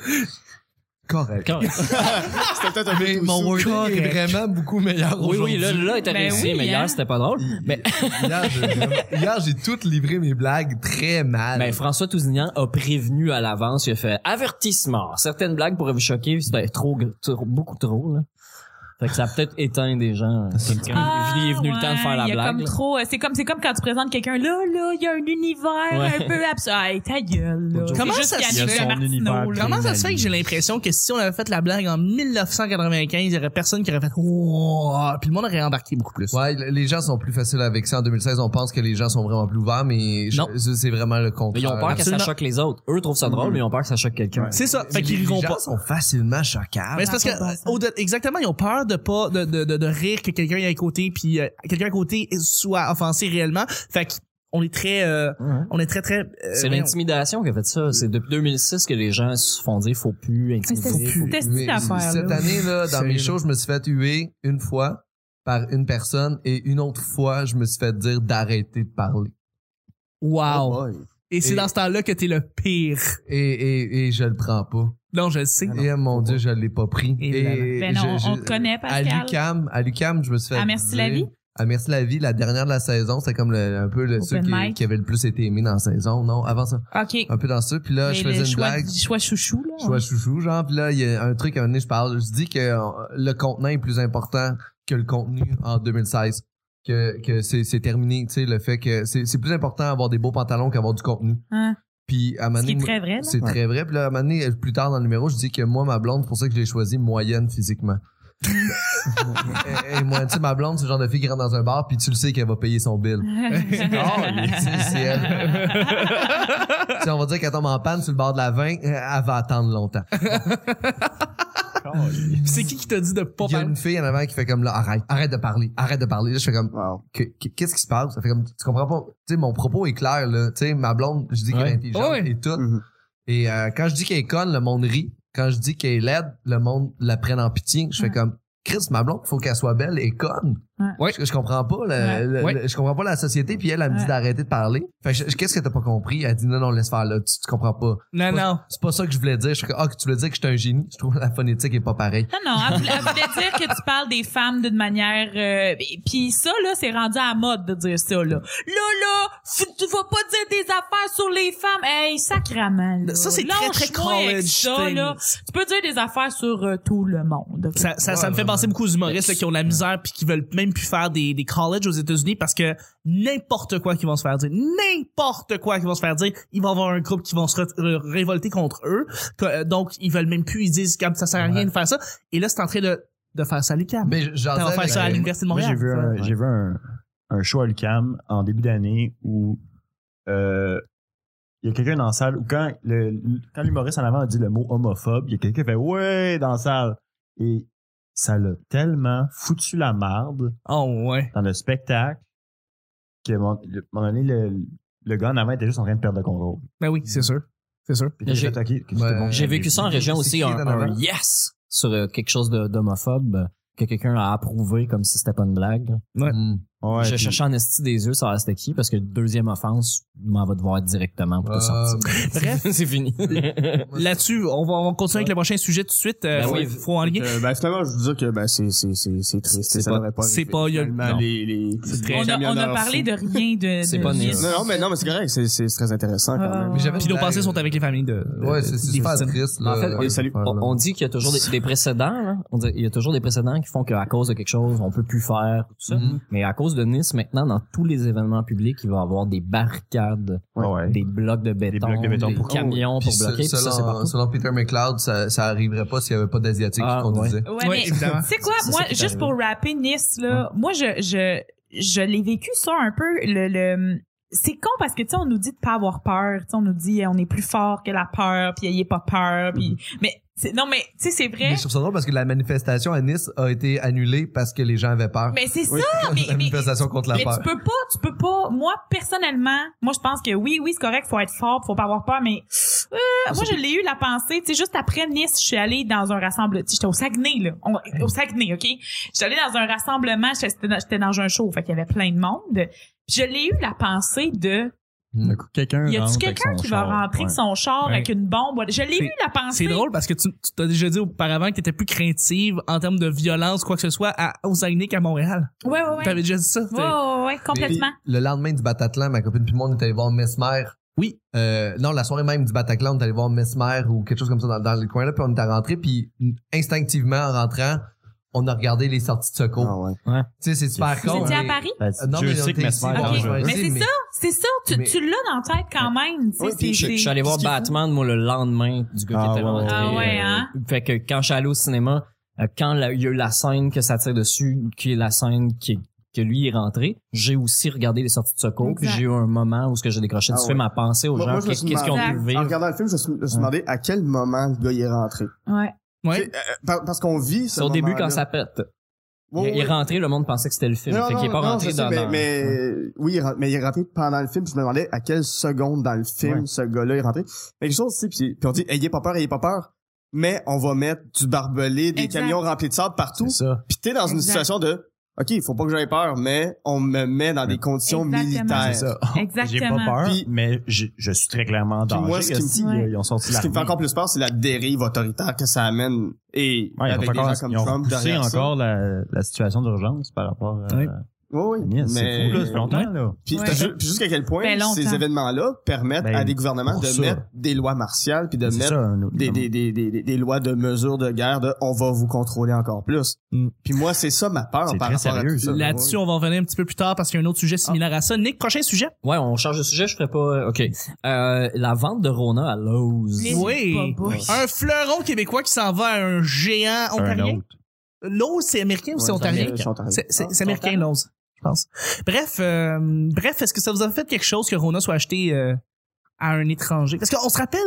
Correct.
Quand-
C'était peut-être un peu
Mais
tout
mon
sous.
wording est vraiment beaucoup meilleur
Oui, oui,
aujourd'hui.
là, là, t'as
Ben
réussi,
oui,
mais
hein.
hier, c'était pas drôle. Mais,
Hier, j'ai vraiment- Hier, j'ai toutes livré mes blagues très mal.
mais François Tousignan a prévenu à l'avance, il a fait avertissement. Certaines blagues pourraient vous choquer, c'était trop, trop- beaucoup trop, là. Fait que ça a peut-être éteint des gens. Quelqu'un
Ah,
il est venu le temps de
ouais,
faire la
il y a
blague.
Comme
là.
trop, euh, c'est comme c'est comme quand tu présentes quelqu'un là là, il y a un univers
Ouais.
un peu absurde. Hey, ta gueule. Là.
Comment
C'est juste
ça se
Yannick
fait? Il y a son
Martineau,
univers,
là.
Comment ça se fait que j'ai l'impression que si on avait fait la blague en 1995, il y aurait personne qui aurait fait Wow puis le monde aurait embarqué beaucoup plus.
Ouais, les gens sont plus faciles avec ça. En 2016, on pense que les gens sont vraiment plus ouverts, mais je-
Non.
ça, c'est vraiment le
Mais
contraire.
ils ont peur que ça
Absolument.
choque les autres. Eux trouvent ça drôle, mais ils ont peur que ça choque quelqu'un.
C'est ça, fait
Les-
qu'ils
les
riront
gens
pas.
sont facilement choquables.
Mais c'est parce que au- de- exactement, ils ont peur de pas de, de, de, de rire que quelqu'un est à côté puis euh, quelqu'un à côté soit offensé réellement. Fait qu'on est très euh,
Ouais.
on est très très euh,
C'est
voyons.
l'intimidation qui a fait ça. C'est depuis 2006 que les gens se font dire faut plus intimider.
Mais
faut-
C'était
Mais
cette affaire.
cette
là.
année, là, dans
C'est-
mes shows, je me suis fait huer une fois par une personne et une autre fois, je me suis fait dire d'arrêter de parler.
Wow.
Oh boy.
Et c'est
Et-
dans ce temps-là que t'es le pire.
Et, et, et je le prends pas.
Ah Non, je le sais.
et euh, mon Dieu, je l'ai pas pris.
Et
Et
là, là.
Ben non,
je-
on
je-
te connaît,
À
Pascal.
l'UCAM, à l'UQAM, je me suis fait
À Merci
dire-
la vie?
À Merci la vie, la dernière de la saison, c'était comme le- un peu le,
Open
ceux qui,
mic.
qui avaient le plus été aimés dans la saison. Non, avant ça,
OK.
un peu dans ça. Puis là,
Mais
je
le
faisais une
choix,
blague.
choix chouchou là.
Choix chouchou, genre. Puis là, il y a un truc, à un moment donné, je parle. Je dis que euh, le contenant est plus important que le contenu en 2016. Que, que c'est c'est terminé, tu sais, le fait que c'est c'est plus important avoir des beaux pantalons qu'avoir du contenu.
Hein?
Puis à un moment
Ce qui est
donné,
très vrai. là.
c'est très vrai. Puis là, à un moment donné, plus tard dans le numéro, je dis que moi, ma blonde, c'est pour ça que je l'ai choisie moyenne physiquement. Et, et moi, tu sais, ma blonde, c'est le genre de fille qui rentre dans un bar, puis tu le sais qu'elle va payer son bill. Ah! Tu sais, c'est elle. Tu sais, on va dire qu'elle tombe en panne sur le bord de la vin, euh, elle va attendre longtemps.
C'est qui qui t'a dit de pas
Il y a
parler?
une fille en avant qui fait comme là, arrête, arrête de parler, arrête de parler. Là, je fais comme,
Wow.
que- que- qu'est-ce qui se passe? Ça fait comme, tu comprends pas. Tu sais, mon propos est clair, là. Tu sais, ma blonde, je dis qu'elle
Ouais.
est intelligente
Ouais.
et tout.
Mhm.
Et euh, quand je dis qu'elle est conne, le monde rit. Quand je dis qu'elle est laide, le monde la prenne en pitié. Je fais
Ouais.
comme, Chris, ma blonde, faut qu'elle soit belle et conne.
Ouais.
Ouais.
Je, je comprends pas, le-
Ouais.
le-
Ouais.
le- je comprends pas la société. Puis elle, elle me dit
Ouais.
d'arrêter de parler. Fait que je- je- qu'est-ce que t'as pas compris? Elle dit, non, non, laisse faire, là. Tu, tu comprends pas.
Non, non.
C'est pas ça que je voulais dire. Je suis comme, ah, que tu voulais dire que j'étais un génie. Je trouve la phonétique est pas pareille.
Non, non, elle voulait, elle voulait dire que tu parles des femmes d'une manière... euh, et Puis ça, là, c'est rendu à la mode de dire ça, là. Là, là, f- tu vas pas dire des affaires sur les femmes. Hey, sacrament, là.
Ça, c'est très, très
Lâche-moi avec
college
ça, là.
things.
Tu peux dire des affaires sur euh, tout le monde. ok?
Ça, ça, ça
Ouais,
me fait
vraiment.
penser beaucoup aux humoristes là, qui ont de la misère puis qui veulent même plus faire des, des colleges aux États-Unis parce que n'importe quoi qu'ils vont se faire dire, n'importe quoi qu'ils vont se faire dire, ils vont avoir un groupe qui vont se re- euh, révolter contre eux. Que- euh, Donc, ils veulent même plus, ils disent que ça sert à rien de faire ça. Et là, c'est en train de, de faire ça à l'UQAM.
Mais j'en
Ça va faire ça à l'Université de
Ben, Moi,
Montréal.
j'ai vu, un,
Ouais.
j'ai vu un, un show à l'UCAM en début d'année où euh, il y a quelqu'un dans la salle où quand le- le- quand l'humoriste en avant a dit le mot homophobe, il y a quelqu'un qui fait ouais dans la salle. Et ça l'a tellement foutu la marde
Oh, ouais.
dans le spectacle que, mon, le- à un moment donné, le, le gars en avant était juste en train de perdre le contrôle.
Ben oui, c'est sûr. C'est sûr.
Puis il a
J'ai-
fait, OK, que tout
Ouais.
le monde-
J'ai vécu ça en région
C'est
aussi,
qui,
un,
Donovan?
un yes sur euh, quelque chose de- d'homophobe euh, que quelqu'un a approuvé comme si c'était pas une blague.
Ouais,
je
puis-
cherchais en esti des yeux sur ah, c'était qui parce que deuxième offense, il m'en va devoir directement pour te sortir.
Bref,
C'est fini.
là-dessus, on va, on va continuer avec le prochain sujet tout de suite. Euh,
Ben
faut,
oui.
faut enligner.
Euh, ben, finalement, je veux dire que ben, c'est, c'est, c'est, c'est triste.
C'est
ça
pas-
devrait pas
c'est
arriver.
pas- il y a-
Finalement,
non.
les, les,
C'est
les
très-
on, a, on a
camionneurs
parlé
fous.
de rien de...
C'est
de
pas
rien.
nice.
Non, non, mais non, mais c'est correct. C'est, c'est, c'est très intéressant quand
Ah,
même.
ouais.
j'avais-
Puis nos pensées sont avec les familles de.
Ouais, c'est c'est
des
super
victimes.
triste.
En
Là,
fait,
oui, salut.
On, on dit qu'il y a toujours des, des précédents. là. On dit- il y a toujours des précédents qui font qu'à cause de quelque chose, on peut plus faire tout ça.
Mhm.
Mais à cause de Nice, maintenant, dans tous les événements publics, il va y avoir des barricades,
Ouais.
des blocs de béton, des,
blocs de béton pour-
camions
Oh, Puis
pour bloquer.
se-
puis ça, c'est
selon,
partout.
selon Peter McLeod, ça, ça arriverait pas s'il y avait pas d'Asiatiques
Ah,
qui conduisaient.
Ouais,
Ouais, mais
évidemment.
Tu sais quoi,
C'est
moi,
ça qui est
juste
arrivé.
pour rapper Nice, là, moi, je, je, je l'ai vécu ça un peu, le, le- c'est con parce que, tu sais, on nous dit de pas avoir peur, tu sais, on nous dit, eh, on est plus fort que la peur, puis ayez pas peur, puis,
Mm-hmm.
mais, c'est- non, mais, tu sais, c'est vrai.
Mais je trouve ça drôle parce que la manifestation à Nice a été annulée parce que les gens avaient peur.
Mais c'est
Oui.
ça, mais,
la
mais-
manifestation contre la
mais
peur.
tu peux pas, tu peux pas. Moi, personnellement, moi, je pense que oui, oui, c'est correct, faut être fort, faut pas avoir peur, mais euh, moi, je l'ai eu la pensée, tu sais, juste après Nice, je suis allée dans un rassemblement, tu sais, j'étais au Saguenay, là, On- au Saguenay, OK? J'étais allée dans un rassemblement, j'étais- j'étais dans- j'étais dans un show, fait qu'il y avait plein de monde. Puis je l'ai eu la pensée de,
D'un coup, quelqu'un
y
rentre
a-tu
avec
quelqu'un
son
qui va
char.
rentrer
Ouais.
avec son char
Ouais.
avec une bombe? Je l'ai
C'est-
eu la pensée.
C'est drôle parce que tu, tu t'as déjà dit auparavant que t'étais plus craintive en termes de violence, quoi que ce soit, à, au Saguenay qu'à Montréal.
Ouais, ouais, ouais.
T'avais déjà dit ça. t'es-
Ouais, ouais, ouais, complètement.
Puis, le lendemain du Bataclan, ma copine puis moi, on est allé voir Mesmer.
Oui.
Euh, non, la soirée même du Bataclan, on est allé voir Mesmer ou quelque chose comme ça dans, dans le coin là, puis on est rentré, puis instinctivement en rentrant, on a regardé les sorties de secours.
Ah, ouais.
Tu sais, c'est super
Vous
con.
étiez à
mais-
Paris?
Ben,
Euh, non,
Dieu
mais on
sait que
était
mes
ici,
sœurs-
on
Ok,
va
mais
dire,
c'est ça, c'est ça, tu,
Mais-
tu l'as dans la tête quand même. tu sais,
Oui, puis
c'est-
Je, je suis allé voir
Ce qui est fou-
Batman, moi, le lendemain du gars
Ah
qui était
ouais,
rentré.
ouais, ouais.
euh,
Ah
Fait que quand je suis allé au cinéma, euh, quand la- il y a eu la scène que ça tire dessus, qui est la scène qui que lui est rentré, j'ai aussi regardé les sorties de secours, puis
Exact.
j'ai eu un moment où ce que j'ai décroché du
Ah
film à penser aux
Moi-
gens,
moi, je me
qu'est-
suis
qu'est-ce qu'ils ont pu
demandé-
En
vivre.
regardant le film, je me suis, je me suis demandé à quel moment le gars y est rentré.
Ouais.
Ouais.
C'est- euh, par- parce qu'on vit
C'est
ce
au début
moment-là.
quand ça pète.
Ouais,
il, il est
ouais.
rentré, le monde pensait que c'était le film. fait qu'il est pas
non,
rentré
je sais,
dans...
mais,
dans-
mais- oui, il est rentré- mais il est rentré pendant le film. puis Je me demandais à quelle seconde dans le film
Ouais.
ce gars-là est rentré. Mais quelque chose, tu sais, puis, puis on dit, ayez pas peur, ayez pas peur. Mais on va mettre du barbelé, des
Exact.
camions remplis de sable partout.
C'est ça.
Puis t'es dans une
Exact.
situation de, ok, il faut pas que j'aie peur, mais on me met dans des conditions
Exactement.
militaires.
C'est ça. J'ai pas
Exactement.
peur,
Puis-
mais je, je suis très clairement en
Puis
danger.
moi, ce qui me-
Si,
Ouais.
euh, ils ont
Ce
sorti
qui me fait
l'armée.
encore plus peur, c'est la dérive autoritaire que ça amène. Et
Ouais, ils ont
avec des
encore-
gens comme
ils ont
Trump
repoussé
derrière ça.
encore la, la situation d'urgence par rapport à,
Oui.
Oui, oui.
Yes, c'est
Mais-
fou, là, ça fait longtemps, là.
Puis,
Ouais.
t'as ju- puis jusqu'à quel point
Fait longtemps.
ces événements-là permettent
Ben,
à des gouvernements
pour
de
ça.
mettre des lois martiales puis de
C'est
mettre
ça, un autre-
des, des, des, des, des- des lois de mesures de guerre de on va vous contrôler encore plus.
Mm.
Puis moi, c'est ça ma peur
C'est
par
très
rapport à
sérieux,
tout
ça.
ça.
Là-dessus, on va revenir un petit peu plus tard parce qu'il y a un autre sujet similaire à ça. Nick, prochain sujet.
Ouais, on change de sujet, je ferais pas... OK. Euh, la vente de Rona à Lowe's.
Les-
Oui.
Pas beau.
Un fleuron québécois qui s'en va à un géant
un
ontarien.
autre.
L'ose, c'est américain ou c'est ontarien? C'est- C'est
Ah,
c'est américain,
Ontario.
l'ose, je pense. Bref, euh, bref, est-ce que ça vous a fait quelque chose que Rona soit acheté euh, à un étranger? Parce qu'on se rappelle...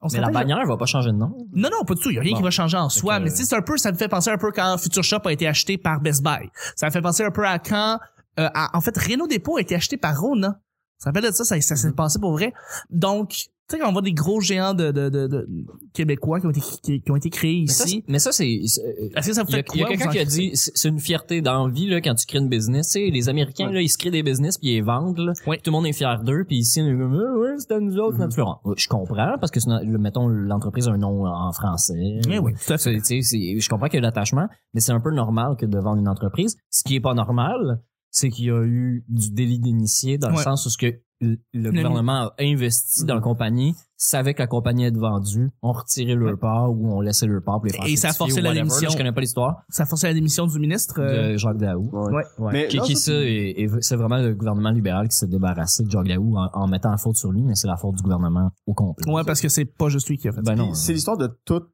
On se
Mais la
rappelle-
bannière va pas changer de nom.
Non, non, pas du tout. Il n'y a rien
Bon.
qui va changer en soi.
que-
Mais tu sais, c'est un peu, ça me fait penser un peu quand Future Shop a été acheté par Best Buy. Ça me fait penser un peu à quand, euh, à- en fait, Renault Dépôt a été acheté par Rona. Ça rappelle de ça, ça, ça s'est passé pour vrai. Donc, tu sais, quand on voit des gros géants de, de, de, de- québécois qui ont été, qui, qui ont été créés
Mais ça,
ici.
c'est- Mais ça, c'est. euh, c'est-
Est-ce que ça vous
Il y a,
fait
il y a
quoi?
quelqu'un
vous en-
qui a dit c'est c'est une fierté dans la vie là, quand tu crées une business. Tu sais, les Américains, là, ils se créent des business puis ils les vendent. là.
Ouais. Mm-hmm.
Tout le monde est fier d'eux. Puis ici, on est comme, Ah, ouais, c'était nous autres. notre fleuron. Ouais, Je comprends parce que, c'est une- mettons, l'entreprise a un nom en français.
Oui, oui, tout à fait.
C'est- tu sais, c'est- Je comprends qu'il y a de l'attachement, mais c'est un peu normal que de vendre une entreprise. Ce qui est pas normal, c'est qu'il y a eu du délit d'initié dans le
Ouais. Mm.
sens où ce que le le
mi-
gouvernement a investi dans la compagnie, savait que la compagnie allait être vendue, on retirait leur part ou on laissait leur part pour les faire
Et ça a
certifier
forcé
ou
la
whatever.
démission.
Je connais pas l'histoire
Ça a forcé la démission du ministre. euh,
de Jacques Daou.
Ouais.
Ouais.
Mais
qui,
non,
qui,
ça,
ça, et- et c'est vraiment le gouvernement libéral qui s'est débarrassé de Jacques Daou en, en mettant la faute sur lui, mais c'est la faute du gouvernement au complet.
Ouais, parce que c'est pas juste lui qui a fait ça.
Ben non.
C'est l'histoire de toutes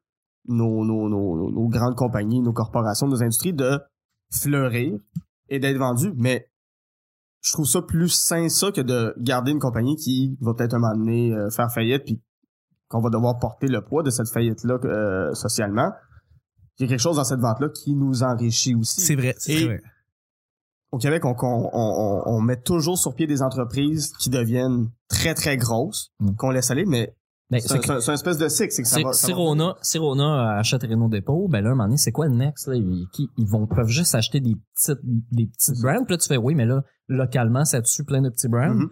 nos, nos, nos, nos- nos grandes compagnies, nos corporations, nos industries de fleurir et d'être vendues, mais je trouve ça plus sain ça que de garder une compagnie qui va peut-être un moment donné euh, faire faillite puis qu'on va devoir porter le poids de cette faillite-là euh, socialement. Il y a quelque chose dans cette vente-là qui nous enrichit aussi
C'est vrai, c'est
Et-
vrai.
au Québec, on, qu'on- on, on, on met toujours sur pied des entreprises qui deviennent très, très grosses,
Mm.
qu'on laisse aller, mais
Ben,
c'est un,
c'est que-
c'est un- c'est un espèce de cycle. C'est que ça
c'est-
va- ça
Si
va-
Rona, si Rona achète Renault Dépôt, ben là, un moment donné, c'est quoi le next? Là? Ils, qui- ils vont, peuvent juste acheter des petites, des petites brands. Puis là, tu fais, oui, mais là, localement, ça tue plein de petits brands.
Mhm.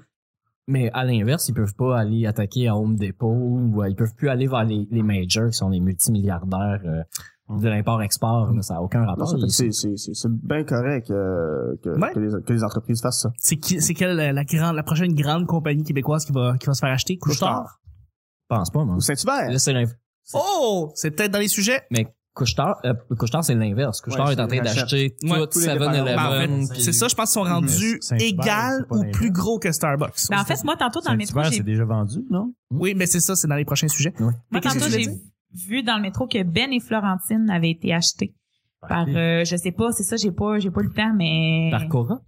Mais à l'inverse, ils peuvent pas aller attaquer à Home Depot ou euh, ils peuvent plus aller vers les, les majors qui sont les multimilliardaires euh, de l'import-export. là. Ça n'a aucun
Non,
rapport.
ça fait-
Ils-
Ah c'est- c'est c'est- c'est bien correct euh, que,
Ouais.
que les, que les entreprises fassent ça.
C'est qui, c'est quelle la, la grande, la prochaine grande compagnie québécoise qui va, qui va se faire acheter? Couche-Tard?
Je pense pas, moi.
Ou Saint-Hubert.
Là, c'est l'inf-
Oh! C'est peut-être dans les sujets?
Couche-tard, euh, Couche-Tard, c'est l'inverse. Couche-Tard
Ouais,
est en train
ils achètent.
d'acheter
Ouais,
tout
tous les
7-Eleven.
dépanneurs.
Ben, en fait,
puis-
c'est ça, je pense qu'ils sont
Mais
rendus
Saint-Hubert,
égal
c'est pas
ou
l'inverse.
plus gros que Starbucks.
Ben, en fait, moi, tantôt, dans le métro,
Saint-Hubert,
j'ai
c'est déjà vendu, non?
oui, mais c'est ça, c'est dans les prochains sujets.
Moi,
Mais qu'est-ce
tantôt,
que tu
j'ai vu dans le métro que Ben et Florentine avaient été achetés par, euh, je sais pas, c'est ça, j'ai pas, j'ai pas le temps, mais
Par Cora?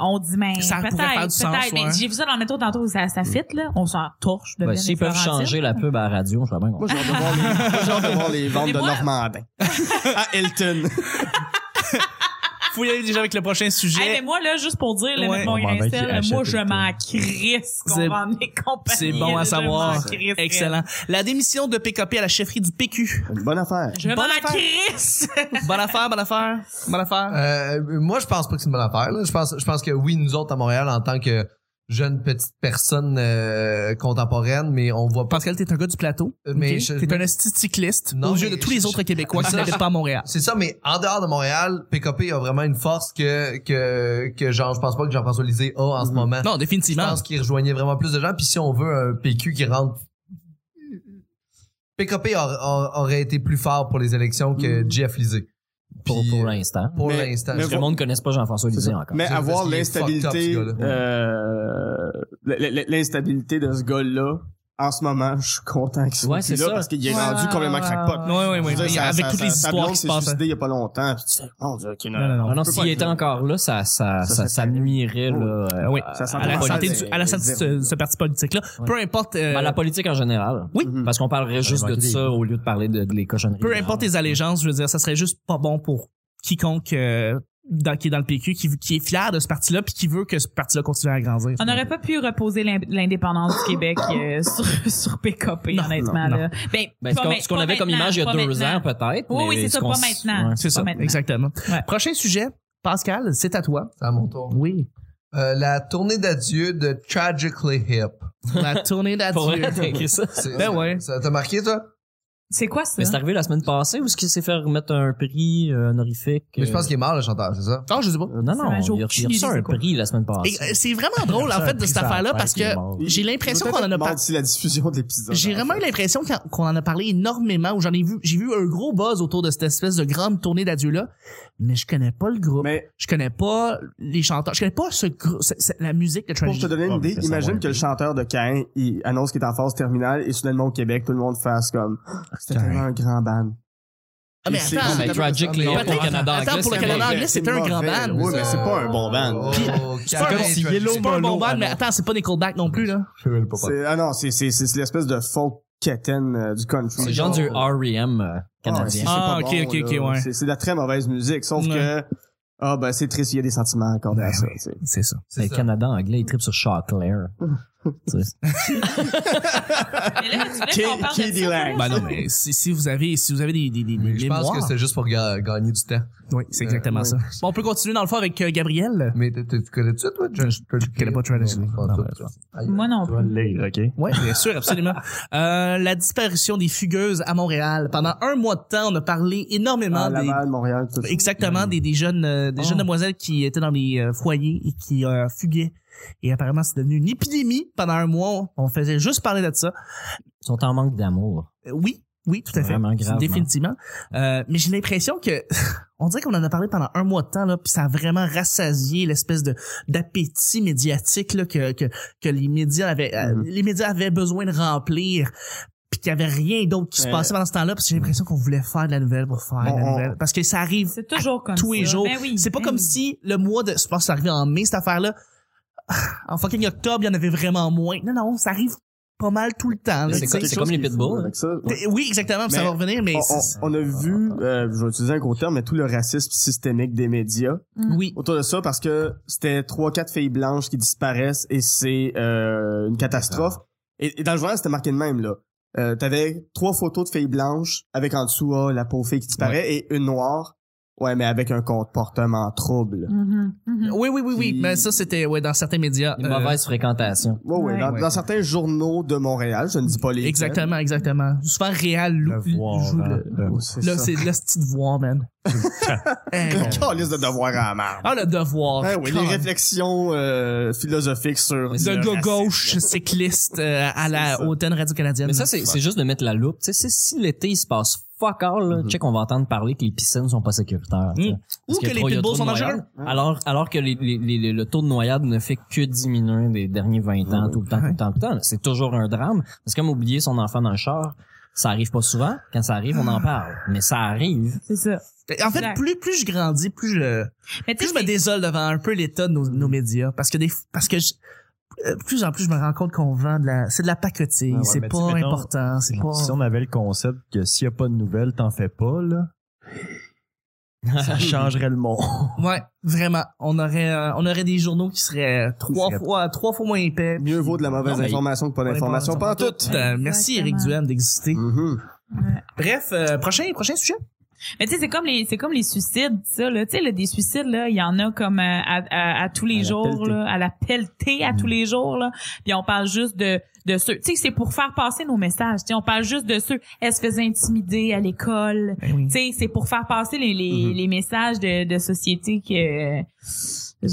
on dit, mais
Ça pourrait faire du sens,
peut-être,
ouais.
mais j'ai vu ça dans le métro tantôt, ça, ça fit, là, on s'en torche
Ben,
de Ben et
S'ils peuvent
Florentine.
changer la pub à la radio, je vois bien. qu'on-
Moi, j'ai hâte de voir les- moi, j'ai hâte de voir les ventes
Mais
de
moi-
Normandin. à Elton.
Faut y aller déjà avec le prochain sujet.
Ah! Hey, mais moi, là, juste pour dire, là,
Ouais.
mettre mon
On
grain de
m'en
sel,
va
là,
qui
moi,
achète
je
le
m'en crisse qu'on
C'est-
vende des compagnies.
c'est bon à
là, je
savoir.
m'en crisse.
Excellent. La démission de PKP à la chefferie du PQ.
Une bonne affaire.
Je
Bonne
m'en
affaire.
crisse.
Bonne affaire, bonne affaire, bonne affaire.
Euh, moi, je pense pas que c'est une bonne affaire. là. Je pense, je pense que oui, nous autres à Montréal, en tant que jeunes petites personnes euh, contemporaines, mais on voit pas.
Pascal, t'es un gars du plateau.
Mais
ok?
je-
t'es un esti de cycliste
Non,
aux yeux de
mais
tous les
je-
autres Québécois qui
Ça,
n'habitent
je-
pas à Montréal.
C'est ça, mais en dehors de Montréal, PKP a vraiment une force que que que genre, je pense pas que Jean-François Lisée a
Mm-hmm.
en ce moment.
Non,
Je
définitivement.
pense qu'il rejoignait vraiment plus de gens. Puis si on veut un PQ qui rentre. PKP a- a- aurait été plus fort pour les élections que Jeff Lisée.
Mm-hmm. pour,
Puis,
pour l'instant.
Pour
Mais-
l'instant.
mais
Parce que le monde ne connaisse pas Jean-François
C'est
Lisée
ça.
encore.
Mais
C'est
avoir
parce qu'il est
l'instabilité,
fucked up, ce gars-là.
euh, l- l- l'instabilité de ce gars-là, en ce moment, je suis content qu'il soit
Ouais,
plus
c'est
là
ça.
parce qu'il est
Ouais,
rendu
ouais,
complètement
ouais,
crackpot.
ouais,
Oui, oui, oui.
Je veux dire, sa-
Avec
sa-
toutes les
sa
histoires
blonde
qui se
s'est
passent.
suicidée il y a pas longtemps. Puis tu dis, mon Dieu, ok, non,
Non, non, non.
Ah non,
peut
s'il
pas
était
être-
encore là, ça, ça,
Ça,
ça,
ça
ça,
fait-
nuirait, là, euh,
Ah oui,
à-
ça sent
à la
Ouais,
santé,
c'est-
du- à la santé de
zéro.
ce, ce parti politique-là.
Ouais.
Peu importe, euh,
Ben, à la politique en général.
Oui.
Mhm.
Parce qu'on parlerait juste de ça au lieu de parler de, de les cochonneries.
peu importe les allégeances, je veux dire, ça serait juste pas bon pour quiconque euh, dans, qui est dans le PQ, qui, qui est fier de ce parti-là, puis qui veut que ce parti-là continue à grandir.
On n'aurait pas pu reposer l'in- l'indépendance du Québec euh, sur, sur PKP,
Non,
honnêtement.
non,
là. Ben,
Ben, ce
pas
qu'on-
ma-
ce qu'on
pas
avait comme
maintenant,
image il y a
pas
deux
maintenant.
ans, peut-être.
Oui, oui,
mais
c'est
ce
ça,
qu'on
pas
s-
maintenant.
ouais.
C'est ça,
Pas maintenant.
exactement.
Ouais.
Prochain sujet, Pascal, c'est à toi.
C'est à mon tour.
Oui.
Euh, la tournée d'adieu de Tragically Hip.
La tournée
Pour vrai,
d'adieu.
t'as écrit ça.
C'est-
Ben
c'est-
ouais.
Ça t'a marqué, toi?
C'est quoi ça?
Mais c'est arrivé la semaine passée où est-ce qu'il s'est fait remettre un prix euh, honorifique?
Mais je pense
euh,
qu'il est mort, le chanteur, c'est ça?
Non, je
Ah,
sais pas.
euh, Non, non,
m'a
il a- il a
aucune
reçu
idée, c'est
un
quoi.
prix la semaine
Et, euh,
passée.
C'est vraiment drôle, en fait, de cette affaire-là, parce que j'ai l'impression
Peut-être
qu'on en a
être
parlé.
mort d'ici la diffusion de l'épisode.
J'ai vraiment eu l'impression qu'en- qu'on en a parlé énormément, où j'en ai vu, j'ai vu un gros buzz autour de cette espèce de grande tournée d'adieu-là, mais je connais pas le groupe,
Mais
je connais pas les chanteurs, je connais pas ce grou- ce- ce- la musique de
pour
Tragedy.
te donner une
Ah, mais
idée,
ça
imagine
va,
que
oui.
le chanteur de Caen, il annonce qu'il est en phase terminale et soudainement au Québec, tout le monde fasse comme. Ah, C'était
Caen.
tellement un grand band.
Ah, mais
Et c'est-
attends,
c'est-
mais Tragically
mais-
Hot Ben, au Canada
attends,
anglais,
pour le
c'est
Canada
mauvais. Oh.
anglais, c'était un grand
mauvais,
band.
Oui, mais c'est pas un
Oh,
bon band.
C'est pas comme si
Yellow
C'est pas un bon
Molo,
band, mais
ah non.
attends, c'est pas des callbacks non plus, là.
C'est- Ah non, c'est- c'est c'est l'espèce de folk quétaine euh, du country.
C'est genre du R.E.M. euh,
c'est-
canadien.
c'est
Ah,
pas
ok, ok, ok,
là.
ouais.
C'est- C'est de la très mauvaise musique, sauf
Ouais. Ben
que. Ah, ben, c'est triste, il y a des sentiments accordés à ça. tu sais.
C'est ça.
le Canada anglais, il tripe sur Chaclair.
K-
Mais là, tu voulais qu'on parle de
KD
ça,
Lang.
Ben non, mais si, si vous avez, si vous avez des, des, des
Je pense
mémoires.
que c'est juste pour ga- gagner du temps.
Oui, c'est exactement
Euh,
ça. Bon, on peut continuer dans le fond avec euh, Gabriel.
Mais tu tu connais-tu ça, toi, John? Je
connais pas Tragically. Non, mais-
Moi non
Tu
plus.
vas le lire, OK?
Oui, bien sûr, absolument. Euh, la disparition des fugueuses à Montréal. Pendant un mois de temps, on a parlé énormément
Ah,
des...
Laval, Montréal, tout ça.
Exactement,
Mm.
des, des jeunes euh, des
Oh.
jeunes demoiselles qui étaient dans les euh, foyers et qui euh, fuguaient. Et apparemment, c'est devenu une épidémie pendant un mois. On faisait juste parler de ça.
Ils sont en manque d'amour.
Euh, oui, oui, tout à fait.
Vraiment gravement.
Définitivement. Euh, mais j'ai l'impression que on dirait qu'on en a parlé pendant un mois de temps là, puis ça a vraiment rassasié l'espèce de d'appétit médiatique là, que, que que les médias avaient euh,
Mm-hmm.
les médias avaient besoin de remplir puis qu'il y avait rien d'autre qui se
Euh,
Ouais.
passait pendant ce temps-là, puis j'ai l'impression qu'on voulait faire de la nouvelle pour faire de
On-
la
on-
nouvelle parce que ça arrive
C'est toujours comme
tous les
ça.
jours.
Ben oui,
c'est pas
ben
comme
oui.
si le mois de. Je pense que c'est arrivé en mai, cette affaire-là. En fucking octobre, il y en avait vraiment moins. Non, non, ça arrive pas mal tout le temps. là, tu
C'est comme-
sais.
c'est comme les pitbulls. hein.
Avec ça,
T'es- Oui, exactement, puis ça
Mais
va revenir, mais.
on,
c'est-
on- on a vu, euh, je vais utiliser un gros terme, mais tout le racisme systémique des médias
Oui.
autour de ça parce que c'était trois quatre filles blanches qui disparaissent et c'est euh, une catastrophe. Et, et dans le journal, c'était marqué de même là. Euh, T'avais trois photos de filles blanches avec en dessous ah, la pauvre fille qui disparaît et une noire. Ouais, mais avec un comportement trouble.
Mhm, mhm.
Oui, oui, oui, oui.
Puis-
Mais ça, c'était ouais, dans certains médias.
Une
euh,
mauvaise fréquentation.
Ouais, ouais,
Ouais.
dans,
Ouais.
dans certains journaux de Montréal, je ne dis pas les.
Exactement, exactement. Souvent réel,
Le voir,
joue
hein,
le-
Oh,
le-
Là, c'est là, c'est de voir, man. Eh, mon-
Une liste de devoirs à la merde.
Ah, le devoir.
Ouais, Eh oui, les
Colin.
réflexions euh, philosophiques sur.
de
le
gars
racisme.
gauche cycliste euh, à la
ça.
hautaine radio-canadienne.
Mais ça, c'est c'est juste de mettre la loupe. Tu sais, c'est- si l'été, il se passe fuck all, là, check, on va entendre parler que les piscines sont pas sécuritaires. tu sais.
Mm.
Parce
Ou
qu'il
que
y a
les
trop- il y a
pitbulls
trop
sont
de
dangereux.
noyades. Alors, alors que les- les- les- les- le taux de noyade ne fait que diminuer des derniers 20 ans, tout le temps, tout le temps, tout le temps. C'est toujours un drame. Parce que comme oublier son enfant dans le char, ça arrive pas souvent. Quand ça arrive, on en parle. Mais ça arrive.
C'est ça.
En fait,
Exact.
plus, plus je grandis, plus je,
Mais tu
plus je
sais,
me désole devant un peu l'état de nos, nos médias. Parce que des, parce que je- euh, plus en plus je me rends compte qu'on vend de la, c'est de la pacotille.
Ah ouais,
c'est
mais tu
pas
sais, mettons,
important. C'est pas.
Si on avait le concept que s'il n'y a pas de nouvelles, t'en fais pas, là. Ça changerait le monde.
Ouais, vraiment. On aurait, euh, on aurait des journaux qui seraient euh, trois
Serait-
fois, trois fois moins épais. Euh,
Mieux vaut de la mauvaise
Non, mais-
information que pas d'information. Pas en tout.
Euh, merci Eric
Exactement.
Duhem d'exister.
Mhm.
Bref, euh, prochain, prochain sujet.
Mais tu sais, c'est comme les, c'est comme les suicides, ça, là. Tu sais, là, des suicides, là, il y en a comme euh, à, à, à tous les
la
jours,
pelletée.
là, à la pelletée, à tous les jours, là. Puis on parle juste de, de ceux. Tu sais, c'est pour faire passer nos messages. Tu sais, on parle juste de ceux. Elle se faisait intimider à l'école. Tu sais, c'est pour faire passer les, les,
Mhm.
les messages de, de société que.
Ouais,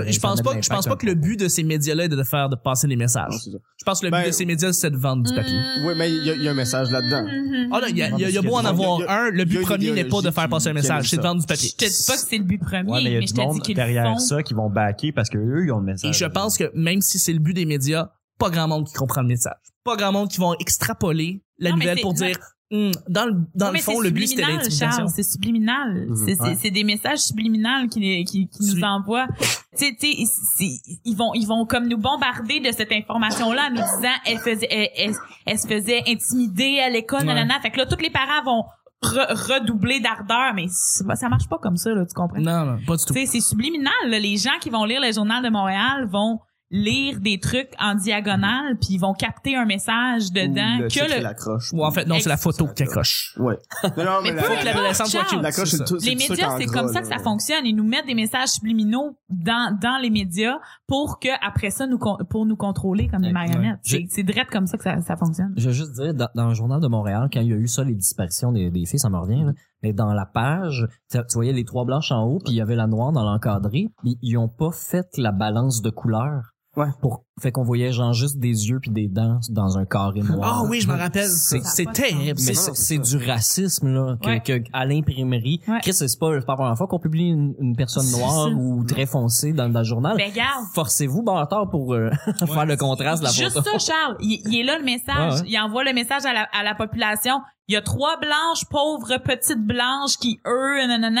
euh, Je
Ça
pense
met de
pas, que- je pense
l'impact
pas que le but de ces médias-là est de faire de passer des messages.
Non, c'est ça.
Je pense que le
Ben-
but de ces médias, c'est de vendre du
Mm.
papier.
Oui, mais il y, a- il y a un message là-dedans.
Mhm.
Ah non, il y a, il y a- il y a
Non,
beau en
parce qu'il y a-
avoir
il y a-
un, le
il y a
but
une
premier n'est pas de
idéologie
faire passer un
qui-
message,
qui
c'est de
aime
vendre du
Je
papier.
te dis pas que c'est le but premier,
Ouais, mais il y a
mais je
du
te dis
monde
qu'ils le
derrière
font.
ça qui vont backer parce qu'eux, ils ont le message.
Et je pense que même si c'est le but des médias, pas grand monde qui comprend le message. Pas grand monde qui vont extrapoler la
Non, mais
nouvelle
c'est-
pour
non.
dire Hum, dans le, dans
Non,
le
mais
fond,
c'est
le but c'était
subliminal,
l'intimidation.
Charles, C'est subliminal.
Mhm.
C'est- C'est
Ouais.
c'est des messages subliminals qui, qui, qui
Subli-
nous envoient. Tu sais, tu sais, c'est- ils vont, ils vont comme nous bombarder de cette information-là en nous disant, elle faisait, elle, elle- elle se faisait intimider à l'école,
Ouais.
nanana. Fait que là, tous les parents vont re- redoubler d'ardeur, mais c'est pas- ça marche pas comme ça, là, tu comprends?
Non, non, pas du tout.
Tu sais, c'est subliminal. là. Les gens qui vont lire le journal de Montréal vont lire des trucs en diagonale, puis ils vont capter un message dedans
Ou le
que
chiffre
le.
qui l'accroche.
Ou en fait, non, c'est la
Ex-
photo qui accroche.
Ouais. Non, non,
Mais
la-
peu
Faut que l'adolescente soit
Charles,
cute.
L'accroche,
c'est
c'est
ça.
tout. c'est
les
tout ça
médias,
qu'en
c'est
gras,
comme ça
là,
que ça
ouais.
fonctionne. Ils nous mettent des messages subliminaux dans, dans les médias pour que après ça nous con- pour nous contrôler comme des
Ouais,
marionnettes.
ouais.
C'est- C'est direct comme ça que ça, ça fonctionne.
Je veux juste dire, dans, dans le journal de Montréal, quand il y a eu ça, les disparitions des, des filles, ça me revient, là, mais dans la page, tu tu voyais les trois blanches en haut, puis il y avait la noire dans l'encadré, puis ils ont pas fait la balance de couleurs. Ouais. Pour, fait qu'on voyait genre juste des yeux puis des dents dans un carré noir.
Ah oui, je me rappelle.
C'est-
C'est c'est
Ça a pas de
terrible.
Mais
Mais
c'est c'est du racisme là que,
Ouais.
que- à l'imprimerie.
Ouais.
Chris, c'est pas, c'est pas la première fois qu'on publie une, une personne
C'est
noire
ça.
ou très foncée dans, dans le
Ah,
journal.
Ben, regarde.
Forcez-vous, bâtard, pour euh, faire le contraste de la
Juste
photo.
ça, Charles. Il, il est là le message.
Ouais, ouais.
Il envoie le message à la, à la population. Il y a trois blanches, pauvres petites blanches qui, eux, nanana.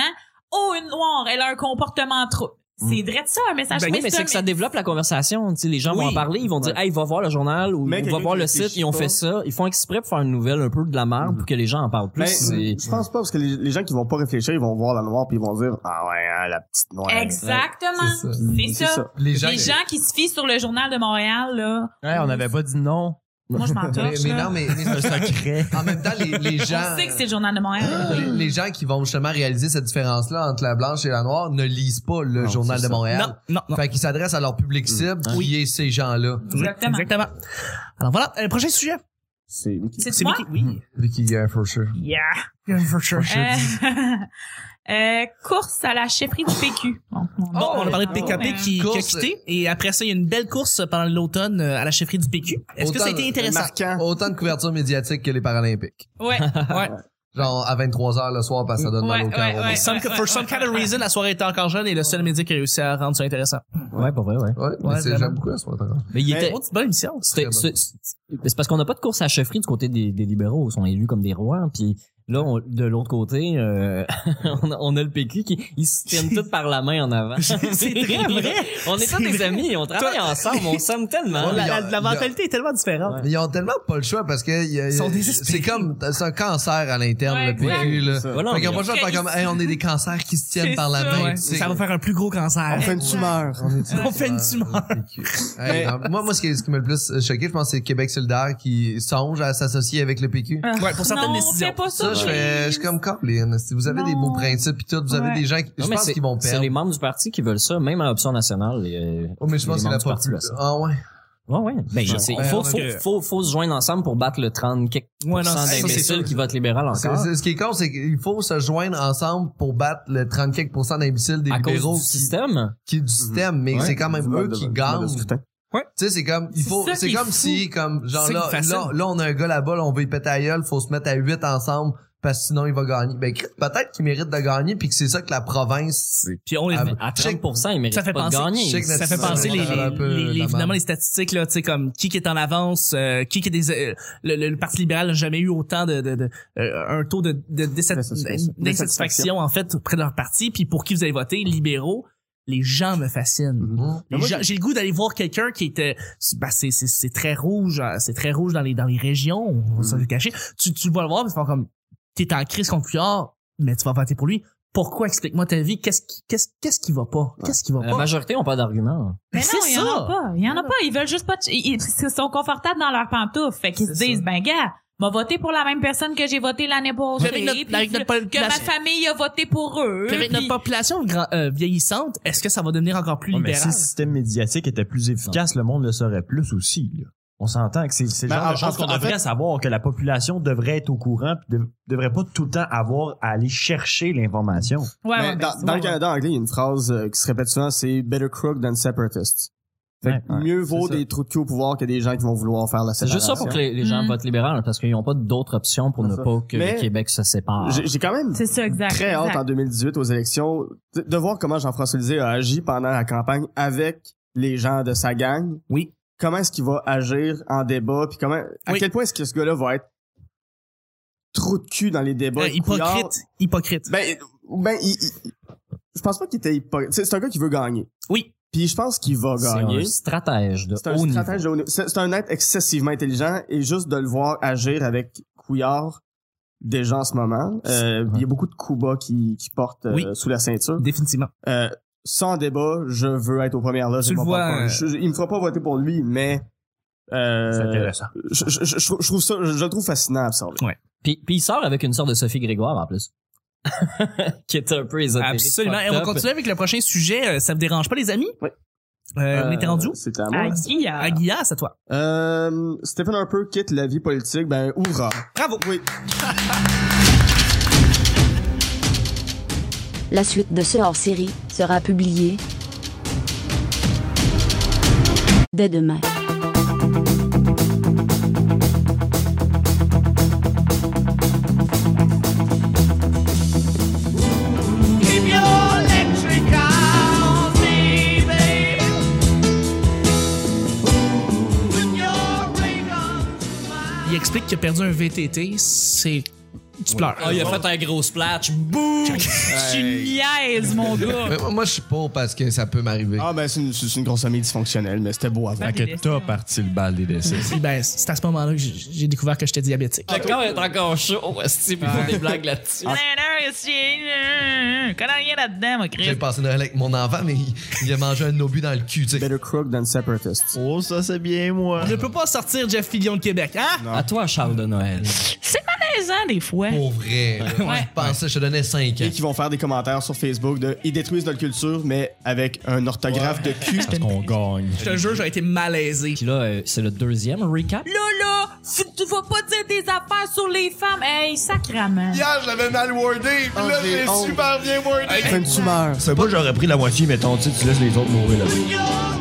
Oh, une noire, elle a un comportement trop. C'est vrai de ça, un message.
Ben oui, mais c'est que ça développe la conversation. tu sais, les gens vont
Oui.
en parler, ils vont dire, hey, va voir le journal ou
Mais
va
quelqu'un
voir
qui
le site,
réfléchit
ils ont
pas.
fait ça. Ils font exprès pour faire une nouvelle un peu de la merde pour que les gens en parlent plus.
Mais
C'est-
je pense pas, parce que les, les gens qui vont pas réfléchir, ils vont voir la noire puis ils vont dire Ah ouais, hein, la petite noire.
Exactement. C'est
Puis
ça.
Les gens.
Les gens qui se fient sur le journal de Montréal, là.
Ouais, on n'avait pas dit non.
Moi, je m'en
mais,
torche,
mais
là.
non, mais, mais-
Secret.
en même temps, les, les gens.
On sait que c'est le journal de Montréal.
les, les gens qui vont justement réaliser cette différence-là entre la blanche et la noire ne lisent pas le
Non,
journal
c'est ça.
de
non,
Montréal.
non, non.
Fait qu'ils s'adressent à leur public cible, qui est ces gens-là.
Exactement.
Exactement. Alors voilà, euh, prochain sujet.
C'est
C'est moi?
Oui.
Vicky, yeah, for sure.
Yeah. Euh, euh, course à la chefferie du PQ. Bon, on-
Bon, on a parlé de
oh,
PKP
ouais.
qui, qui a
Course.
quitté. Et après ça, il y a une belle course pendant l'automne euh, à la chefferie du PQ. Est-ce que ça a
Autant,
été intéressant?
marquant.
Autant de couverture médiatique que les Paralympiques.
Ouais.
Ouais.
Genre à 23h le soir parce que ça donne mal au
Ouais,
cœur.
ouais,
au monde.
ouais.
Some- for some kind of reason, la soirée était encore jeune et le seul média qui a réussi à rendre ça intéressant.
Ouais, pour vrai, ouais.
Ouais, mais
Ouais,
c'est-
vraiment.
j'aime beaucoup la soirée. d'accord.
Mais il
Mais-
était,
Oh, c'est bonne émission.
c'était-
Très
c'est c'est- c'est parce qu'on n'a pas de course à la chefferie du côté des, des libéraux. Ils sont élus comme des rois. Puis là, on- de l'autre côté, euh, on, a, on a le PQ qui ils se tiennent tous par la main en avant.
C'est très vrai.
on est tous
C'est
des
vrai.
amis. On travaille ensemble. On s'aime tellement.
Ouais, mais
La,
il y
la-
a-
la
il y a-
mentalité est tellement différente.
Mais ils ont tellement pas le choix parce que il y a-
Ils sont désespérés.
c'est comme c'est un cancer à l'interne
Ouais,
le PQ là.
Ça.
Voilà,
Fait qu'ils
on-
ont pas le choix de faire comme hey, on est des cancers qui se tiennent
C'est
par la
ça,
main.
Ouais.
tu sais.
Ça va faire un plus gros cancer.
On fait une tumeur.
On fait une tumeur.
Hey, non, moi, moi, ce qui, ce qui m'a le plus choqué, je pense, c'est Québec solidaire qui songe à s'associer avec le PQ.
Ouais, pour certaines
non,
décisions.
fais pas
Ça,
Ah, ça.
je fais, je suis comme Colin. Si vous avez des
Non.
beaux principes pis tout, vous avez
Ouais.
des gens qui,
Non,
je
mais
pense
c'est-
qu'ils vont
C'est les
perdre.
membres du parti qui veulent ça, même à option nationale. les, euh,
Oh, mais je pense
les
que
membres
la
du parti
populaire.
veulent ça.
Ah, ouais.
Ouais, ouais. Ben, je sais. Il
Ouais,
faut,
on a-
faut, faut, faut se joindre ensemble pour battre le 30 quelques
Ouais, non,
pourcents
ça, c'est
d'imbéciles
sûr.
qui votent libéral
C'est-
encore.
c'est- ce qui est con, c'est qu'il faut se joindre ensemble pour battre le 34% d'imbéciles des
À cause
libéraux
du
qui,
système.
qui est du système, mais
Ouais.
c'est quand même eux qui gagnent. Tu sais, c'est comme, il
C'est
faut,
ça
c'est
qui est
comme
fou.
si, comme, genre
C'est
là,
facile.
là, là, on a un gars là-bas, là, on veut y péter à gueule, faut se mettre à 8 ensemble, parce que sinon il va gagner. Ben, peut-être qu'il mérite de gagner puis que c'est ça que la province
Puis on les-
Ah,
À
Check-
30%, ils méritent
Ça fait
pas de
penser-
gagner.
check-
ça fait
Exactement.
penser les,
Ça a un peu
les- les-
la merde.
évidemment les statistiques là, tu sais comme qui qui est en avance, euh, qui qui est des euh, le, le- le parti libéral n'a jamais eu autant de, de, de euh, un taux de, de, désat-
D'insatisfaction.
d'insatisfaction en fait auprès de leur parti puis pour qui vous allez voter libéraux les gens me fascinent. Les gens- J'ai le goût d'aller voir quelqu'un qui était, bah c'est c'est c'est très rouge, hein, c'est très rouge dans les dans les régions, on va se le cacher. Tu tu vas le voir, mais c'est comme t'es en crise contre Couillard, mais tu vas voter pour lui. Pourquoi explique-moi ta vie Qu'est-ce qui qu'est-ce qu'est-ce qui va pas Qu'est-ce
Euh,
qui va
La
pas
majorité ont pas d'argument.
Mais
C'est
non, il y en
ça.
a pas. Il y en a pas. Ils veulent juste pas. de- Ils, ils sont confortables dans leurs pantoufles. Fait qu'ils se
C'est
disent,
ça.
ben, gars, m'a voté pour la même personne que j'ai voté l'année passée.
Avec notre-
puis
avec notre
que
population.
ma famille a voté pour eux.
Puis avec notre
puis-
population grand- euh, vieillissante, est-ce que ça va devenir encore plus
Ouais, mais si
libéral?
le système médiatique était plus efficace, le monde le saurait plus aussi. là. On s'entend que c'est c'est le
Ben,
genre
en-
de choses
en-
qu'on
en
devrait
fait-
savoir, que la population devrait être au courant, puis ne devrait pas tout le temps avoir à aller chercher l'information.
Ouais,
Mais
ouais,
dans,
ben,
dans
ouais.
le Canada anglais, il y a une phrase euh, qui se répète souvent, c'est Better crook than separatist. Fait que
Ouais, ouais,
mieux vaut
ça.
des trous de cul au pouvoir que des gens qui vont vouloir faire la
C'est
séparation.
juste ça pour que les, les gens
Mm.
votent libéral, parce qu'ils n'ont pas d'autres options pour ne
Hmm. C'est ça.
pas que
Mais-
le Québec se sépare.
J'ai- J'ai quand même
C'est ça, exact.
très
exact.
hâte en 2018 aux élections de, de voir comment Jean-François Lisée a agi pendant la campagne avec les gens de sa gang.
Oui.
Comment est-ce qu'il va agir en débat puis comment à
Oui.
quel point est-ce que ce gars-là va être trou de cul dans les débats
Euh,
de Couillard?
hypocrite, hypocrite.
Ben ben il- il- je pense pas qu'il était hypocrite. C'est c'est un gars qui veut gagner.
Oui.
Puis je pense qu'il va
C'est
gagner.
un stratège de
C'est un
haut niveau.
stratège de haut niveau. C'est c'est un être excessivement intelligent et juste de le voir agir avec Couillard déjà en ce moment. euh,
Ouais.
Il y a beaucoup de coups bas qui, qui portent euh,
Oui.
sous la ceinture.
Définitivement.
Euh, sans débat, je veux être aux premières loges.
Tu
et
le
pas
vois,
pour-
euh,
je- je- il me fera pas voter pour lui, mais euh,
C'est intéressant.
je, je- je- je trouve- je trouve ça, je, je le trouve fascinant à absorber.
Puis, puis il sort avec une sorte de Sophie Grégoire en plus. qui est un peu ésotérique.
Absolument.
fucked
Et on
up.
continue avec le prochain sujet. Euh, Ça vous dérange pas, les amis?
Oui.
Euh, on était rendu où?
C'était à moi.
Ah, Guy, euh,
À Guilla, c'est à toi.
Euh, Stephen Harper quitte la vie politique, ben hurrah.
Bravo.
Oui.
La suite de ce hors-série sera publiée dès demain.
Il explique qu'il a perdu un VTT, c'est. Tu pleures.
Ah, il a fait un gros splash. Boum!
Tu niaises, mon gars.
Mais moi, moi, je suis pas parce que ça peut m'arriver.
Ah, ben, c'est une, c'est une grosse amie dysfonctionnelle, mais c'était beau
Ben,
avant.
Fait que t'as
parti le bal des décès.
Puis ben, c'est à ce moment-là que j'ai j'ai découvert que j'étais diabétique.
Le corps est encore chaud. Esti, puis ils font des blagues là-dessus.
Connais rien là-dedans, mon
J'ai
Christ.
passé Noël avec mon enfant, mais il, il a mangé un obus dans le cul, tu sais.
Better crook than separatist.
Oh, ça, c'est bien, moi.
On ne peut pas sortir Jeff Fillion de Québec, hein?
À toi, Charles de Noël.
C'est malaisant, des fois.
Pour vrai. là. Je pensais, je te donnais 5 ans.
Et qui vont faire des commentaires sur Facebook de Ils détruisent notre culture, mais avec un orthographe de cul.
Parce qu'on gagne.
Je te jure, j'ai été malaisé.
Puis là, euh, c'est le deuxième recap.
Là, là, f- tu vas pas dire des affaires sur les femmes. Hey, sacrament.
Hier, je l'avais mal wordé, puis là, j'ai super bien wordé.
C'est une tumeur.
C'est pas que j'aurais pris la moitié, mettons, tu sais, tu laisses les autres mourir là-bas.